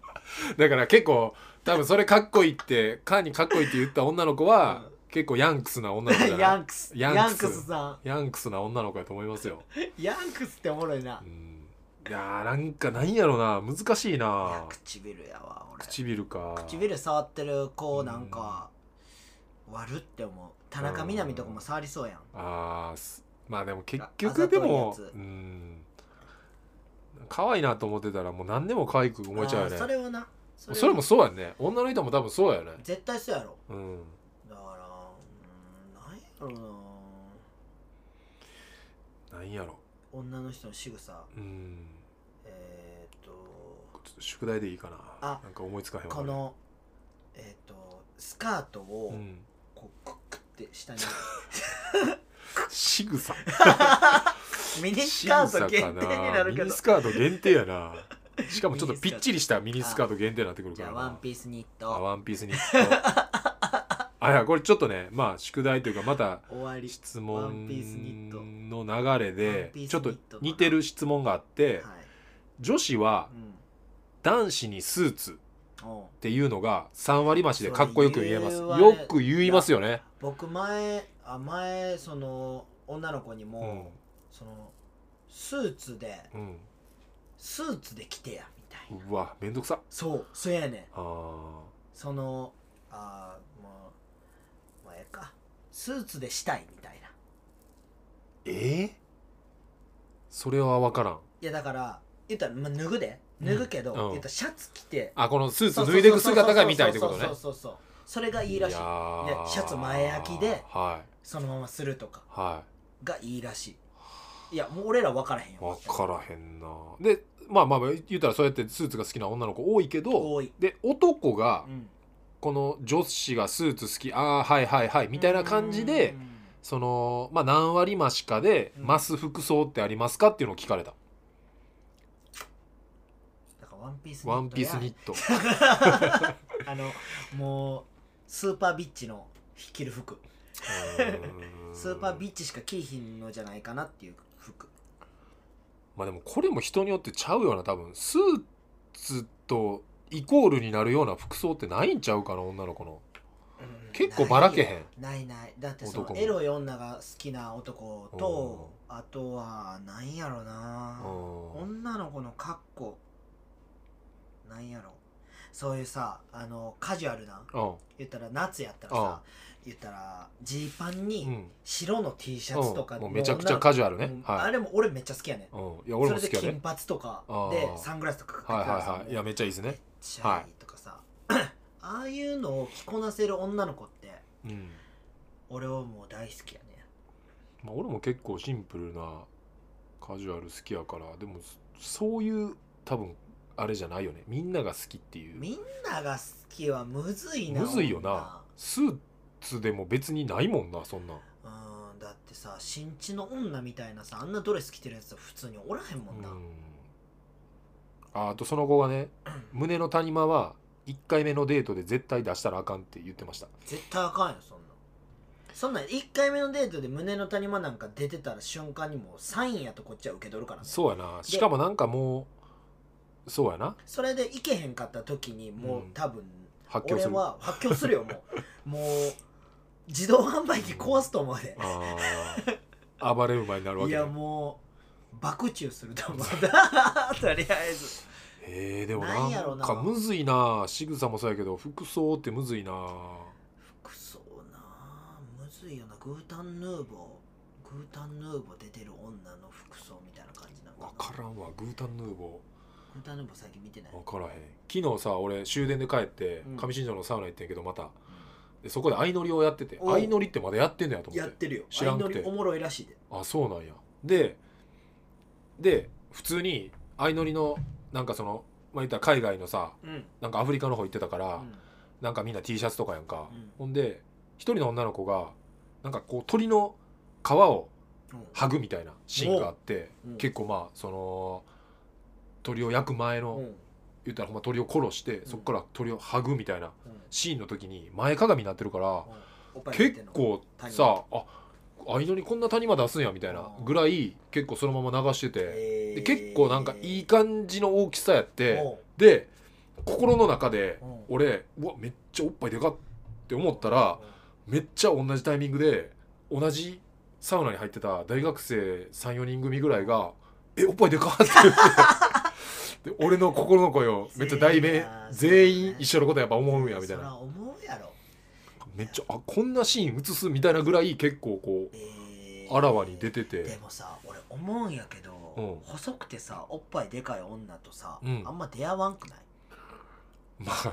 Speaker 1: だから結構多分それかっこいいってカーにかっこいいって言った女の子は、
Speaker 2: う
Speaker 1: 結構ヤンクスな女の子じゃな
Speaker 2: ヤ
Speaker 1: い
Speaker 2: ンクス
Speaker 1: ヤ
Speaker 2: ヤ
Speaker 1: ンク
Speaker 2: ン
Speaker 1: ス
Speaker 2: クスさ
Speaker 1: ヤンクスな女の子やと思いますよ、
Speaker 2: んヤンクスっておもろいな
Speaker 1: うん、いやーなんかなんやろな難しい
Speaker 2: いや
Speaker 1: な
Speaker 2: 唇やわ俺
Speaker 1: 唇か
Speaker 2: 唇触ってる子なんか悪って思う田中みな実とかも触りそうやん
Speaker 1: あーすまあでも結
Speaker 2: あ
Speaker 1: 局
Speaker 2: あざと
Speaker 1: で
Speaker 2: い
Speaker 1: も
Speaker 2: やつ
Speaker 1: うん可愛いなと思ってたらもう何でも可愛く思えちゃうよ
Speaker 2: あ
Speaker 1: ねそ
Speaker 2: ーそ
Speaker 1: れ
Speaker 2: れはなそ
Speaker 1: もそうやね女の人も多分そうやね
Speaker 2: 絶対そうやろ
Speaker 1: うん
Speaker 2: だからうんなんやろ
Speaker 1: なんやろ
Speaker 2: うな女の人の仕草
Speaker 1: うん
Speaker 2: えーっと
Speaker 1: ちょっと宿題でいいかな
Speaker 2: あ
Speaker 1: なんか思いつかへんわ
Speaker 2: このえーっとスカート
Speaker 1: 俺
Speaker 2: を
Speaker 1: うん
Speaker 2: こうクックって下に
Speaker 1: 仕草
Speaker 2: ミニス
Speaker 1: 仕
Speaker 2: カ
Speaker 1: 草
Speaker 2: ート限定にな
Speaker 1: かな
Speaker 2: る
Speaker 1: ミ
Speaker 2: け
Speaker 1: ニ
Speaker 2: ど
Speaker 1: スカート限定やなしかもちょっと
Speaker 2: ミ
Speaker 1: ぴ
Speaker 2: ニスカート
Speaker 1: っちりしたミニスカート限定になってくる
Speaker 2: じ
Speaker 1: か
Speaker 2: ゃ
Speaker 1: ら
Speaker 2: あ
Speaker 1: な
Speaker 2: ワンピースニッ
Speaker 1: あ
Speaker 2: ト
Speaker 1: ワンピースにあいやこれちょっとねまあ宿題というかまた
Speaker 2: 終わり
Speaker 1: 質
Speaker 2: ワンピースニット
Speaker 1: 問の流れ
Speaker 2: ワン
Speaker 1: で
Speaker 2: ピース
Speaker 1: ちょっと
Speaker 2: ニットかな
Speaker 1: 似てる質問があって
Speaker 2: はい
Speaker 1: 女子は
Speaker 2: うん
Speaker 1: 男子にスーツ
Speaker 2: おう
Speaker 1: っていうのが3割増しでかっこよく言えます
Speaker 2: それ
Speaker 1: よ
Speaker 2: 言うわね
Speaker 1: く言いますよね
Speaker 2: 僕前あ前その女の子にも、
Speaker 1: うん
Speaker 2: そのスーツで
Speaker 1: うん
Speaker 2: スーツで着てやみたいな
Speaker 1: うわめんどくさ
Speaker 2: そうそうやねん
Speaker 1: あー
Speaker 2: そのあーもうまあええかスーツでしたいみたいな
Speaker 1: えーそれは分からん
Speaker 2: いやだから言ったら、まあ、脱ぐで脱ぐけど、
Speaker 1: うんうん
Speaker 2: 言ったらシャツ着て
Speaker 1: あこのスーツ脱いでいく姿が見たいってことね
Speaker 2: そうそうそうそうそうそれがいいらしい
Speaker 1: やー
Speaker 2: でシャツ前開きで
Speaker 1: はい
Speaker 2: そのままするとか
Speaker 1: はい
Speaker 2: がいいらしいいやもう俺ら分からへんよ
Speaker 1: 分からへんなでまあまあまあ言ったらそうやってスーツが好きな女の子多いけど
Speaker 2: 多い、
Speaker 1: で男が
Speaker 2: うん、
Speaker 1: この女子がスーツ好きああはいはいはいみたいな感じで
Speaker 2: うん
Speaker 1: そのまあ何割増しかで
Speaker 2: うん
Speaker 1: 増す服装ってありますかっていうのを聞かれた
Speaker 2: だからワンピース
Speaker 1: 「ワンピースニッ
Speaker 2: ッ [laughs]
Speaker 1: ト」
Speaker 2: トやあのもうスーパービッチの着る服
Speaker 1: う
Speaker 2: スーパービ
Speaker 1: ん
Speaker 2: ッチしか着いひんのじゃないかなっていう服
Speaker 1: まあでもこれも人によってちゃうような多分スーツとイコールになるような服装ってないんちゃうかな女の子の
Speaker 2: うん
Speaker 1: 結構ばらけへん
Speaker 2: ないよないないだってそ
Speaker 1: 男
Speaker 2: の
Speaker 1: も
Speaker 2: エロい女が好きな男とあとはなんやろな
Speaker 1: うん
Speaker 2: 女の子の格好なんやろそういうさあのカジュアルな
Speaker 1: うん
Speaker 2: 言ったら夏やったらさ言ったらジーパン
Speaker 1: う
Speaker 2: に
Speaker 1: ん
Speaker 2: 白の T シャツとか
Speaker 1: うんもうめちゃくちゃカジュアルね
Speaker 2: うん
Speaker 1: はい
Speaker 2: あれも俺めっちゃ好きやねん
Speaker 1: うん、いや俺も
Speaker 2: それ
Speaker 1: 好
Speaker 2: で
Speaker 1: きや
Speaker 2: 金
Speaker 1: ね
Speaker 2: 髪とか
Speaker 1: あー
Speaker 2: でサングラスとか
Speaker 1: はい
Speaker 2: かけてる
Speaker 1: はいはいいやめっちゃいいです
Speaker 2: めっ
Speaker 1: ね、
Speaker 2: ちゃいいとかさ、 [coughs] ああいうのを着こなせる女の子って
Speaker 1: うん
Speaker 2: 俺はもう大好きやね
Speaker 1: まあ、俺も結構シンプルなカジュアル好きやからでもそそういう多分あれじゃないよねみんなが好きっていう
Speaker 2: みんなが好きはむずいな
Speaker 1: むずいよなスーツでも別にないもんなそんなん
Speaker 2: 女うんだってさ新地の女みたいなさあんなドレス着てるやつは普通におらへんもんな、
Speaker 1: うんああとその子がね [clears throat] 胸の谷間は1回目のデートで絶対出したらあかんって言ってました
Speaker 2: 絶対あかんよそんなんそんなん1回目のデートで胸の谷間なんか出てたら瞬間にもうサインやとこっちは受け取るからね
Speaker 1: そうやなしかもなんかもうそうやな
Speaker 2: それで行けへんかった時にもう多分、
Speaker 1: 発狂
Speaker 2: 俺
Speaker 1: する
Speaker 2: は発狂するよもうもう自動販売機壊すと思うで、
Speaker 1: あー暴れ馬になるわ
Speaker 2: い
Speaker 1: け
Speaker 2: や
Speaker 1: ね
Speaker 2: もう爆中する [laughs] と思うとりあえず
Speaker 1: えー、でも
Speaker 2: なんや
Speaker 1: な
Speaker 2: ろ
Speaker 1: ん
Speaker 2: な
Speaker 1: かむずいな仕草もそうやけど服装ってむずいな
Speaker 2: 服装なあむずいいよなグータンヌーボーグータンヌーボー出てる女の服装みたいな感じなの
Speaker 1: わ
Speaker 2: かな
Speaker 1: からんわグータンヌーボ
Speaker 2: グータンヌーボー最近見てない
Speaker 1: ーわからへん昨日さ俺終電で帰って
Speaker 2: うん
Speaker 1: 上新庄のサウナ行ってんけどまたでそこで相乗りをやってて
Speaker 2: おう
Speaker 1: 相乗りってまだやってんのやと思
Speaker 2: や
Speaker 1: っ
Speaker 2: っててるよ
Speaker 1: 知らんくて
Speaker 2: 相乗りおもろいらしいで
Speaker 1: あそうなんやでで普通に相乗りのなんかそのまあ言ったら海外のさ
Speaker 2: うんうん
Speaker 1: なんかアフリカの方行ってたから、なんかみんな T シャツとかやんか、
Speaker 2: うん
Speaker 1: ほんで一人の女の子がなんかこう鳥の皮を剥ぐみたいなシーンがあって
Speaker 2: おううん
Speaker 1: 結構まあその鳥を焼く前の、
Speaker 2: うん
Speaker 1: 言ったらほんま鳥を殺して、
Speaker 2: ん
Speaker 1: そこから鳥を剥ぐみたいな
Speaker 2: うん
Speaker 1: シーンの時に前かがみになってるから
Speaker 2: おっぱい入れて
Speaker 1: 結
Speaker 2: んの
Speaker 1: 構
Speaker 2: 谷
Speaker 1: さあ相乗りこんな谷間出すんやみたいなぐらい結構そのまま流してて、
Speaker 2: え
Speaker 1: で
Speaker 2: ー
Speaker 1: 結構なんかいい感じの大きさやって。
Speaker 2: おう
Speaker 1: で心の中で
Speaker 2: うん
Speaker 1: 俺うわめっちゃおっぱいでかって思ったらめっちゃ同じタイミングで同じサウナに入ってた大学生34人組ぐらいが「えおっぱいでか!」って言って [laughs] で俺の心の声をめっちゃ代
Speaker 2: 全員
Speaker 1: 弁
Speaker 2: や
Speaker 1: 全員一緒のことやっぱ思うんやみたい
Speaker 2: そら
Speaker 1: な
Speaker 2: 思うやろ
Speaker 1: めっちゃあこんなシーン映すみたいなぐらい結構こう
Speaker 2: えー
Speaker 1: あらわに出て
Speaker 2: で
Speaker 1: て
Speaker 2: もさ俺思うんやけど、
Speaker 1: うん
Speaker 2: 細くてさおっぱいでかい女とさ、
Speaker 1: うん
Speaker 2: あんま出会わんくない
Speaker 1: まあ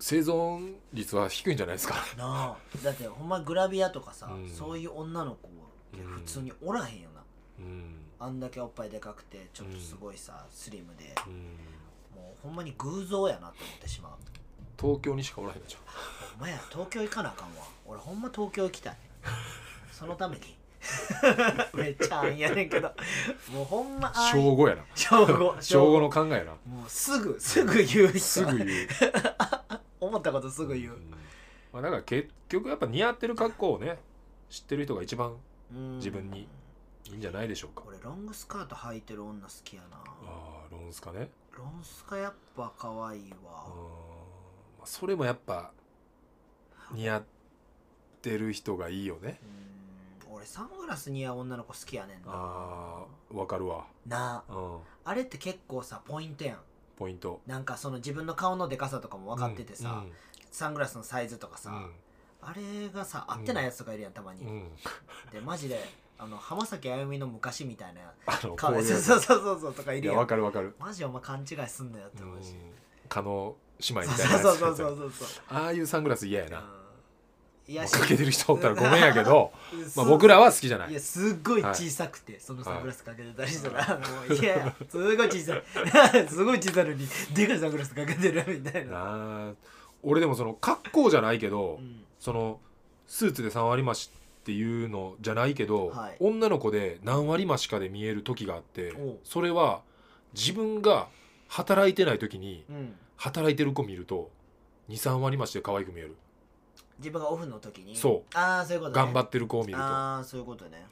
Speaker 1: 生存率は低いんじゃないですか
Speaker 2: なあだってほんまグラビアとかさ、
Speaker 1: うん
Speaker 2: そういう女の子って普通におらへんよな、
Speaker 1: うん
Speaker 2: あんだけおっぱいでかくてちょっとすごいさ、スリムで
Speaker 1: うん
Speaker 2: もうほんまに偶像やなって思ってしまう
Speaker 1: 東京にしかおらへんじゃん
Speaker 2: ほんまや東京行かなあかんわ俺ほんま東京行きたいそのために [laughs] めっちゃあんやねんけどもうほんまあん
Speaker 1: 小5やな
Speaker 2: 小
Speaker 1: [laughs]
Speaker 2: 5
Speaker 1: 小5の考えやな
Speaker 2: もうすぐすぐ言う人
Speaker 1: すぐ言う
Speaker 2: 思ったことすぐ言う、
Speaker 1: んまあ、だから結局やっぱ似合ってる格好をね知ってる人が一番
Speaker 2: うん
Speaker 1: 自分にいいんじゃないでしょうか
Speaker 2: 俺ロングスカート履いてる女好きやな
Speaker 1: ああロンスかね
Speaker 2: ロンスカやっぱ可愛い
Speaker 1: うん
Speaker 2: わ、
Speaker 1: まあそれもやっぱ似合ってる人がいいよね
Speaker 2: うん、俺サングラス似合う女の子好きやねんな
Speaker 1: ああわかるわ
Speaker 2: なあ
Speaker 1: うん
Speaker 2: あれって結構さポイントやん
Speaker 1: ポイント
Speaker 2: なんかその自分の顔のでかさとかも分かっててさ、サングラスのサイズとかさ、あれがさ合ってないやつとかいるやんたまに、
Speaker 1: うん、うん、
Speaker 2: でマジであの浜崎あゆみの昔みたいな
Speaker 1: あ
Speaker 2: [laughs]
Speaker 1: のこ
Speaker 2: 顔
Speaker 1: うい
Speaker 2: で
Speaker 1: う
Speaker 2: そうそうそうそうそうとかい
Speaker 1: い
Speaker 2: る
Speaker 1: や
Speaker 2: や
Speaker 1: わ
Speaker 2: ん
Speaker 1: かるわかる
Speaker 2: マジお前勘違いすんなよって思うし、
Speaker 1: 可能姉妹みたいな
Speaker 2: そう
Speaker 1: やつ
Speaker 2: そうそうそうそうそう
Speaker 1: ああ [laughs] いうサングラス嫌やな、
Speaker 2: うんいや
Speaker 1: もう
Speaker 2: し
Speaker 1: かけてる人おったらごめんやけ
Speaker 2: [laughs]
Speaker 1: ど
Speaker 2: す
Speaker 1: まあ僕らは好きじゃないい
Speaker 2: やすっごい小さくて、そのサングラスかけてたりしたら、もういやいやすごい小さい [laughs] すごい小さいのにでかいサングラスかけてるみたいな、
Speaker 1: なあ俺でもその格好じゃないけど、
Speaker 2: うん、
Speaker 1: そのスーツで3割増しっていうのじゃないけど、
Speaker 2: はい
Speaker 1: 女の子で何割増しかで見える時があって
Speaker 2: おう
Speaker 1: それは自分が働いてない時に
Speaker 2: うん、
Speaker 1: 働いてる子見ると23割増しで可愛く見える
Speaker 2: 自分がオフの時に
Speaker 1: そう
Speaker 2: ああそういうことね
Speaker 1: 頑張ってる子を見ると、ま
Speaker 2: ああそういうことね、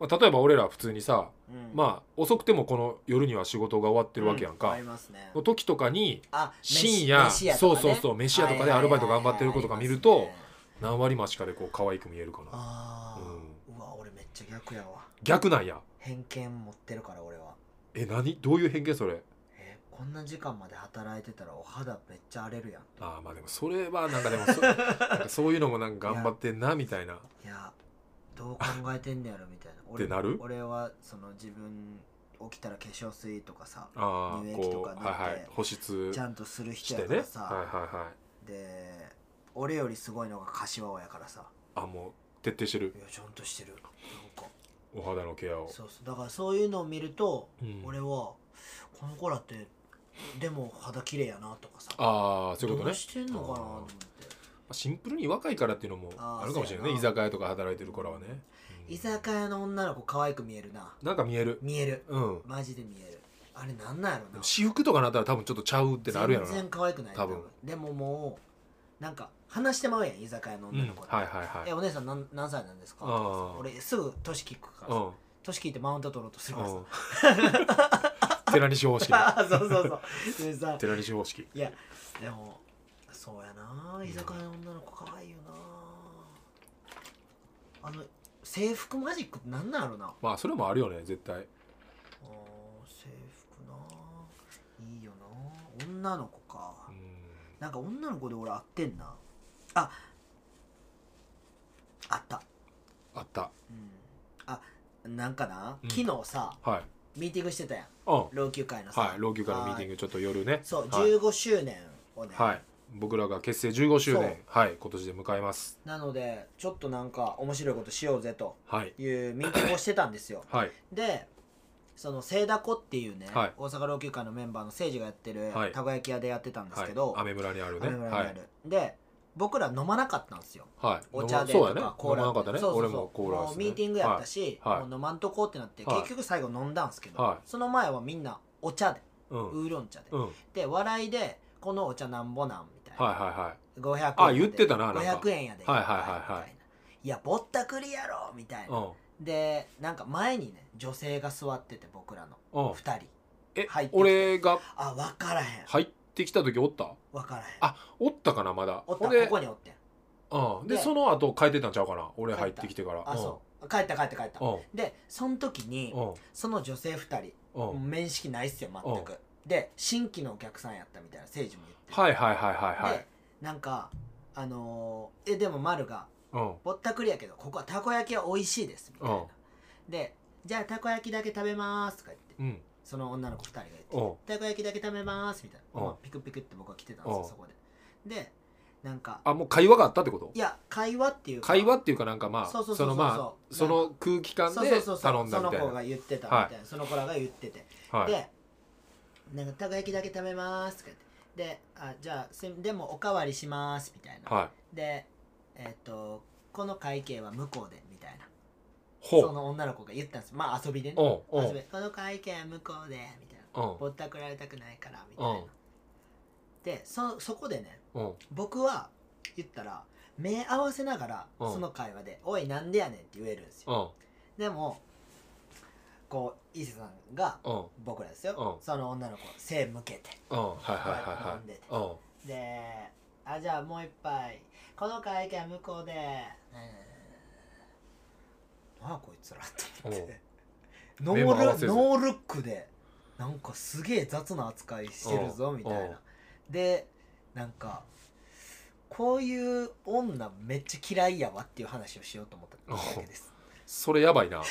Speaker 1: あ、例えば俺ら普通にさ、
Speaker 2: うん、あ
Speaker 1: まあ遅くてもこの夜には仕事が終わってるわけやん
Speaker 2: あ
Speaker 1: か
Speaker 2: り、ますね
Speaker 1: の時とかに
Speaker 2: あ
Speaker 1: 深夜
Speaker 2: 飯屋
Speaker 1: そう
Speaker 2: とかね
Speaker 1: そうそう飯屋とかでアルバイト頑張ってる子とか見ると
Speaker 2: はいはいはいはい
Speaker 1: 何割増しかでこう可愛く見えるかな
Speaker 2: ありますねあー、うわ俺めっちゃ逆やわ
Speaker 1: 逆なんや
Speaker 2: 偏見持ってるから俺は
Speaker 1: え何どういう偏見それ
Speaker 2: えーこんな時間まで働いてたらお肌めっちゃ荒れるやん
Speaker 1: あーまあでもそれはなんかでもそ
Speaker 2: [laughs]
Speaker 1: なんかそういうのもなんか頑張ってんなみたいない
Speaker 2: やどう考えてんねやろみたい
Speaker 1: [laughs]
Speaker 2: な
Speaker 1: ってなる
Speaker 2: 俺はその自分起きたら化粧水とかさ
Speaker 1: ああ
Speaker 2: 乳液と
Speaker 1: こ
Speaker 2: か塗
Speaker 1: う
Speaker 2: って
Speaker 1: はいはい保湿
Speaker 2: ちゃんとする
Speaker 1: して
Speaker 2: 人
Speaker 1: ね
Speaker 2: やか
Speaker 1: はい
Speaker 2: らさ、
Speaker 1: はいはい
Speaker 2: で俺よりすごいのが柏尾やからさ
Speaker 1: あもう徹底してる
Speaker 2: いやちゃんとしてるなんか
Speaker 1: お肌のケアを
Speaker 2: そうそうだからそういうのを見ると、
Speaker 1: うん
Speaker 2: 俺はこの子らってでも肌綺麗やなとかさ
Speaker 1: ああそういうこと
Speaker 2: ど
Speaker 1: ね
Speaker 2: うしてんのかなと
Speaker 1: あーま
Speaker 2: 思って
Speaker 1: あシンプルに若いからっていうのも
Speaker 2: あー
Speaker 1: あるかもしれない
Speaker 2: そ
Speaker 1: ね
Speaker 2: うや
Speaker 1: 居
Speaker 2: な
Speaker 1: 酒屋とか働いてるからはねうん
Speaker 2: 居酒屋の女の子可愛く見えるな
Speaker 1: なんか見える
Speaker 2: 見える
Speaker 1: うん
Speaker 2: マジで見えるあれなんなんやろ
Speaker 1: で
Speaker 2: な
Speaker 1: も私服とかなったら多分ちょっとちゃうってなるやろ
Speaker 2: 全
Speaker 1: な
Speaker 2: 然可愛くない
Speaker 1: 多分
Speaker 2: でももうなんか話してまうやん居酒屋の
Speaker 1: うん
Speaker 2: 女
Speaker 1: はい
Speaker 2: の子って、
Speaker 1: はいはい
Speaker 2: えお姉さんなん何歳なんですか?」
Speaker 1: あー
Speaker 2: 俺すぐ年聞くからさ
Speaker 1: う
Speaker 2: 年聞いてマウント取ろうとするから
Speaker 1: んう
Speaker 2: さ
Speaker 1: ん [laughs] 寺西方式ね
Speaker 2: あー [laughs] そうそうそうでさ
Speaker 1: 寺西方式
Speaker 2: いやでもそうやな居酒屋の女の子可愛いよなあの制服マジックってなんなんやろな
Speaker 1: まあそれもあるよね絶対
Speaker 2: あー制服ないいよな女の子か
Speaker 1: うん
Speaker 2: なんか女の子で俺合ってんなああった、
Speaker 1: あった
Speaker 2: うん、あなんかな、
Speaker 1: うん
Speaker 2: 昨日さ
Speaker 1: はい
Speaker 2: ミーティングしてたやん
Speaker 1: うんは
Speaker 2: 老朽会のさ、
Speaker 1: い老朽化のミーティン
Speaker 2: グ
Speaker 1: グちょっと夜ね
Speaker 2: そう、
Speaker 1: はい、
Speaker 2: 15周年をね、
Speaker 1: はい、僕らが結成15周
Speaker 2: そう
Speaker 1: 年はい今年で迎えます
Speaker 2: なのでちょっとなんか面白いことしようぜと
Speaker 1: はい
Speaker 2: いうミーティングをしてたんですよ
Speaker 1: はい
Speaker 2: でその聖ダコっていうね、
Speaker 1: はい
Speaker 2: 大阪老朽化のメンバーの誠治がやってる
Speaker 1: はい
Speaker 2: たこ焼き屋でやってたんです
Speaker 1: はい
Speaker 2: けど、
Speaker 1: 雨村にあるね
Speaker 2: 雨村にあ
Speaker 1: は
Speaker 2: る
Speaker 1: い、
Speaker 2: で僕ら飲まなかったんですよ
Speaker 1: はい、
Speaker 2: お茶で
Speaker 1: そう
Speaker 2: と
Speaker 1: やね
Speaker 2: かコーラ
Speaker 1: 飲まなかったね
Speaker 2: そうそうそう
Speaker 1: 俺もコーラ
Speaker 2: もうミーティングやった
Speaker 1: し、
Speaker 2: し、
Speaker 1: はいはい
Speaker 2: もう飲まんとこうってなって、
Speaker 1: はい
Speaker 2: 結局最後飲んだんですけど、
Speaker 1: はい
Speaker 2: その前はみんなお茶で、
Speaker 1: はい、うん
Speaker 2: ウーロン茶で、
Speaker 1: うんはい
Speaker 2: で笑いでこのお茶なんぼなんみたいな、
Speaker 1: は
Speaker 2: 500円
Speaker 1: あ言ってたななんか
Speaker 2: 500円やで
Speaker 1: はいはいはいはい
Speaker 2: みたないやぼったくりやろみたい
Speaker 1: いは
Speaker 2: な、
Speaker 1: い
Speaker 2: でなんか前にね女性が座ってて僕らの
Speaker 1: うんうん
Speaker 2: 2人
Speaker 1: え
Speaker 2: 入ってきて
Speaker 1: 俺が
Speaker 2: あ分からへん
Speaker 1: 入ってきた時おった
Speaker 2: 分からへん
Speaker 1: あおったかなまだ
Speaker 2: おっ
Speaker 1: ほ
Speaker 2: た
Speaker 1: ん
Speaker 2: こ
Speaker 1: で
Speaker 2: こにおってん
Speaker 1: うん、で
Speaker 2: で
Speaker 1: その後変えてたんちゃうかな俺入ってきてから
Speaker 2: あそう帰った帰った帰った
Speaker 1: うん
Speaker 2: でその時に
Speaker 1: うん
Speaker 2: その女性2人
Speaker 1: うんうん
Speaker 2: 面識ないっすよ全くで新規のお客さんやったみたいな誠治も言って
Speaker 1: はいはいはいはいはい
Speaker 2: でなんかあのーえでも丸が
Speaker 1: うん
Speaker 2: ぼったくりやけどここはたこ焼きは美味しいですみたいなでじゃあたこ焼きだけ食べますとか言って
Speaker 1: うん
Speaker 2: その女の子2人が
Speaker 1: う
Speaker 2: 言っ
Speaker 1: ん
Speaker 2: てたこ焼きだけ食べますみたいな
Speaker 1: うん
Speaker 2: まあピクピクって僕は来てたんです
Speaker 1: う
Speaker 2: よ
Speaker 1: ん
Speaker 2: そこででなんか
Speaker 1: あもう会話があったってこと
Speaker 2: いや会話っていうか
Speaker 1: 会話っていうかなんかま
Speaker 2: そうそ
Speaker 1: あ
Speaker 2: うそ
Speaker 1: そう
Speaker 2: そう
Speaker 1: のまあその空気感
Speaker 2: そうそう
Speaker 1: で
Speaker 2: そうそう
Speaker 1: 頼んだみたい
Speaker 2: その子
Speaker 1: な
Speaker 2: が言ってたみたいな、その子らが言ってて、
Speaker 1: はい
Speaker 2: でなんかたこ焼きだけ食べますとか言ってであじゃあすでもおかわりしますみたいな、
Speaker 1: はい
Speaker 2: でえっとこの会計は向こうでみたいなそ
Speaker 1: ほ
Speaker 2: の女の子が言ったんですまあ遊びで
Speaker 1: うう
Speaker 2: ね
Speaker 1: んうん
Speaker 2: 遊びこの会計は向こうでみたいなぼったくられたくないからみたいな
Speaker 1: うん
Speaker 2: でそそこでね
Speaker 1: うんうん
Speaker 2: 僕は言ったら目合わせながら
Speaker 1: うん
Speaker 2: その会話で「おいなんでやねん」って言えるんですよ
Speaker 1: うん
Speaker 2: でもこう伊勢さんが
Speaker 1: うんうん
Speaker 2: 僕らですよ、
Speaker 1: うん
Speaker 2: その女の子背向けて
Speaker 1: はいはいはい
Speaker 2: 飲んでて
Speaker 1: はいうん
Speaker 2: であじゃあもう一杯この会見は向こうで、うん、なあこいつらと思って [laughs] ノ
Speaker 1: 目も合わ
Speaker 2: ー
Speaker 1: せ
Speaker 2: ル
Speaker 1: ず
Speaker 2: ノールックでなんかすげえ雑な扱いしてるぞみたい
Speaker 1: うん
Speaker 2: なでなんかこういう女めっちゃ嫌いやわっていう話をしようと思ったわけです
Speaker 1: それやばい
Speaker 2: [laughs]
Speaker 1: な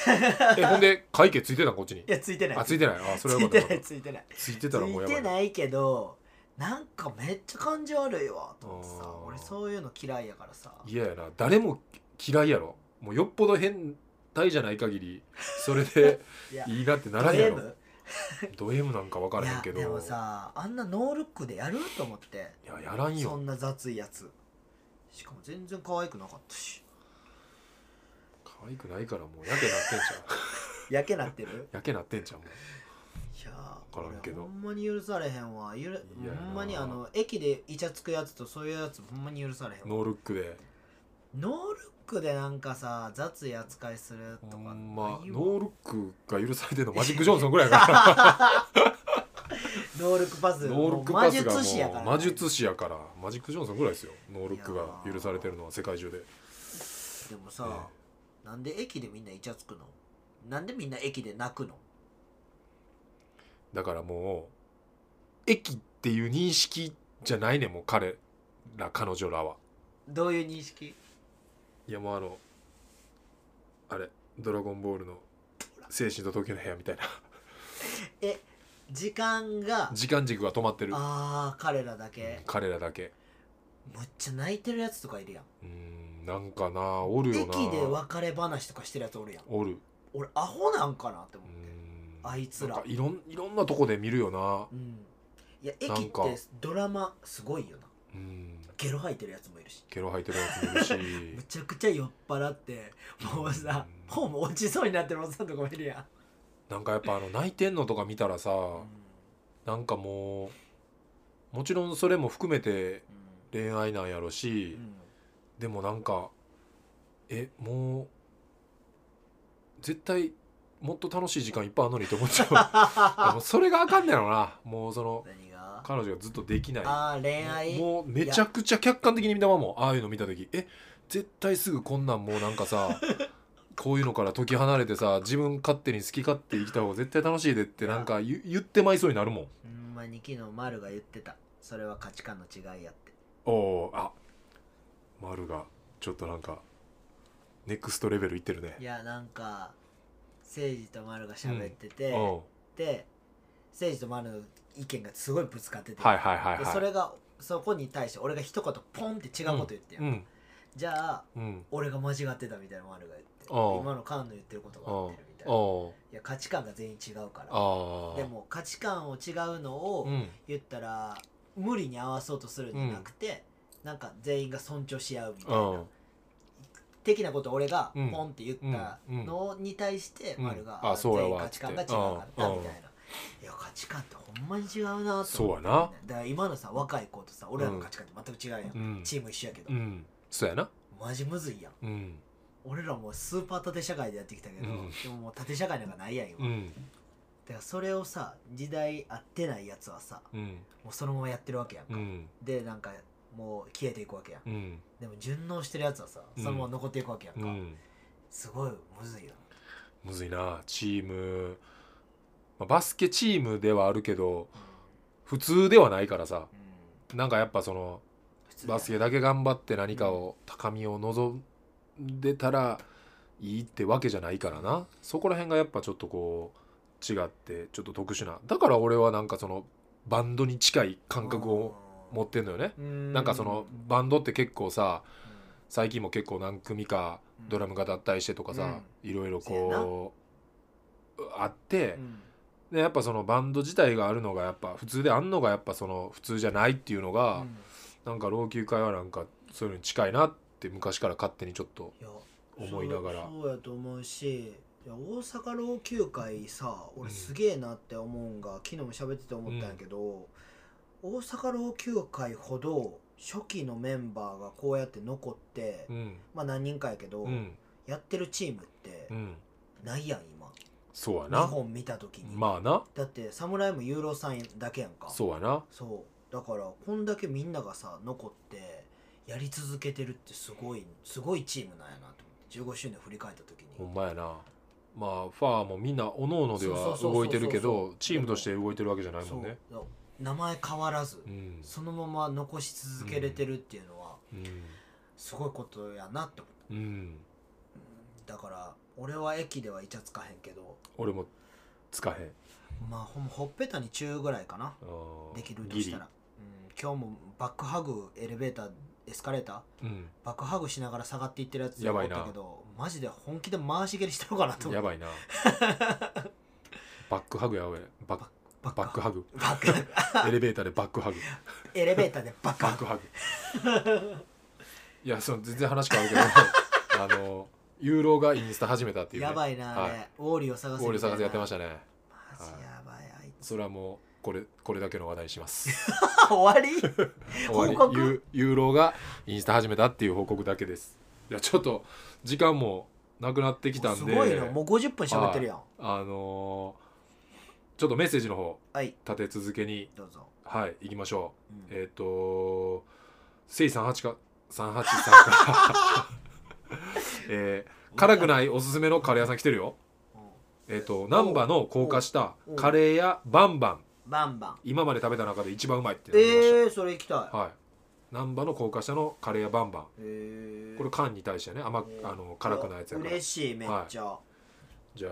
Speaker 1: えほんで会計ついてたんこっちに
Speaker 2: いやついてない
Speaker 1: あついてないあそれ
Speaker 2: つ
Speaker 1: はよ
Speaker 2: い
Speaker 1: か
Speaker 2: て
Speaker 1: った
Speaker 2: ないついてない
Speaker 1: ついて
Speaker 2: つ
Speaker 1: たらもう
Speaker 2: い
Speaker 1: やば
Speaker 2: て
Speaker 1: いな
Speaker 2: ないけどなんかめっちゃ感じ悪いわと思って
Speaker 1: あ
Speaker 2: さ
Speaker 1: ー
Speaker 2: 俺そういうの嫌いやからさ
Speaker 1: 嫌やな誰も嫌いやろもうよっぽど変態じゃない限りそれで
Speaker 2: [laughs] いや
Speaker 1: いいなってな
Speaker 2: ド
Speaker 1: らんや
Speaker 2: M
Speaker 1: ろド M なんか分からへんけど
Speaker 2: いやでもさあんなノールックでやると思って
Speaker 1: いややらん
Speaker 2: そ
Speaker 1: よ
Speaker 2: んな雑いやつしかも全然可愛くなかったし
Speaker 1: 可愛くないからもうやけなってんじゃん
Speaker 2: やけなってる
Speaker 1: やけなってんじゃんも
Speaker 2: いやー
Speaker 1: わからんけど
Speaker 2: 俺ほんまに許されへんわゆる
Speaker 1: いやー
Speaker 2: ほんまにあの駅でイチャつくやつとそういうやつほんまに許されへ
Speaker 1: うん
Speaker 2: わ
Speaker 1: ノールックで
Speaker 2: ノールックでなんかさ雑い扱いすると
Speaker 1: ほ
Speaker 2: か
Speaker 1: んま
Speaker 2: ないわ
Speaker 1: ノールックが許されてるのマジック・ジョンソンぐらいや
Speaker 2: [laughs]
Speaker 1: か
Speaker 2: ノールックパス
Speaker 1: らノールックパスが
Speaker 2: もう魔術師やか
Speaker 1: も
Speaker 2: ら
Speaker 1: う
Speaker 2: ね
Speaker 1: 魔術師やからマジック・ジョンソンぐらいですよノールックが許されてるのは世界中で
Speaker 2: でもさ、なんで駅でみんなイチャつくのなんでみんな駅で泣くの
Speaker 1: だからもう駅っていう認識じゃないねんもう彼ら彼女らは
Speaker 2: どういう認識
Speaker 1: いやもうあのあれ「ドラゴンボール」の「精神と時の部屋」みたいな
Speaker 2: 時間が
Speaker 1: 時間軸が止まってる、
Speaker 2: あー彼らだけ、
Speaker 1: 彼らだけ
Speaker 2: むっちゃ泣いてるやつとかいるやん
Speaker 1: うーんなんかなおるよな
Speaker 2: 駅で別れ話とかしてるやつおるやん
Speaker 1: おる
Speaker 2: 俺アホなんかなって
Speaker 1: う
Speaker 2: 思
Speaker 1: ー
Speaker 2: って
Speaker 1: ん
Speaker 2: あいつら
Speaker 1: なんかいろんいろんなとこで見るよな
Speaker 2: うん、いや
Speaker 1: な
Speaker 2: 駅っ
Speaker 1: んか
Speaker 2: てドラマすごいよな
Speaker 1: うん
Speaker 2: ゲロ吐いてるやつもいるし
Speaker 1: ゲロ吐いてるやつもいるし
Speaker 2: [laughs] むちゃくちゃ酔っ払ってもうさ
Speaker 1: うん
Speaker 2: ホーム落ちそうになってるおっさんとかもいるやん、
Speaker 1: なんかやっぱあの泣いてんのとか見たらさ
Speaker 2: うん
Speaker 1: なんかもうもちろんそれも含めて
Speaker 2: う
Speaker 1: 恋愛なんやろし、
Speaker 2: ん
Speaker 1: でもなんかえもう絶対もっと楽しい時間いっぱいあるのにって思っ
Speaker 2: [laughs]
Speaker 1: ちゃうでもそれがあかんねやろなもうその
Speaker 2: 何が
Speaker 1: 彼女がずっとできない
Speaker 2: あー恋愛
Speaker 1: もうめちゃくちゃ客観的に見たまもんああいうの見た時え絶対すぐこんなんもうなんか
Speaker 2: [laughs]
Speaker 1: さこういうのから解き離れてさ自分勝手に好き勝手生きた方が絶対楽しいでってなんか言言ってまいそうになるもん
Speaker 2: ほんまに昨日丸が言ってたそれは価値観の違いやって
Speaker 1: おおあ丸がちょっとなんかネクストレベルいってるね
Speaker 2: いやなんか誠治と丸が喋って
Speaker 1: う
Speaker 2: て、
Speaker 1: んは
Speaker 2: で誠治と丸の意見がすごいぶつかってて、
Speaker 1: いはいはい
Speaker 2: で
Speaker 1: はい
Speaker 2: それがそこに対して俺が一言ポンって違うこと言ってよ、
Speaker 1: うん
Speaker 2: じゃあ
Speaker 1: うん
Speaker 2: 俺が間違ってたみたいな丸が言って
Speaker 1: おう
Speaker 2: 今の菅の言ってることが合ってるみたい
Speaker 1: あ
Speaker 2: ないや価値観が全員違うから
Speaker 1: あ
Speaker 2: でも価値観を違うの
Speaker 1: う
Speaker 2: を
Speaker 1: ん
Speaker 2: 言ったら無理に合わそうとするんじゃなくて、なんか全員が尊重し合うみたいな、
Speaker 1: うん
Speaker 2: 的なことを俺がポ
Speaker 1: うん
Speaker 2: ンって言ったのに対して
Speaker 1: うん
Speaker 2: 丸が
Speaker 1: うんあそうや
Speaker 2: 全員
Speaker 1: わ
Speaker 2: 価値観が違うかったみたいな。いや価値観ってほんまに違うなと思って
Speaker 1: そうやな
Speaker 2: だから今のさ若い子とさ俺らの価値観って全く違うやん、
Speaker 1: うん
Speaker 2: チーム一緒やけど、
Speaker 1: うんそうやな
Speaker 2: マジむずいやん
Speaker 1: うん
Speaker 2: 俺らもうスーパー縦社会でやってきたけど、
Speaker 1: うん
Speaker 2: でももう縦社会なんかないやん今、
Speaker 1: う
Speaker 2: だ
Speaker 1: ん
Speaker 2: からそれをさ時代合ってないやつはさ
Speaker 1: うん
Speaker 2: もうそのままやってるわけやんか、
Speaker 1: うん
Speaker 2: でなんかもう消えていくわけやん
Speaker 1: うん
Speaker 2: でも順応してるやつはさそのまま残っていくわけやん
Speaker 1: う
Speaker 2: か、
Speaker 1: ん
Speaker 2: すごいむずいよ
Speaker 1: むずいなチームまあバスケチームではあるけど普通ではないからさ
Speaker 2: うん、
Speaker 1: なんかやっぱその
Speaker 2: 普通だよ
Speaker 1: バスケだけ頑張って何かを高みを望んでたらいいってわけじゃないからなそこら辺がやっぱちょっとこう違ってちょっと特殊なだから俺はなんかそのバンドに近い感覚を持ってんのよね
Speaker 2: うん
Speaker 1: なんかそのバンドって結構さ最近も結構何組か
Speaker 2: うん
Speaker 1: ドラムが脱退してとかさいろいろこうあって
Speaker 2: うん
Speaker 1: でやっぱそのバンド自体があるのがやっぱ普通であんのがやっぱその普通じゃないっていうの
Speaker 2: う
Speaker 1: が、
Speaker 2: ん
Speaker 1: なんか老朽化はなんかそういうのに近いなって昔から勝手にちょっと
Speaker 2: いや
Speaker 1: 思いながら
Speaker 2: そうそうやと思うしいや大阪老朽会さ
Speaker 1: うん
Speaker 2: 俺すげえなって思うんが、昨日も喋ってて思ったんやけど、大阪老朽会ほど初期のメンバーがこうやって残って、
Speaker 1: うん
Speaker 2: まあ何人かやけど、
Speaker 1: うん
Speaker 2: やってるチームって
Speaker 1: うん
Speaker 2: ないやん今
Speaker 1: そうや
Speaker 2: 日
Speaker 1: な
Speaker 2: 本見た時に、
Speaker 1: まあな
Speaker 2: だって侍もユーロさんだけやんか
Speaker 1: そうやな
Speaker 2: そうだからこんだけみんながさ残ってやり続けてるってすごいすごいチームなんやなと思って15周年振り返った時に
Speaker 1: ほんまやなまあファーもみんな各々で
Speaker 2: そう
Speaker 1: は
Speaker 2: そうそうそう
Speaker 1: 動いてるけ
Speaker 2: で
Speaker 1: ど
Speaker 2: も
Speaker 1: チームとして動いてるわけじゃない
Speaker 2: そ
Speaker 1: もんね
Speaker 2: う名前変わらず、
Speaker 1: うん
Speaker 2: そのまま残し続けれてるっていうのは
Speaker 1: うん
Speaker 2: すごいことやなって思った、
Speaker 1: うん
Speaker 2: うんだから俺は駅ではイチャつかへんけど
Speaker 1: 俺もつかへん
Speaker 2: まあほんまほっぺたに中ぐらいかな
Speaker 1: あー
Speaker 2: できるとしたら、うん、今日もバックハグエレベーターエスカレーター
Speaker 1: ギリ
Speaker 2: バックハグしながら下がっていってるやつ
Speaker 1: やばいな
Speaker 2: おったけどマジで本気で回し蹴りしたのかなと
Speaker 1: うん
Speaker 2: 思
Speaker 1: や
Speaker 2: って
Speaker 1: ばいなバックハグや俺バッ
Speaker 2: バ
Speaker 1: バックハグ
Speaker 2: バックハグ
Speaker 1: エレベーターでバックハグ
Speaker 2: エレベーターでバック
Speaker 1: バ
Speaker 2: ハ
Speaker 1: ッ
Speaker 2: グ
Speaker 1: クハグいやその全然話変わるけど
Speaker 2: [laughs]
Speaker 1: あのユーロがインスタ始めたっていう、ね、
Speaker 2: やばいなあれ、
Speaker 1: はい
Speaker 2: ウォーリーを探
Speaker 1: オ
Speaker 2: せ
Speaker 1: ール探せやってましたたね
Speaker 2: マジやばいあいつ
Speaker 1: それはもうこれこれだけの話題にします
Speaker 2: [laughs] 終わり
Speaker 1: 終
Speaker 2: 報
Speaker 1: わ
Speaker 2: 告
Speaker 1: りユユーロがインスタ始めたっていう報告だけですいやちょっと時間もなくなってきたん
Speaker 2: す
Speaker 1: で
Speaker 2: ごいなもう50分喋ってるやんは
Speaker 1: あのーちょっとメッセージの方
Speaker 2: い、
Speaker 1: 立て続けに
Speaker 2: どうぞ、
Speaker 1: はい行きましょう
Speaker 2: うん
Speaker 1: えっ、とせい38か383か
Speaker 2: [laughs]
Speaker 1: えー辛くないおすすめのカレー屋さん来てるよ
Speaker 2: う
Speaker 1: えっ、と難波の高架下
Speaker 2: おう
Speaker 1: カレー屋バンバン
Speaker 2: んバンバン
Speaker 1: 今まで食べた中で一番うまいってなりまし
Speaker 2: えー、それ行きたい、
Speaker 1: た、はい難波の高架下のカレー屋バンバン
Speaker 2: えー、
Speaker 1: これ缶に対してね甘くあの辛くないやつやから
Speaker 2: 嬉しいめっちゃ、
Speaker 1: じゃあ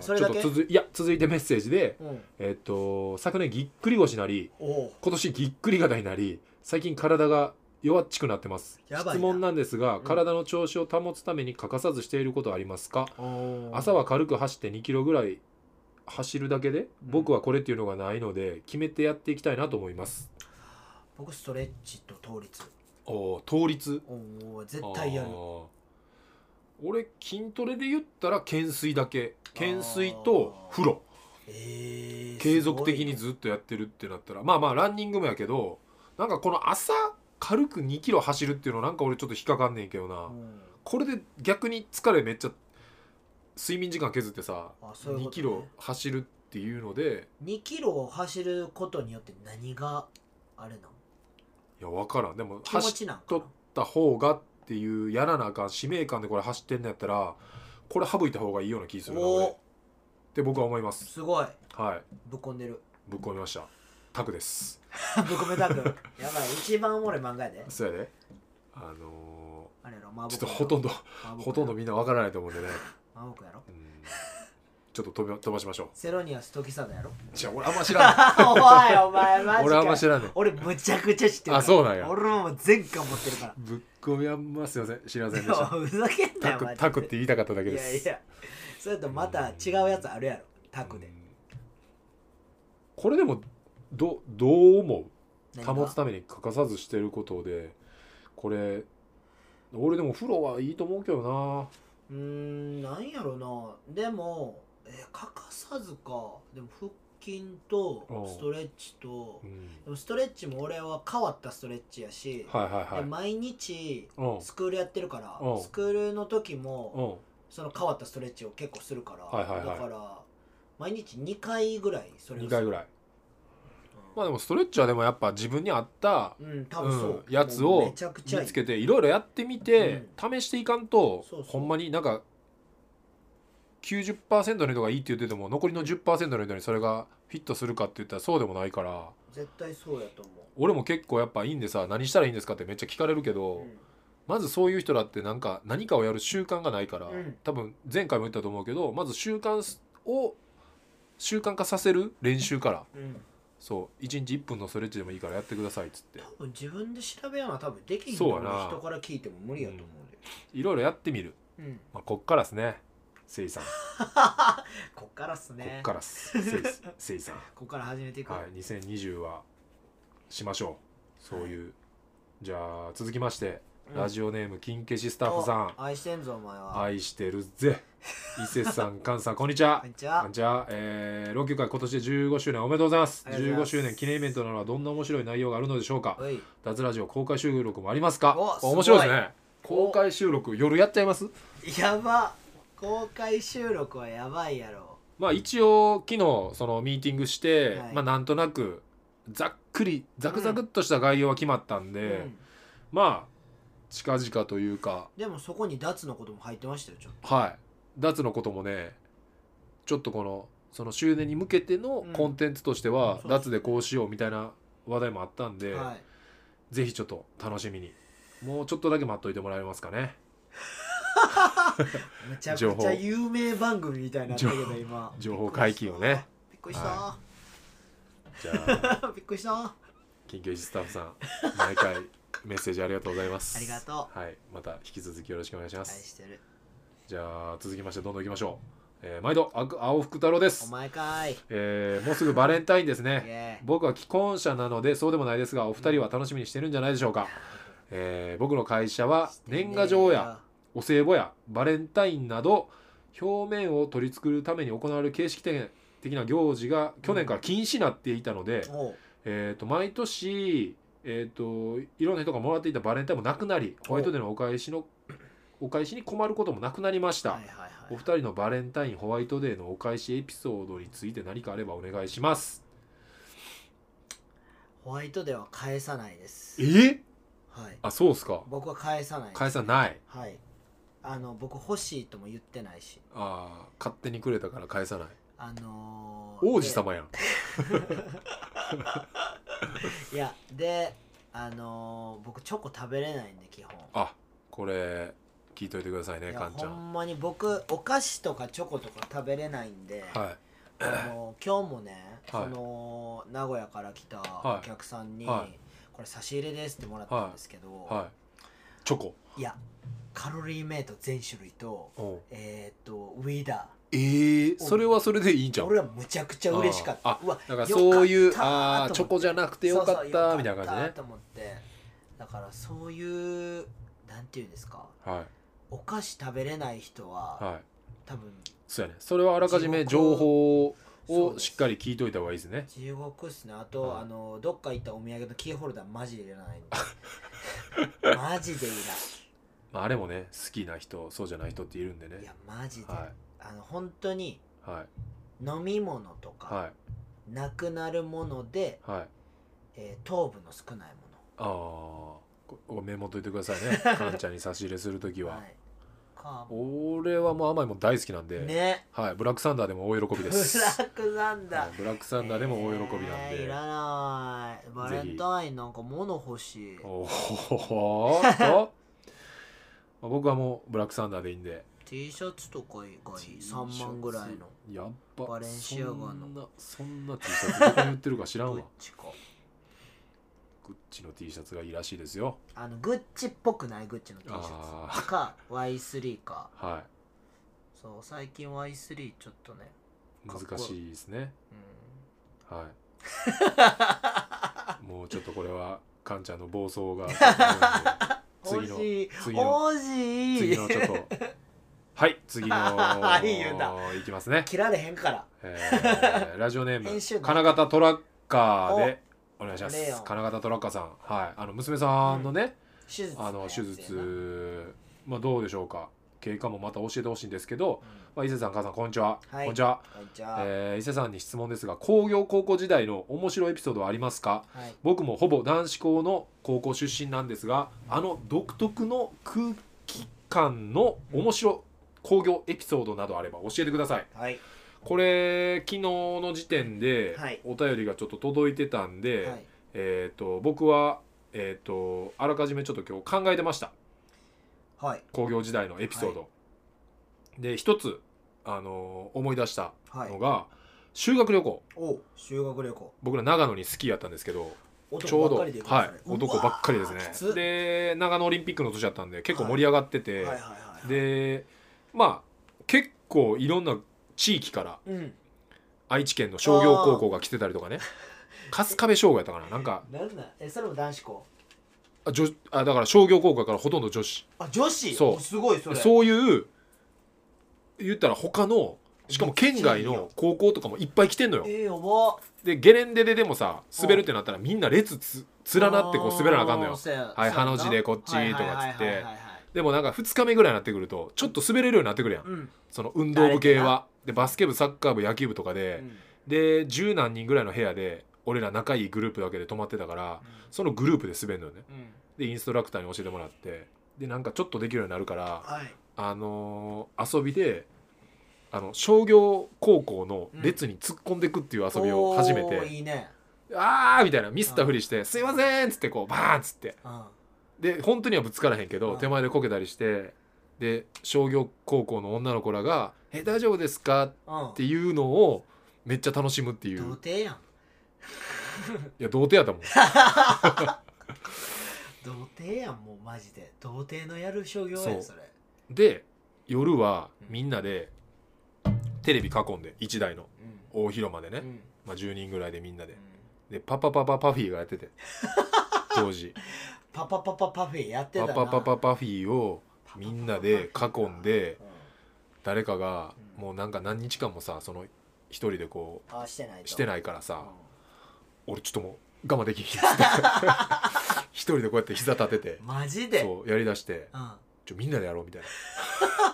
Speaker 1: ち
Speaker 2: そ
Speaker 1: ょ
Speaker 2: れだ
Speaker 1: っ
Speaker 2: け
Speaker 1: と続いいや続いてメッセージで
Speaker 2: うん
Speaker 1: えっ、と昨年ぎっくり腰になり
Speaker 2: おお
Speaker 1: 今年ぎっくり肩になり最近体が弱っちくなってます
Speaker 2: やばいな
Speaker 1: 質問なんですが、
Speaker 2: ん
Speaker 1: 体の調子を保つために欠かさずしていることはありますか、朝
Speaker 2: は
Speaker 1: は軽く走って2キロぐらい走るだけで僕はこれっていうのがないので決めてやっていきたいなと思います
Speaker 2: 僕ストレッチと倒立
Speaker 1: おー倒立
Speaker 2: おお絶対やる
Speaker 1: あー俺筋トレで言ったら懸垂だけ懸垂
Speaker 2: あ
Speaker 1: と
Speaker 2: ー
Speaker 1: 風呂
Speaker 2: えー、
Speaker 1: 継続的に
Speaker 2: っ
Speaker 1: ずっとやってるってなったらまあまあランニングもやけどなんかこの朝軽く2キロ走るっていうのなんか俺ちょっと引っかかんねんけどな、これで逆に疲れめっちゃ睡眠時間削ってさ
Speaker 2: あそういう
Speaker 1: 2
Speaker 2: こと
Speaker 1: キ
Speaker 2: ね
Speaker 1: ロ走るっていうので
Speaker 2: 2キロを走ることによって何があれなの
Speaker 1: いや分からんでも
Speaker 2: 気持
Speaker 1: 走っ
Speaker 2: ちなんか
Speaker 1: と
Speaker 2: な
Speaker 1: た方がっていうやらなあかん使命感でこれ走ってんのやったらこれ省いた方がいいような気するな俺っ
Speaker 2: お
Speaker 1: て僕は思います
Speaker 2: すごい
Speaker 1: はい
Speaker 2: ぶっこんでる
Speaker 1: ぶっ込みましたタクです [laughs]
Speaker 2: ぶっこめたくやばい一番おもろい漫画やで
Speaker 1: そうやであのー
Speaker 2: あれやろ麻
Speaker 1: ちょ
Speaker 2: 婆
Speaker 1: っとほとん
Speaker 2: ど
Speaker 1: どほとんどみんなわからないと思うんでね、
Speaker 2: 麻婆やろ
Speaker 1: うんちょっと飛ば飛ばしましょう
Speaker 2: セロニアス時貞
Speaker 1: [laughs]
Speaker 2: やろ
Speaker 1: じゃあ俺あんま知らん
Speaker 2: おいお前マジか
Speaker 1: [laughs] 俺あんま知らんね
Speaker 2: 俺むちゃくちゃ知ってるから
Speaker 1: あそうなんや
Speaker 2: 俺ももう全巻持ってるから
Speaker 1: ぶっこみあんますいません知りませんでした
Speaker 2: もうふざけんな
Speaker 1: タ
Speaker 2: よマ
Speaker 1: ク
Speaker 2: ジで
Speaker 1: タクって言いたかっただけ
Speaker 2: い
Speaker 1: で
Speaker 2: や
Speaker 1: す
Speaker 2: いやそれとまた違うやつあるやろタクで
Speaker 1: これでもどどう思う
Speaker 2: 何が
Speaker 1: 保つために欠かさずしてることでこれ俺でも風呂はいいと思うけどな
Speaker 2: うーんなんやろなでもえー欠かさずかでも腹筋と
Speaker 1: おう
Speaker 2: ストレッチと
Speaker 1: うん
Speaker 2: でもストレッチも俺は変わったストレッチやし、
Speaker 1: はいはいはい
Speaker 2: で毎日
Speaker 1: うん
Speaker 2: スクールやってるから
Speaker 1: おう
Speaker 2: スクールの時
Speaker 1: う
Speaker 2: も
Speaker 1: ん
Speaker 2: その変わったストレッチを結構するから、
Speaker 1: はいはいはい
Speaker 2: だから毎日2回ぐらいそれを
Speaker 1: 2回ぐらいまあ
Speaker 2: い、
Speaker 1: でもストレッチはでもやっぱ自分に合った
Speaker 2: うん、多分そう、
Speaker 1: うんやつを
Speaker 2: めちゃくちゃい
Speaker 1: 見
Speaker 2: い
Speaker 1: つけていろいろやってみて、試していかんと
Speaker 2: そうそう
Speaker 1: ほんまになんか90%の人がいいって言ってても残りの10%の人にそれがフィットするかって言ったらそうでもないから
Speaker 2: 絶対そうやと思
Speaker 1: 俺も結構やっぱいいんでさ何したらいいんですかってめっちゃ聞かれるけど、
Speaker 2: う、うん
Speaker 1: まずそういう人だってなんか何かをやる習慣がないから、
Speaker 2: うん
Speaker 1: 多分前回も言ったと思うけどまず習慣を習慣化させる練習から
Speaker 2: うん、
Speaker 1: そう1日1分のストレッチでもいいからやってくださいっつって
Speaker 2: 多分自分で調べやな多分できひんと
Speaker 1: そう
Speaker 2: 思
Speaker 1: や
Speaker 2: う
Speaker 1: な
Speaker 2: 人から聞いても無理やと思うで、
Speaker 1: いろいろやってみる、
Speaker 2: うん、 [laughs]
Speaker 1: まあ、こっからですねせいさん
Speaker 2: こっからっす
Speaker 1: こ
Speaker 2: ね
Speaker 1: っからっす。せいせい
Speaker 2: [laughs]
Speaker 1: さん。
Speaker 2: こっから始めていく、
Speaker 1: はい、2020はしましょう。そういう。じゃあ続きまして、ラジオネーム金消しスタッフさん。
Speaker 2: お愛してんぞお前は、
Speaker 1: 愛してるぜ。
Speaker 2: [laughs]
Speaker 1: 伊勢さん、菅さん、こんにちは
Speaker 2: こん。にちは
Speaker 1: じゃあ、えー、老朽化今年で15周年おめでとうございます
Speaker 2: ありがとう
Speaker 1: 15
Speaker 2: ございます
Speaker 1: 周年記念イベントなどはどんな面白い内容があるのでしょうか
Speaker 2: おい
Speaker 1: 脱ラジオ公開収録もありますか
Speaker 2: おすごい
Speaker 1: 面白いですね
Speaker 2: お
Speaker 1: 公開収録夜やっちゃいます
Speaker 2: やば公開収録はやばいやろ
Speaker 1: まあ一応昨日そのミーティングして、
Speaker 2: はい
Speaker 1: まあなんとなくざっくりザクザクっとした概要は決まったんで、
Speaker 2: うん、
Speaker 1: まあ近々というか
Speaker 2: でもそこに脱のことも入ってましたよちょっ
Speaker 1: はい脱のこともねちょっとこのその終電に向けての
Speaker 2: うん
Speaker 1: コンテンツとして
Speaker 2: うん
Speaker 1: は、
Speaker 2: そうです
Speaker 1: 脱でこうしようみたいな話題もあったん
Speaker 2: と、
Speaker 1: で、
Speaker 2: はい
Speaker 1: ぜひちょっと楽しみにもうちょっとだけ待っといてもらえますかね
Speaker 2: めちゃくちゃ有名番組みたいになったけ
Speaker 1: 情
Speaker 2: ど
Speaker 1: 報
Speaker 2: 今
Speaker 1: 情報解禁をね
Speaker 2: びっくりした、
Speaker 1: はじゃあ
Speaker 2: [laughs] びっくりしたあ
Speaker 1: 緊急時スタッフさん毎回メッセージありがとうございます
Speaker 2: りがと
Speaker 1: はい、また引き続きよろしくお願いしま
Speaker 2: う愛
Speaker 1: す。
Speaker 2: してる
Speaker 1: じゃあ続きましてどんどん行きましょう。えー毎度あく青福太郎で
Speaker 2: お
Speaker 1: す。
Speaker 2: 前かいイ
Speaker 1: えーもうすぐバレンタインです
Speaker 2: [laughs]
Speaker 1: ね。
Speaker 2: エーイ
Speaker 1: 僕は既婚者なのでそうでもないですがお二人は楽しみにしてるんじゃないでしょうか。えー僕の会社は年賀状やお歳暮やバレンタインなど表面を取り繕うために行われる形式的な行事が去年から禁止になっていたので、
Speaker 2: おう
Speaker 1: えー、と毎年、えー、といろんな人がもらっていたバレンタインもなくなりホワイトデーのお返しのお返しに困ることもなくなりました、
Speaker 2: はいはいはい
Speaker 1: お二人のバレンタインホワイトデーのお返しエピソードについて何かあればお願いします
Speaker 2: ホワイトデーは返さないです
Speaker 1: え
Speaker 2: はい
Speaker 1: あそうっすか
Speaker 2: 僕は返さないです
Speaker 1: 返さない
Speaker 2: はいあの僕欲しいとも言ってないし
Speaker 1: あー勝手にくれたから返さない
Speaker 2: あのー
Speaker 1: 王子様やん
Speaker 2: でいやであのー僕チョコ食べれないんで基本
Speaker 1: あこれ聞いといてくださいね
Speaker 2: いや
Speaker 1: かんち
Speaker 2: ほ
Speaker 1: ゃん
Speaker 2: んまに僕お菓子とかチョコとか食べれないんで、
Speaker 1: は
Speaker 2: あのー今日もね、
Speaker 1: はい
Speaker 2: その名古屋から来た
Speaker 1: はい
Speaker 2: お客さんに、
Speaker 1: はい
Speaker 2: これ差し入れですってもらったんですけど、
Speaker 1: いはいチョコ
Speaker 2: い、やカロリーメイト全種類と
Speaker 1: おう
Speaker 2: えーっ、とウィダ
Speaker 1: えー、それはそれでいいんじ
Speaker 2: ー
Speaker 1: ゃん
Speaker 2: 俺はむちゃくちゃ嬉しかった
Speaker 1: あ
Speaker 2: うわ
Speaker 1: だからそういう
Speaker 2: よかった
Speaker 1: ああーチョコじゃなくてよか
Speaker 2: そ
Speaker 1: っ
Speaker 2: うそう
Speaker 1: たみたいな感じ
Speaker 2: よかっ
Speaker 1: ね
Speaker 2: たと思ってだからそういうなんていうんですか
Speaker 1: は
Speaker 2: お菓子食べれない人は、
Speaker 1: いはい
Speaker 2: 多分
Speaker 1: そうやねそれはあらかじめ
Speaker 2: 地獄
Speaker 1: 情報
Speaker 2: そう
Speaker 1: を
Speaker 2: です
Speaker 1: しっかり聞いといた方がいいですね
Speaker 2: 地獄っすねあと、
Speaker 1: はい
Speaker 2: あのどっか行ったお土産のキーホルダーマジでいらないんで [laughs] マジでい
Speaker 1: まああれもね好きな人そうじゃない人っているんで
Speaker 2: らんい
Speaker 1: ね
Speaker 2: やマジで、
Speaker 1: は
Speaker 2: あの本当に
Speaker 1: いはい
Speaker 2: 飲み物とか、
Speaker 1: はい
Speaker 2: なくなるもので、
Speaker 1: はい
Speaker 2: えー糖分の少ない
Speaker 1: ああーここメモといてくださ
Speaker 2: [laughs]
Speaker 1: いねかんちゃんに差し入れする時
Speaker 2: もの
Speaker 1: は、
Speaker 2: はいか
Speaker 1: 俺はもう甘いもん大好きなんで、
Speaker 2: ね
Speaker 1: はいブラックサンダーでも大喜び
Speaker 2: ブラ [laughs]
Speaker 1: です
Speaker 2: ックサンダ
Speaker 1: は
Speaker 2: ー
Speaker 1: いブラックサンダーでも大喜びなん
Speaker 2: えーい
Speaker 1: で、
Speaker 2: らないバレンタインなんか物欲しい
Speaker 1: おおっとまあ、 [laughs] 僕はもうブラックサンダーでいいんで
Speaker 2: T シャツとか以外3万ぐらいの
Speaker 1: T シャツやっぱ
Speaker 2: バレンシアガの
Speaker 1: そんなそんな T シャツどこに売ってるか知らん
Speaker 2: ど
Speaker 1: わ
Speaker 2: っちか
Speaker 1: グッチの T シャツがいいらしいですよ
Speaker 2: あのグッチっぽくないグッチの T シャ
Speaker 1: あ
Speaker 2: ツか Y3 か
Speaker 1: あはい
Speaker 2: そう最近 Y3 ちょっとねかっこいい
Speaker 1: 難しいですね
Speaker 2: う
Speaker 1: はいもうちょっとこれはカンちゃんの暴走がちょっと次の
Speaker 2: ん惜しい
Speaker 1: 次の
Speaker 2: 惜しい
Speaker 1: 次のちょっとはい次の
Speaker 2: いい言うんだ
Speaker 1: いきますね、
Speaker 2: [laughs] 切られへんから
Speaker 1: えーラジオネーム
Speaker 2: 編集
Speaker 1: 金
Speaker 2: 部
Speaker 1: 型トラッカーでお願いしま
Speaker 2: レオン
Speaker 1: す金型トラッカーさんはいあの娘さんのね、
Speaker 2: 手術
Speaker 1: あの
Speaker 2: やつ
Speaker 1: 手
Speaker 2: やな
Speaker 1: 術まあどうでしょうか経過もまた教えてほしいんですけど
Speaker 2: う、ん
Speaker 1: まあ、伊勢さん母さんこんにちは、
Speaker 2: はい
Speaker 1: こんにちは
Speaker 2: こんにちは
Speaker 1: えー伊勢さんに質問ですが工業高校時代の面白いエピソードはありますか
Speaker 2: はい
Speaker 1: 僕もほぼ男子校の高校出身なんですがあの独特の空気感の面白工業エピソードなどあれば教えてください
Speaker 2: はい
Speaker 1: これ昨日の時点で
Speaker 2: はい
Speaker 1: お便りがちょっと届いてたんで、
Speaker 2: はい
Speaker 1: えー、と僕は、えー、とあらかじめちょっと今日考えてました
Speaker 2: はい
Speaker 1: 工業時代のエピソード、で一つ、あのー思い出した
Speaker 2: はい
Speaker 1: のが、修学旅行
Speaker 2: お修学旅行
Speaker 1: 僕ら長野にスキーやったんですけどちょ
Speaker 2: 男
Speaker 1: うどは
Speaker 2: ばっか
Speaker 1: い
Speaker 2: りで行くんですね
Speaker 1: 男ばっかりです
Speaker 2: うわーき
Speaker 1: ね
Speaker 2: つ
Speaker 1: で長野オリンピックの年だったんで結構盛り上がってて、
Speaker 2: はいはいはい
Speaker 1: でまあ結構いろんな地域から
Speaker 2: うん
Speaker 1: 愛知県の商業高校が来てたりとか
Speaker 2: [laughs]
Speaker 1: ね春日部商業やったかななんか
Speaker 2: なんだえそれも男子校
Speaker 1: あ女あだから商業高校からほとんど女子
Speaker 2: あ女子
Speaker 1: そう
Speaker 2: おすごいそれ
Speaker 1: そういう言ったら他のしかも県外の高校とかもいっぱい来てんのよ
Speaker 2: えー、やば
Speaker 1: でゲレンデででもさ滑るってなったらみんな列つ連なってこう滑らなあかんのよはいハの字でこっちとかっつってでもなんか2日目ぐらいになってくるとちょっと滑れるようになってくるやん
Speaker 2: うん
Speaker 1: その運動部系はでバスケ部サッカー部野球部とか
Speaker 2: う
Speaker 1: で
Speaker 2: ん
Speaker 1: で十何人ぐらいの部屋で俺ら仲いいグループだけで泊まってたからそのグループで滑るのよね
Speaker 2: うん
Speaker 1: でインストラクターに教えてもらってでなんかちょっとできるようになるから
Speaker 2: はい
Speaker 1: あのー遊びであの商業高校の列に突っ込んでくっていう遊びを初めて、
Speaker 2: おーいいね
Speaker 1: あーみたいなミスったふりして「すいません」っつってこうバーンっつって
Speaker 2: うん
Speaker 1: で本当にはぶつからへんけど
Speaker 2: うん
Speaker 1: 手前でこけたりしてで商業高校の女の子らが「え大丈夫ですか?」っ
Speaker 2: うん
Speaker 1: ていうのをめっちゃ楽しむってい
Speaker 2: 童
Speaker 1: う
Speaker 2: 貞や
Speaker 1: い
Speaker 2: ん
Speaker 1: や童貞やったもん [laughs]
Speaker 2: 童貞やんもうマジで童貞のやる商業やんそ
Speaker 1: そ
Speaker 2: れ
Speaker 1: で夜はみんなでテレビ囲んで1台の
Speaker 2: う
Speaker 1: 大広間でね、
Speaker 2: ん
Speaker 1: まあ、10人ぐらいでみんな
Speaker 2: う
Speaker 1: で
Speaker 2: ん
Speaker 1: でパパパパパフィーがやって
Speaker 2: [laughs]
Speaker 1: て当時
Speaker 2: パパパパパフェやってた
Speaker 1: パ
Speaker 2: な
Speaker 1: パパパパフィーをみんなで囲んで誰かが
Speaker 2: うん
Speaker 1: もうなんか何日間もさその一人でこ
Speaker 2: うんあしてないと
Speaker 1: うして
Speaker 2: い
Speaker 1: ないからさ
Speaker 2: あ
Speaker 1: 俺ちょっともう我慢できひんっつって
Speaker 2: [laughs]
Speaker 1: [laughs] 一人でこうやって膝立てて
Speaker 2: マジで
Speaker 1: そうやりだして
Speaker 2: うん
Speaker 1: ちょみんなでやろうみたいな [laughs]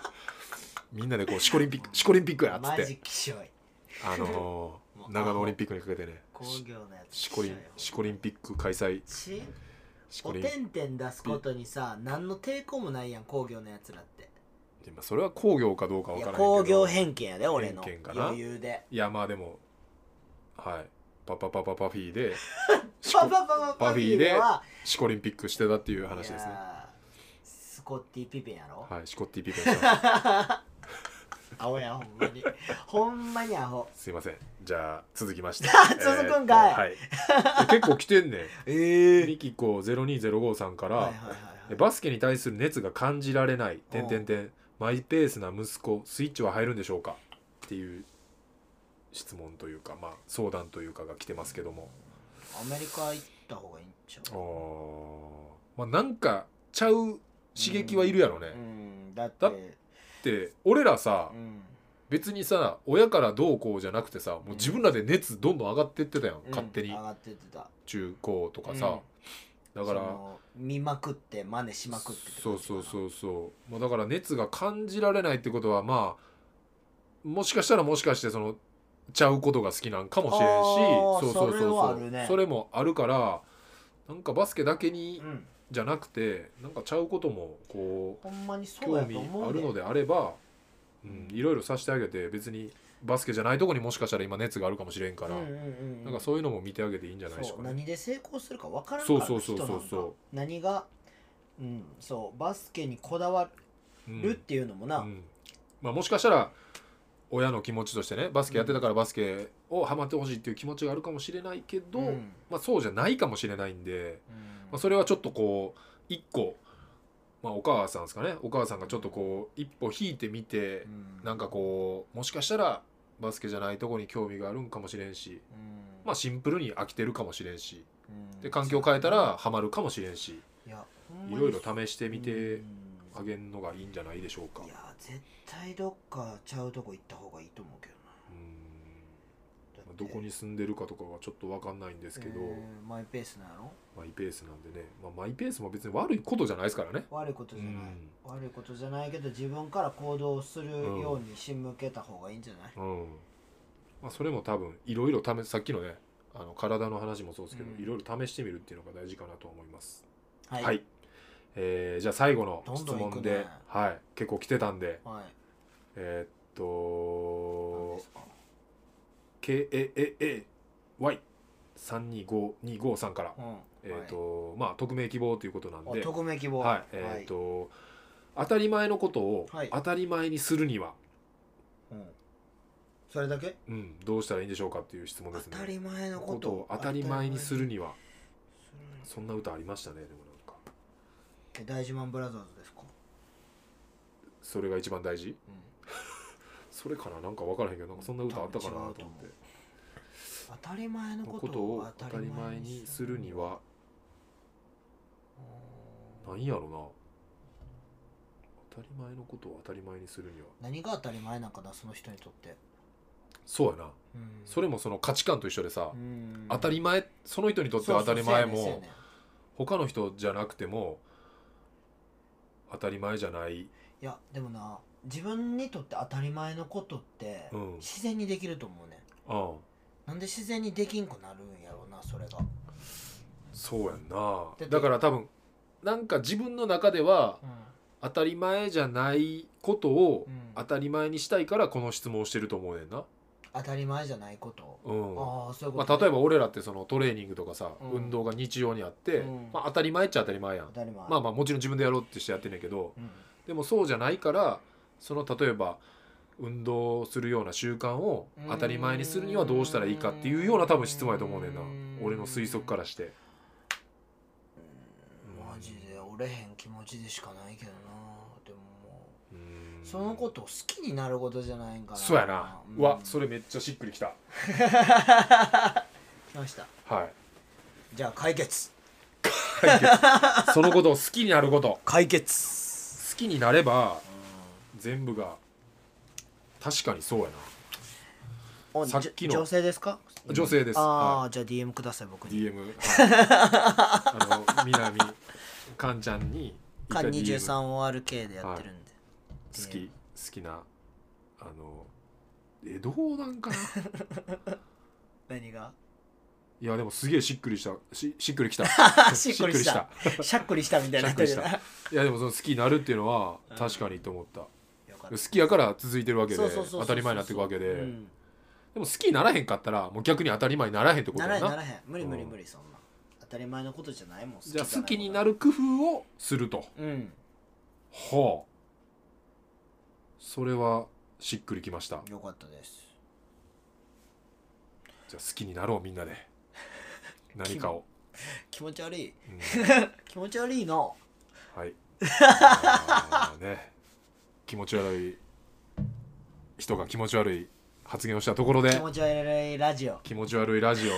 Speaker 1: みんなでこうシコリンピッ
Speaker 2: [laughs]
Speaker 1: クシコリンピックやっつっ
Speaker 2: マジ
Speaker 1: て
Speaker 2: きしょい
Speaker 1: あのー
Speaker 2: もう
Speaker 1: 長野オリンピックにかけてね
Speaker 2: 工業のやつ
Speaker 1: シコリンシコリンピック開催
Speaker 2: ち
Speaker 1: シ
Speaker 2: お
Speaker 1: コリン
Speaker 2: てんてん出すことにさ何の抵抗もないやん工業のやつらって
Speaker 1: でまあそれは工業かどうかわ
Speaker 2: い
Speaker 1: か
Speaker 2: や
Speaker 1: らないけど
Speaker 2: 工業偏見やで俺の
Speaker 1: 偏見かな
Speaker 2: 余裕で
Speaker 1: いやまあでもはいパパパパパフィー
Speaker 2: [laughs]
Speaker 1: でシ
Speaker 2: パ
Speaker 1: コ
Speaker 2: パパパパフィーでは
Speaker 1: シコリンピックしてたっていう話です
Speaker 2: い
Speaker 1: ね
Speaker 2: やースコッティ・ピペンやろ
Speaker 1: はいシコッティピペンさ
Speaker 2: [laughs]
Speaker 1: ん
Speaker 2: アホやほんま
Speaker 1: [laughs]
Speaker 2: にほんまにアホ
Speaker 1: すいませんじゃあ続きまして
Speaker 2: [laughs] 続くんかい
Speaker 1: えーっとはい結構来てんね
Speaker 2: え
Speaker 1: んミキコ0205さんから、
Speaker 2: はいはいはいはい
Speaker 1: バスケに対する熱が感じられない点点点マイペースな息子スイッチは入るんでしょうかっていう質問というかまあ相談というかが来てますけども
Speaker 2: アメリカ行った方がいいんちゃ
Speaker 1: あ
Speaker 2: う
Speaker 1: ーまあなんかちゃう刺激はいるやろね、
Speaker 2: うんだって
Speaker 1: だって俺らさ
Speaker 2: うん
Speaker 1: 別にさ親からどうこうじゃなくてさもう自分らで熱どんどん上がってってたやん、勝手
Speaker 2: うん
Speaker 1: に
Speaker 2: 上がってってた
Speaker 1: 中高とかさ、だか
Speaker 2: そ
Speaker 1: ら
Speaker 2: の見まくって真似しまくってって
Speaker 1: そうそう
Speaker 2: う
Speaker 1: そうそう、まあ、だから熱が感じられないってことはまあもしかしたらもしかしてそのちゃうことが好きなんかもしれん
Speaker 2: あー
Speaker 1: しそうそうそう
Speaker 2: それはあ
Speaker 1: そう
Speaker 2: るね
Speaker 1: それもあるからなんかバスケだけに
Speaker 2: うん
Speaker 1: じゃなくてなんかちゃうこともこう
Speaker 2: ほんまにそう
Speaker 1: 興
Speaker 2: や
Speaker 1: 味
Speaker 2: と思う
Speaker 1: あるの
Speaker 2: で
Speaker 1: であれば、う
Speaker 2: う
Speaker 1: ん、
Speaker 2: ん
Speaker 1: いろいろさせてあげて別にバスケじゃないとこにもしかしたら今熱があるかもしれんから、
Speaker 2: うんうんうんうん
Speaker 1: なんかそういうのも見てあげていいんじゃないでしょ
Speaker 2: そうう
Speaker 1: かね。
Speaker 2: 何で成功するか分からんから
Speaker 1: そうそうそうそうそう
Speaker 2: 人なんか何がうん、そうバスケにこだわ
Speaker 1: うん
Speaker 2: るっていうのもな、
Speaker 1: うんまあ、もしかしたら親の気持ちとしてねバスケやってたからバスケをハマってほしいっていう気持ちがあるかもしれないけど、
Speaker 2: うん
Speaker 1: まあ、そうじゃないかもしれないんで、
Speaker 2: うん
Speaker 1: まあ、それはちょっとこう一個、まあ、お母さんですかねお母さんがちょっとこう一歩引いてみて
Speaker 2: う、ん
Speaker 1: なんかこうもしかしたらバスケじゃないとこに興味があるんかもしれんし、
Speaker 2: うん
Speaker 1: まあ、シンプルに飽きてるかもしれんし
Speaker 2: うん
Speaker 1: で環境変えたらハマるかもしれんし
Speaker 2: いや
Speaker 1: いろいろ試して
Speaker 2: て
Speaker 1: みてあげんのがいいんじゃないでしょうか。
Speaker 2: いや絶対どっかちゃうとこ行った方がいいと思うけど
Speaker 1: うん
Speaker 2: なだ
Speaker 1: まあ
Speaker 2: って
Speaker 1: どこに住んでるかとかはちょっと分かんないんですけど、
Speaker 2: えーマイペースなの
Speaker 1: マイペースなんでね、まあ、マイペースも別に悪いことじゃないですからね。
Speaker 2: 悪いことじゃない、
Speaker 1: うん
Speaker 2: 悪いことじゃないけど自分から行動する
Speaker 1: うん
Speaker 2: ように仕向けた方がいいんじゃない、
Speaker 1: うんまあ、それも多分いろいろ試すさっきのねあの体の話もそうですけど
Speaker 2: うん
Speaker 1: いろいろ試してみるっていうのが大事かなと思います。
Speaker 2: は
Speaker 1: はいい、えーじゃあ最後の
Speaker 2: どん
Speaker 1: 質
Speaker 2: どん行く
Speaker 1: 問
Speaker 2: ね
Speaker 1: で、はい、結構来てたんで
Speaker 2: はい
Speaker 1: えーっ
Speaker 2: 何
Speaker 1: と
Speaker 2: ですか
Speaker 1: KAAAY325253 から、
Speaker 2: うん
Speaker 1: えーっとまあ、匿名希望ということなん
Speaker 2: はいあ
Speaker 1: で。
Speaker 2: 匿名希望
Speaker 1: はい、えっ、と、当たり前のことを
Speaker 2: はい
Speaker 1: 当たり前にするには、
Speaker 2: うんそれだけ
Speaker 1: うん、どうしたらいいんでしょうかっていう質問ですね。
Speaker 2: 当たり前の
Speaker 1: の
Speaker 2: こ
Speaker 1: こととを当たり前にするには、
Speaker 2: 当たり前にす
Speaker 1: そんな歌ありましたね。でもなんか、
Speaker 2: るえ大事マンブラザーズですか、
Speaker 1: それが一番大事。それかな、なんか分からへんけど、なんかそんな歌あったかなと思っ
Speaker 2: 多分違うと
Speaker 1: て
Speaker 2: 思。当たり前のこ
Speaker 1: ことと
Speaker 2: を
Speaker 1: を当たり前にするには、なんやろな。当たり前のことを当たり前にするには、
Speaker 2: 何が当たり前なんかなその人にとって、
Speaker 1: そうやな。
Speaker 2: うん
Speaker 1: それもその価値観と一緒でさ、
Speaker 2: うん
Speaker 1: 当たり前、その人にとっては当たり前も。
Speaker 2: そうそうそうやね
Speaker 1: 他の人じゃなくても当たり前じゃない、
Speaker 2: いやでもな自分にとって当たり前のことって、
Speaker 1: うん
Speaker 2: 自然にできると思うね
Speaker 1: うん、
Speaker 2: なんで自然にできんくなるんやろうなそれが
Speaker 1: そうやんな
Speaker 2: だって
Speaker 1: だから多分なんか自分の中では当たり前じゃないことを
Speaker 2: うん、
Speaker 1: 当たり前にしたいからこの質問をしてると思うねんな、
Speaker 2: 当たり前じゃないこと、
Speaker 1: うん
Speaker 2: ああそういうこ
Speaker 1: ま
Speaker 2: と、
Speaker 1: あ、例えば俺らってそのトレーニングとかさ、
Speaker 2: うん
Speaker 1: 運動が日常にあって、
Speaker 2: うん
Speaker 1: まあ、当たり前っちゃ当たり前やん
Speaker 2: 当、たり前
Speaker 1: まあまあもちろん自分でやろうってしてやってんねんけど
Speaker 2: うん
Speaker 1: でもそうじゃないからその例えば運動するような習慣を当たり前にするにはどうしたらいいかっていうような多分質問やと思うねんな
Speaker 2: うん
Speaker 1: 俺の推測からして
Speaker 2: マジで折れへん気持ちでしかないけどなでもも
Speaker 1: うん
Speaker 2: うそのことを好きになることじゃないんかな
Speaker 1: そうやな、うわそ
Speaker 2: れ
Speaker 1: れめっちゃしっくりきた
Speaker 2: 来ました
Speaker 1: はい
Speaker 2: じゃあ解決
Speaker 1: そのことを好きになること
Speaker 2: 解決
Speaker 1: 好きになれば
Speaker 2: う
Speaker 1: 全部が確かにそうや
Speaker 2: んお
Speaker 1: さっきの
Speaker 2: じょ女性ですか
Speaker 1: な女性です、
Speaker 2: ああ、
Speaker 1: は
Speaker 2: じゃあ DM ください僕
Speaker 1: い、
Speaker 2: に
Speaker 1: DM、はい、あの南かんちゃんに一
Speaker 2: か
Speaker 1: 回 DM
Speaker 2: 23ORK でやってるんで、
Speaker 1: 好き好きなあのえどうなん [laughs] かな
Speaker 2: 何が
Speaker 1: いやでもすげえしっくりしたし [laughs] しっくりきた
Speaker 2: [laughs] しっくり [laughs] した
Speaker 1: [laughs]
Speaker 2: しゃっくりしたみたいになってる [laughs] な
Speaker 1: しっいやでもその好きになるっていうのは確かにと思った、
Speaker 2: よかっ
Speaker 1: 好
Speaker 2: た
Speaker 1: きやから続いてるわけで
Speaker 2: そうそうそうそう
Speaker 1: 当たり前になっていくわけで、
Speaker 2: うん
Speaker 1: でも好きにならへんかったらもう逆に当たり前にならへんってことや
Speaker 2: ならへ
Speaker 1: なん
Speaker 2: ならへん無理無理
Speaker 1: うん
Speaker 2: 無理そんな当たり前のことじゃないもん
Speaker 1: じゃあ好きにな
Speaker 2: る
Speaker 1: る工夫をすると
Speaker 2: うん
Speaker 1: はあそれはしっくりきましたじゃ
Speaker 2: よかったです
Speaker 1: あ好きになろうみんなで
Speaker 2: [laughs]
Speaker 1: 何かを、
Speaker 2: 気持ち悪い
Speaker 1: うん
Speaker 2: 気持ち悪いの
Speaker 1: はい。あーね、気持ち悪い人が気持ち悪い発言をしたところ
Speaker 2: 気
Speaker 1: で
Speaker 2: 持ち悪いラジオ
Speaker 1: 気持ち悪いラ
Speaker 2: [laughs]
Speaker 1: ジオ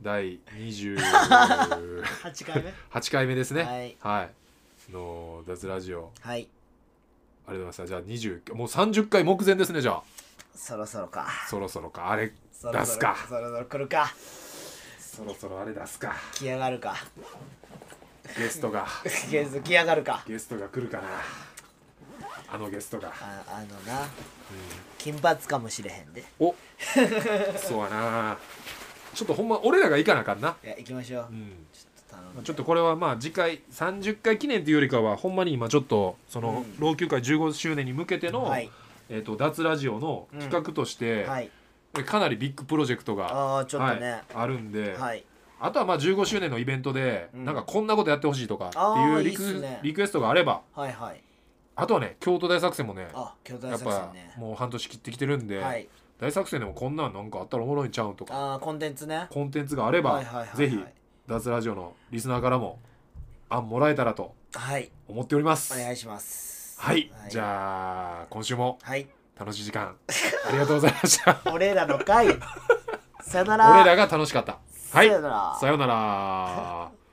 Speaker 1: 第28
Speaker 2: 8回目 [laughs]
Speaker 1: 回目ですね。
Speaker 2: はい
Speaker 1: の脱ラジオ
Speaker 2: はい
Speaker 1: ありがとうございました。じゃあ20もう30回目前ですねじゃ
Speaker 2: そろそろか
Speaker 1: あそろそろかあれ
Speaker 2: そろそろ
Speaker 1: 出すか
Speaker 2: そろそろ来るか
Speaker 1: そろそろあれ出すか
Speaker 2: 来やがる
Speaker 1: [laughs]
Speaker 2: か
Speaker 1: ゲストが
Speaker 2: ゲス来やがるか
Speaker 1: ゲストが来るかなあのゲストが、
Speaker 2: ああのな金髪かもしれへんで [laughs]
Speaker 1: おそうやなちょっとほんま俺らが行かなあかんない
Speaker 2: や行きましょう、
Speaker 1: うん
Speaker 2: ちょっと頼
Speaker 1: まあ
Speaker 2: む
Speaker 1: ちょっとこれはまあ次回30回記念というよりかはほんまに今ちょっとその
Speaker 2: うん
Speaker 1: 老朽化15周年に向けての、
Speaker 2: はい
Speaker 1: えー、と脱ラジオの企画として、
Speaker 2: はい
Speaker 1: かなりビッグプロジェクトが、
Speaker 2: ああちょっとね
Speaker 1: はいあるんで、
Speaker 2: はい
Speaker 1: あとはまあ15周年のイベントで、
Speaker 2: うん
Speaker 1: なんかこんなことやってほしいとかって
Speaker 2: あ
Speaker 1: い
Speaker 2: ー
Speaker 1: うリク
Speaker 2: いいっすね
Speaker 1: リクエストがあれば
Speaker 2: はいはい
Speaker 1: あとはね京都大作戦もね
Speaker 2: あ巨大
Speaker 1: やっ
Speaker 2: 作戦
Speaker 1: ぱ
Speaker 2: ね
Speaker 1: もう半年切ってきてるんで、
Speaker 2: はい
Speaker 1: 大作戦でもこんなんなんかあったらおもろいんちゃうんとか
Speaker 2: あーコンテンツね
Speaker 1: コンテンツがあれば、
Speaker 2: はいはいはいはい
Speaker 1: ぜひ脱ラジオのリスナーからも案もらえたらと
Speaker 2: はい
Speaker 1: 思っております
Speaker 2: お願いします
Speaker 1: はい、じゃあ今週も
Speaker 2: はい
Speaker 1: 楽しい時
Speaker 2: [laughs]
Speaker 1: 間ありがとうございました
Speaker 2: 俺
Speaker 1: [laughs]
Speaker 2: らの回さよなら
Speaker 1: 俺らが楽しかったはい
Speaker 2: さよなら
Speaker 1: さようなら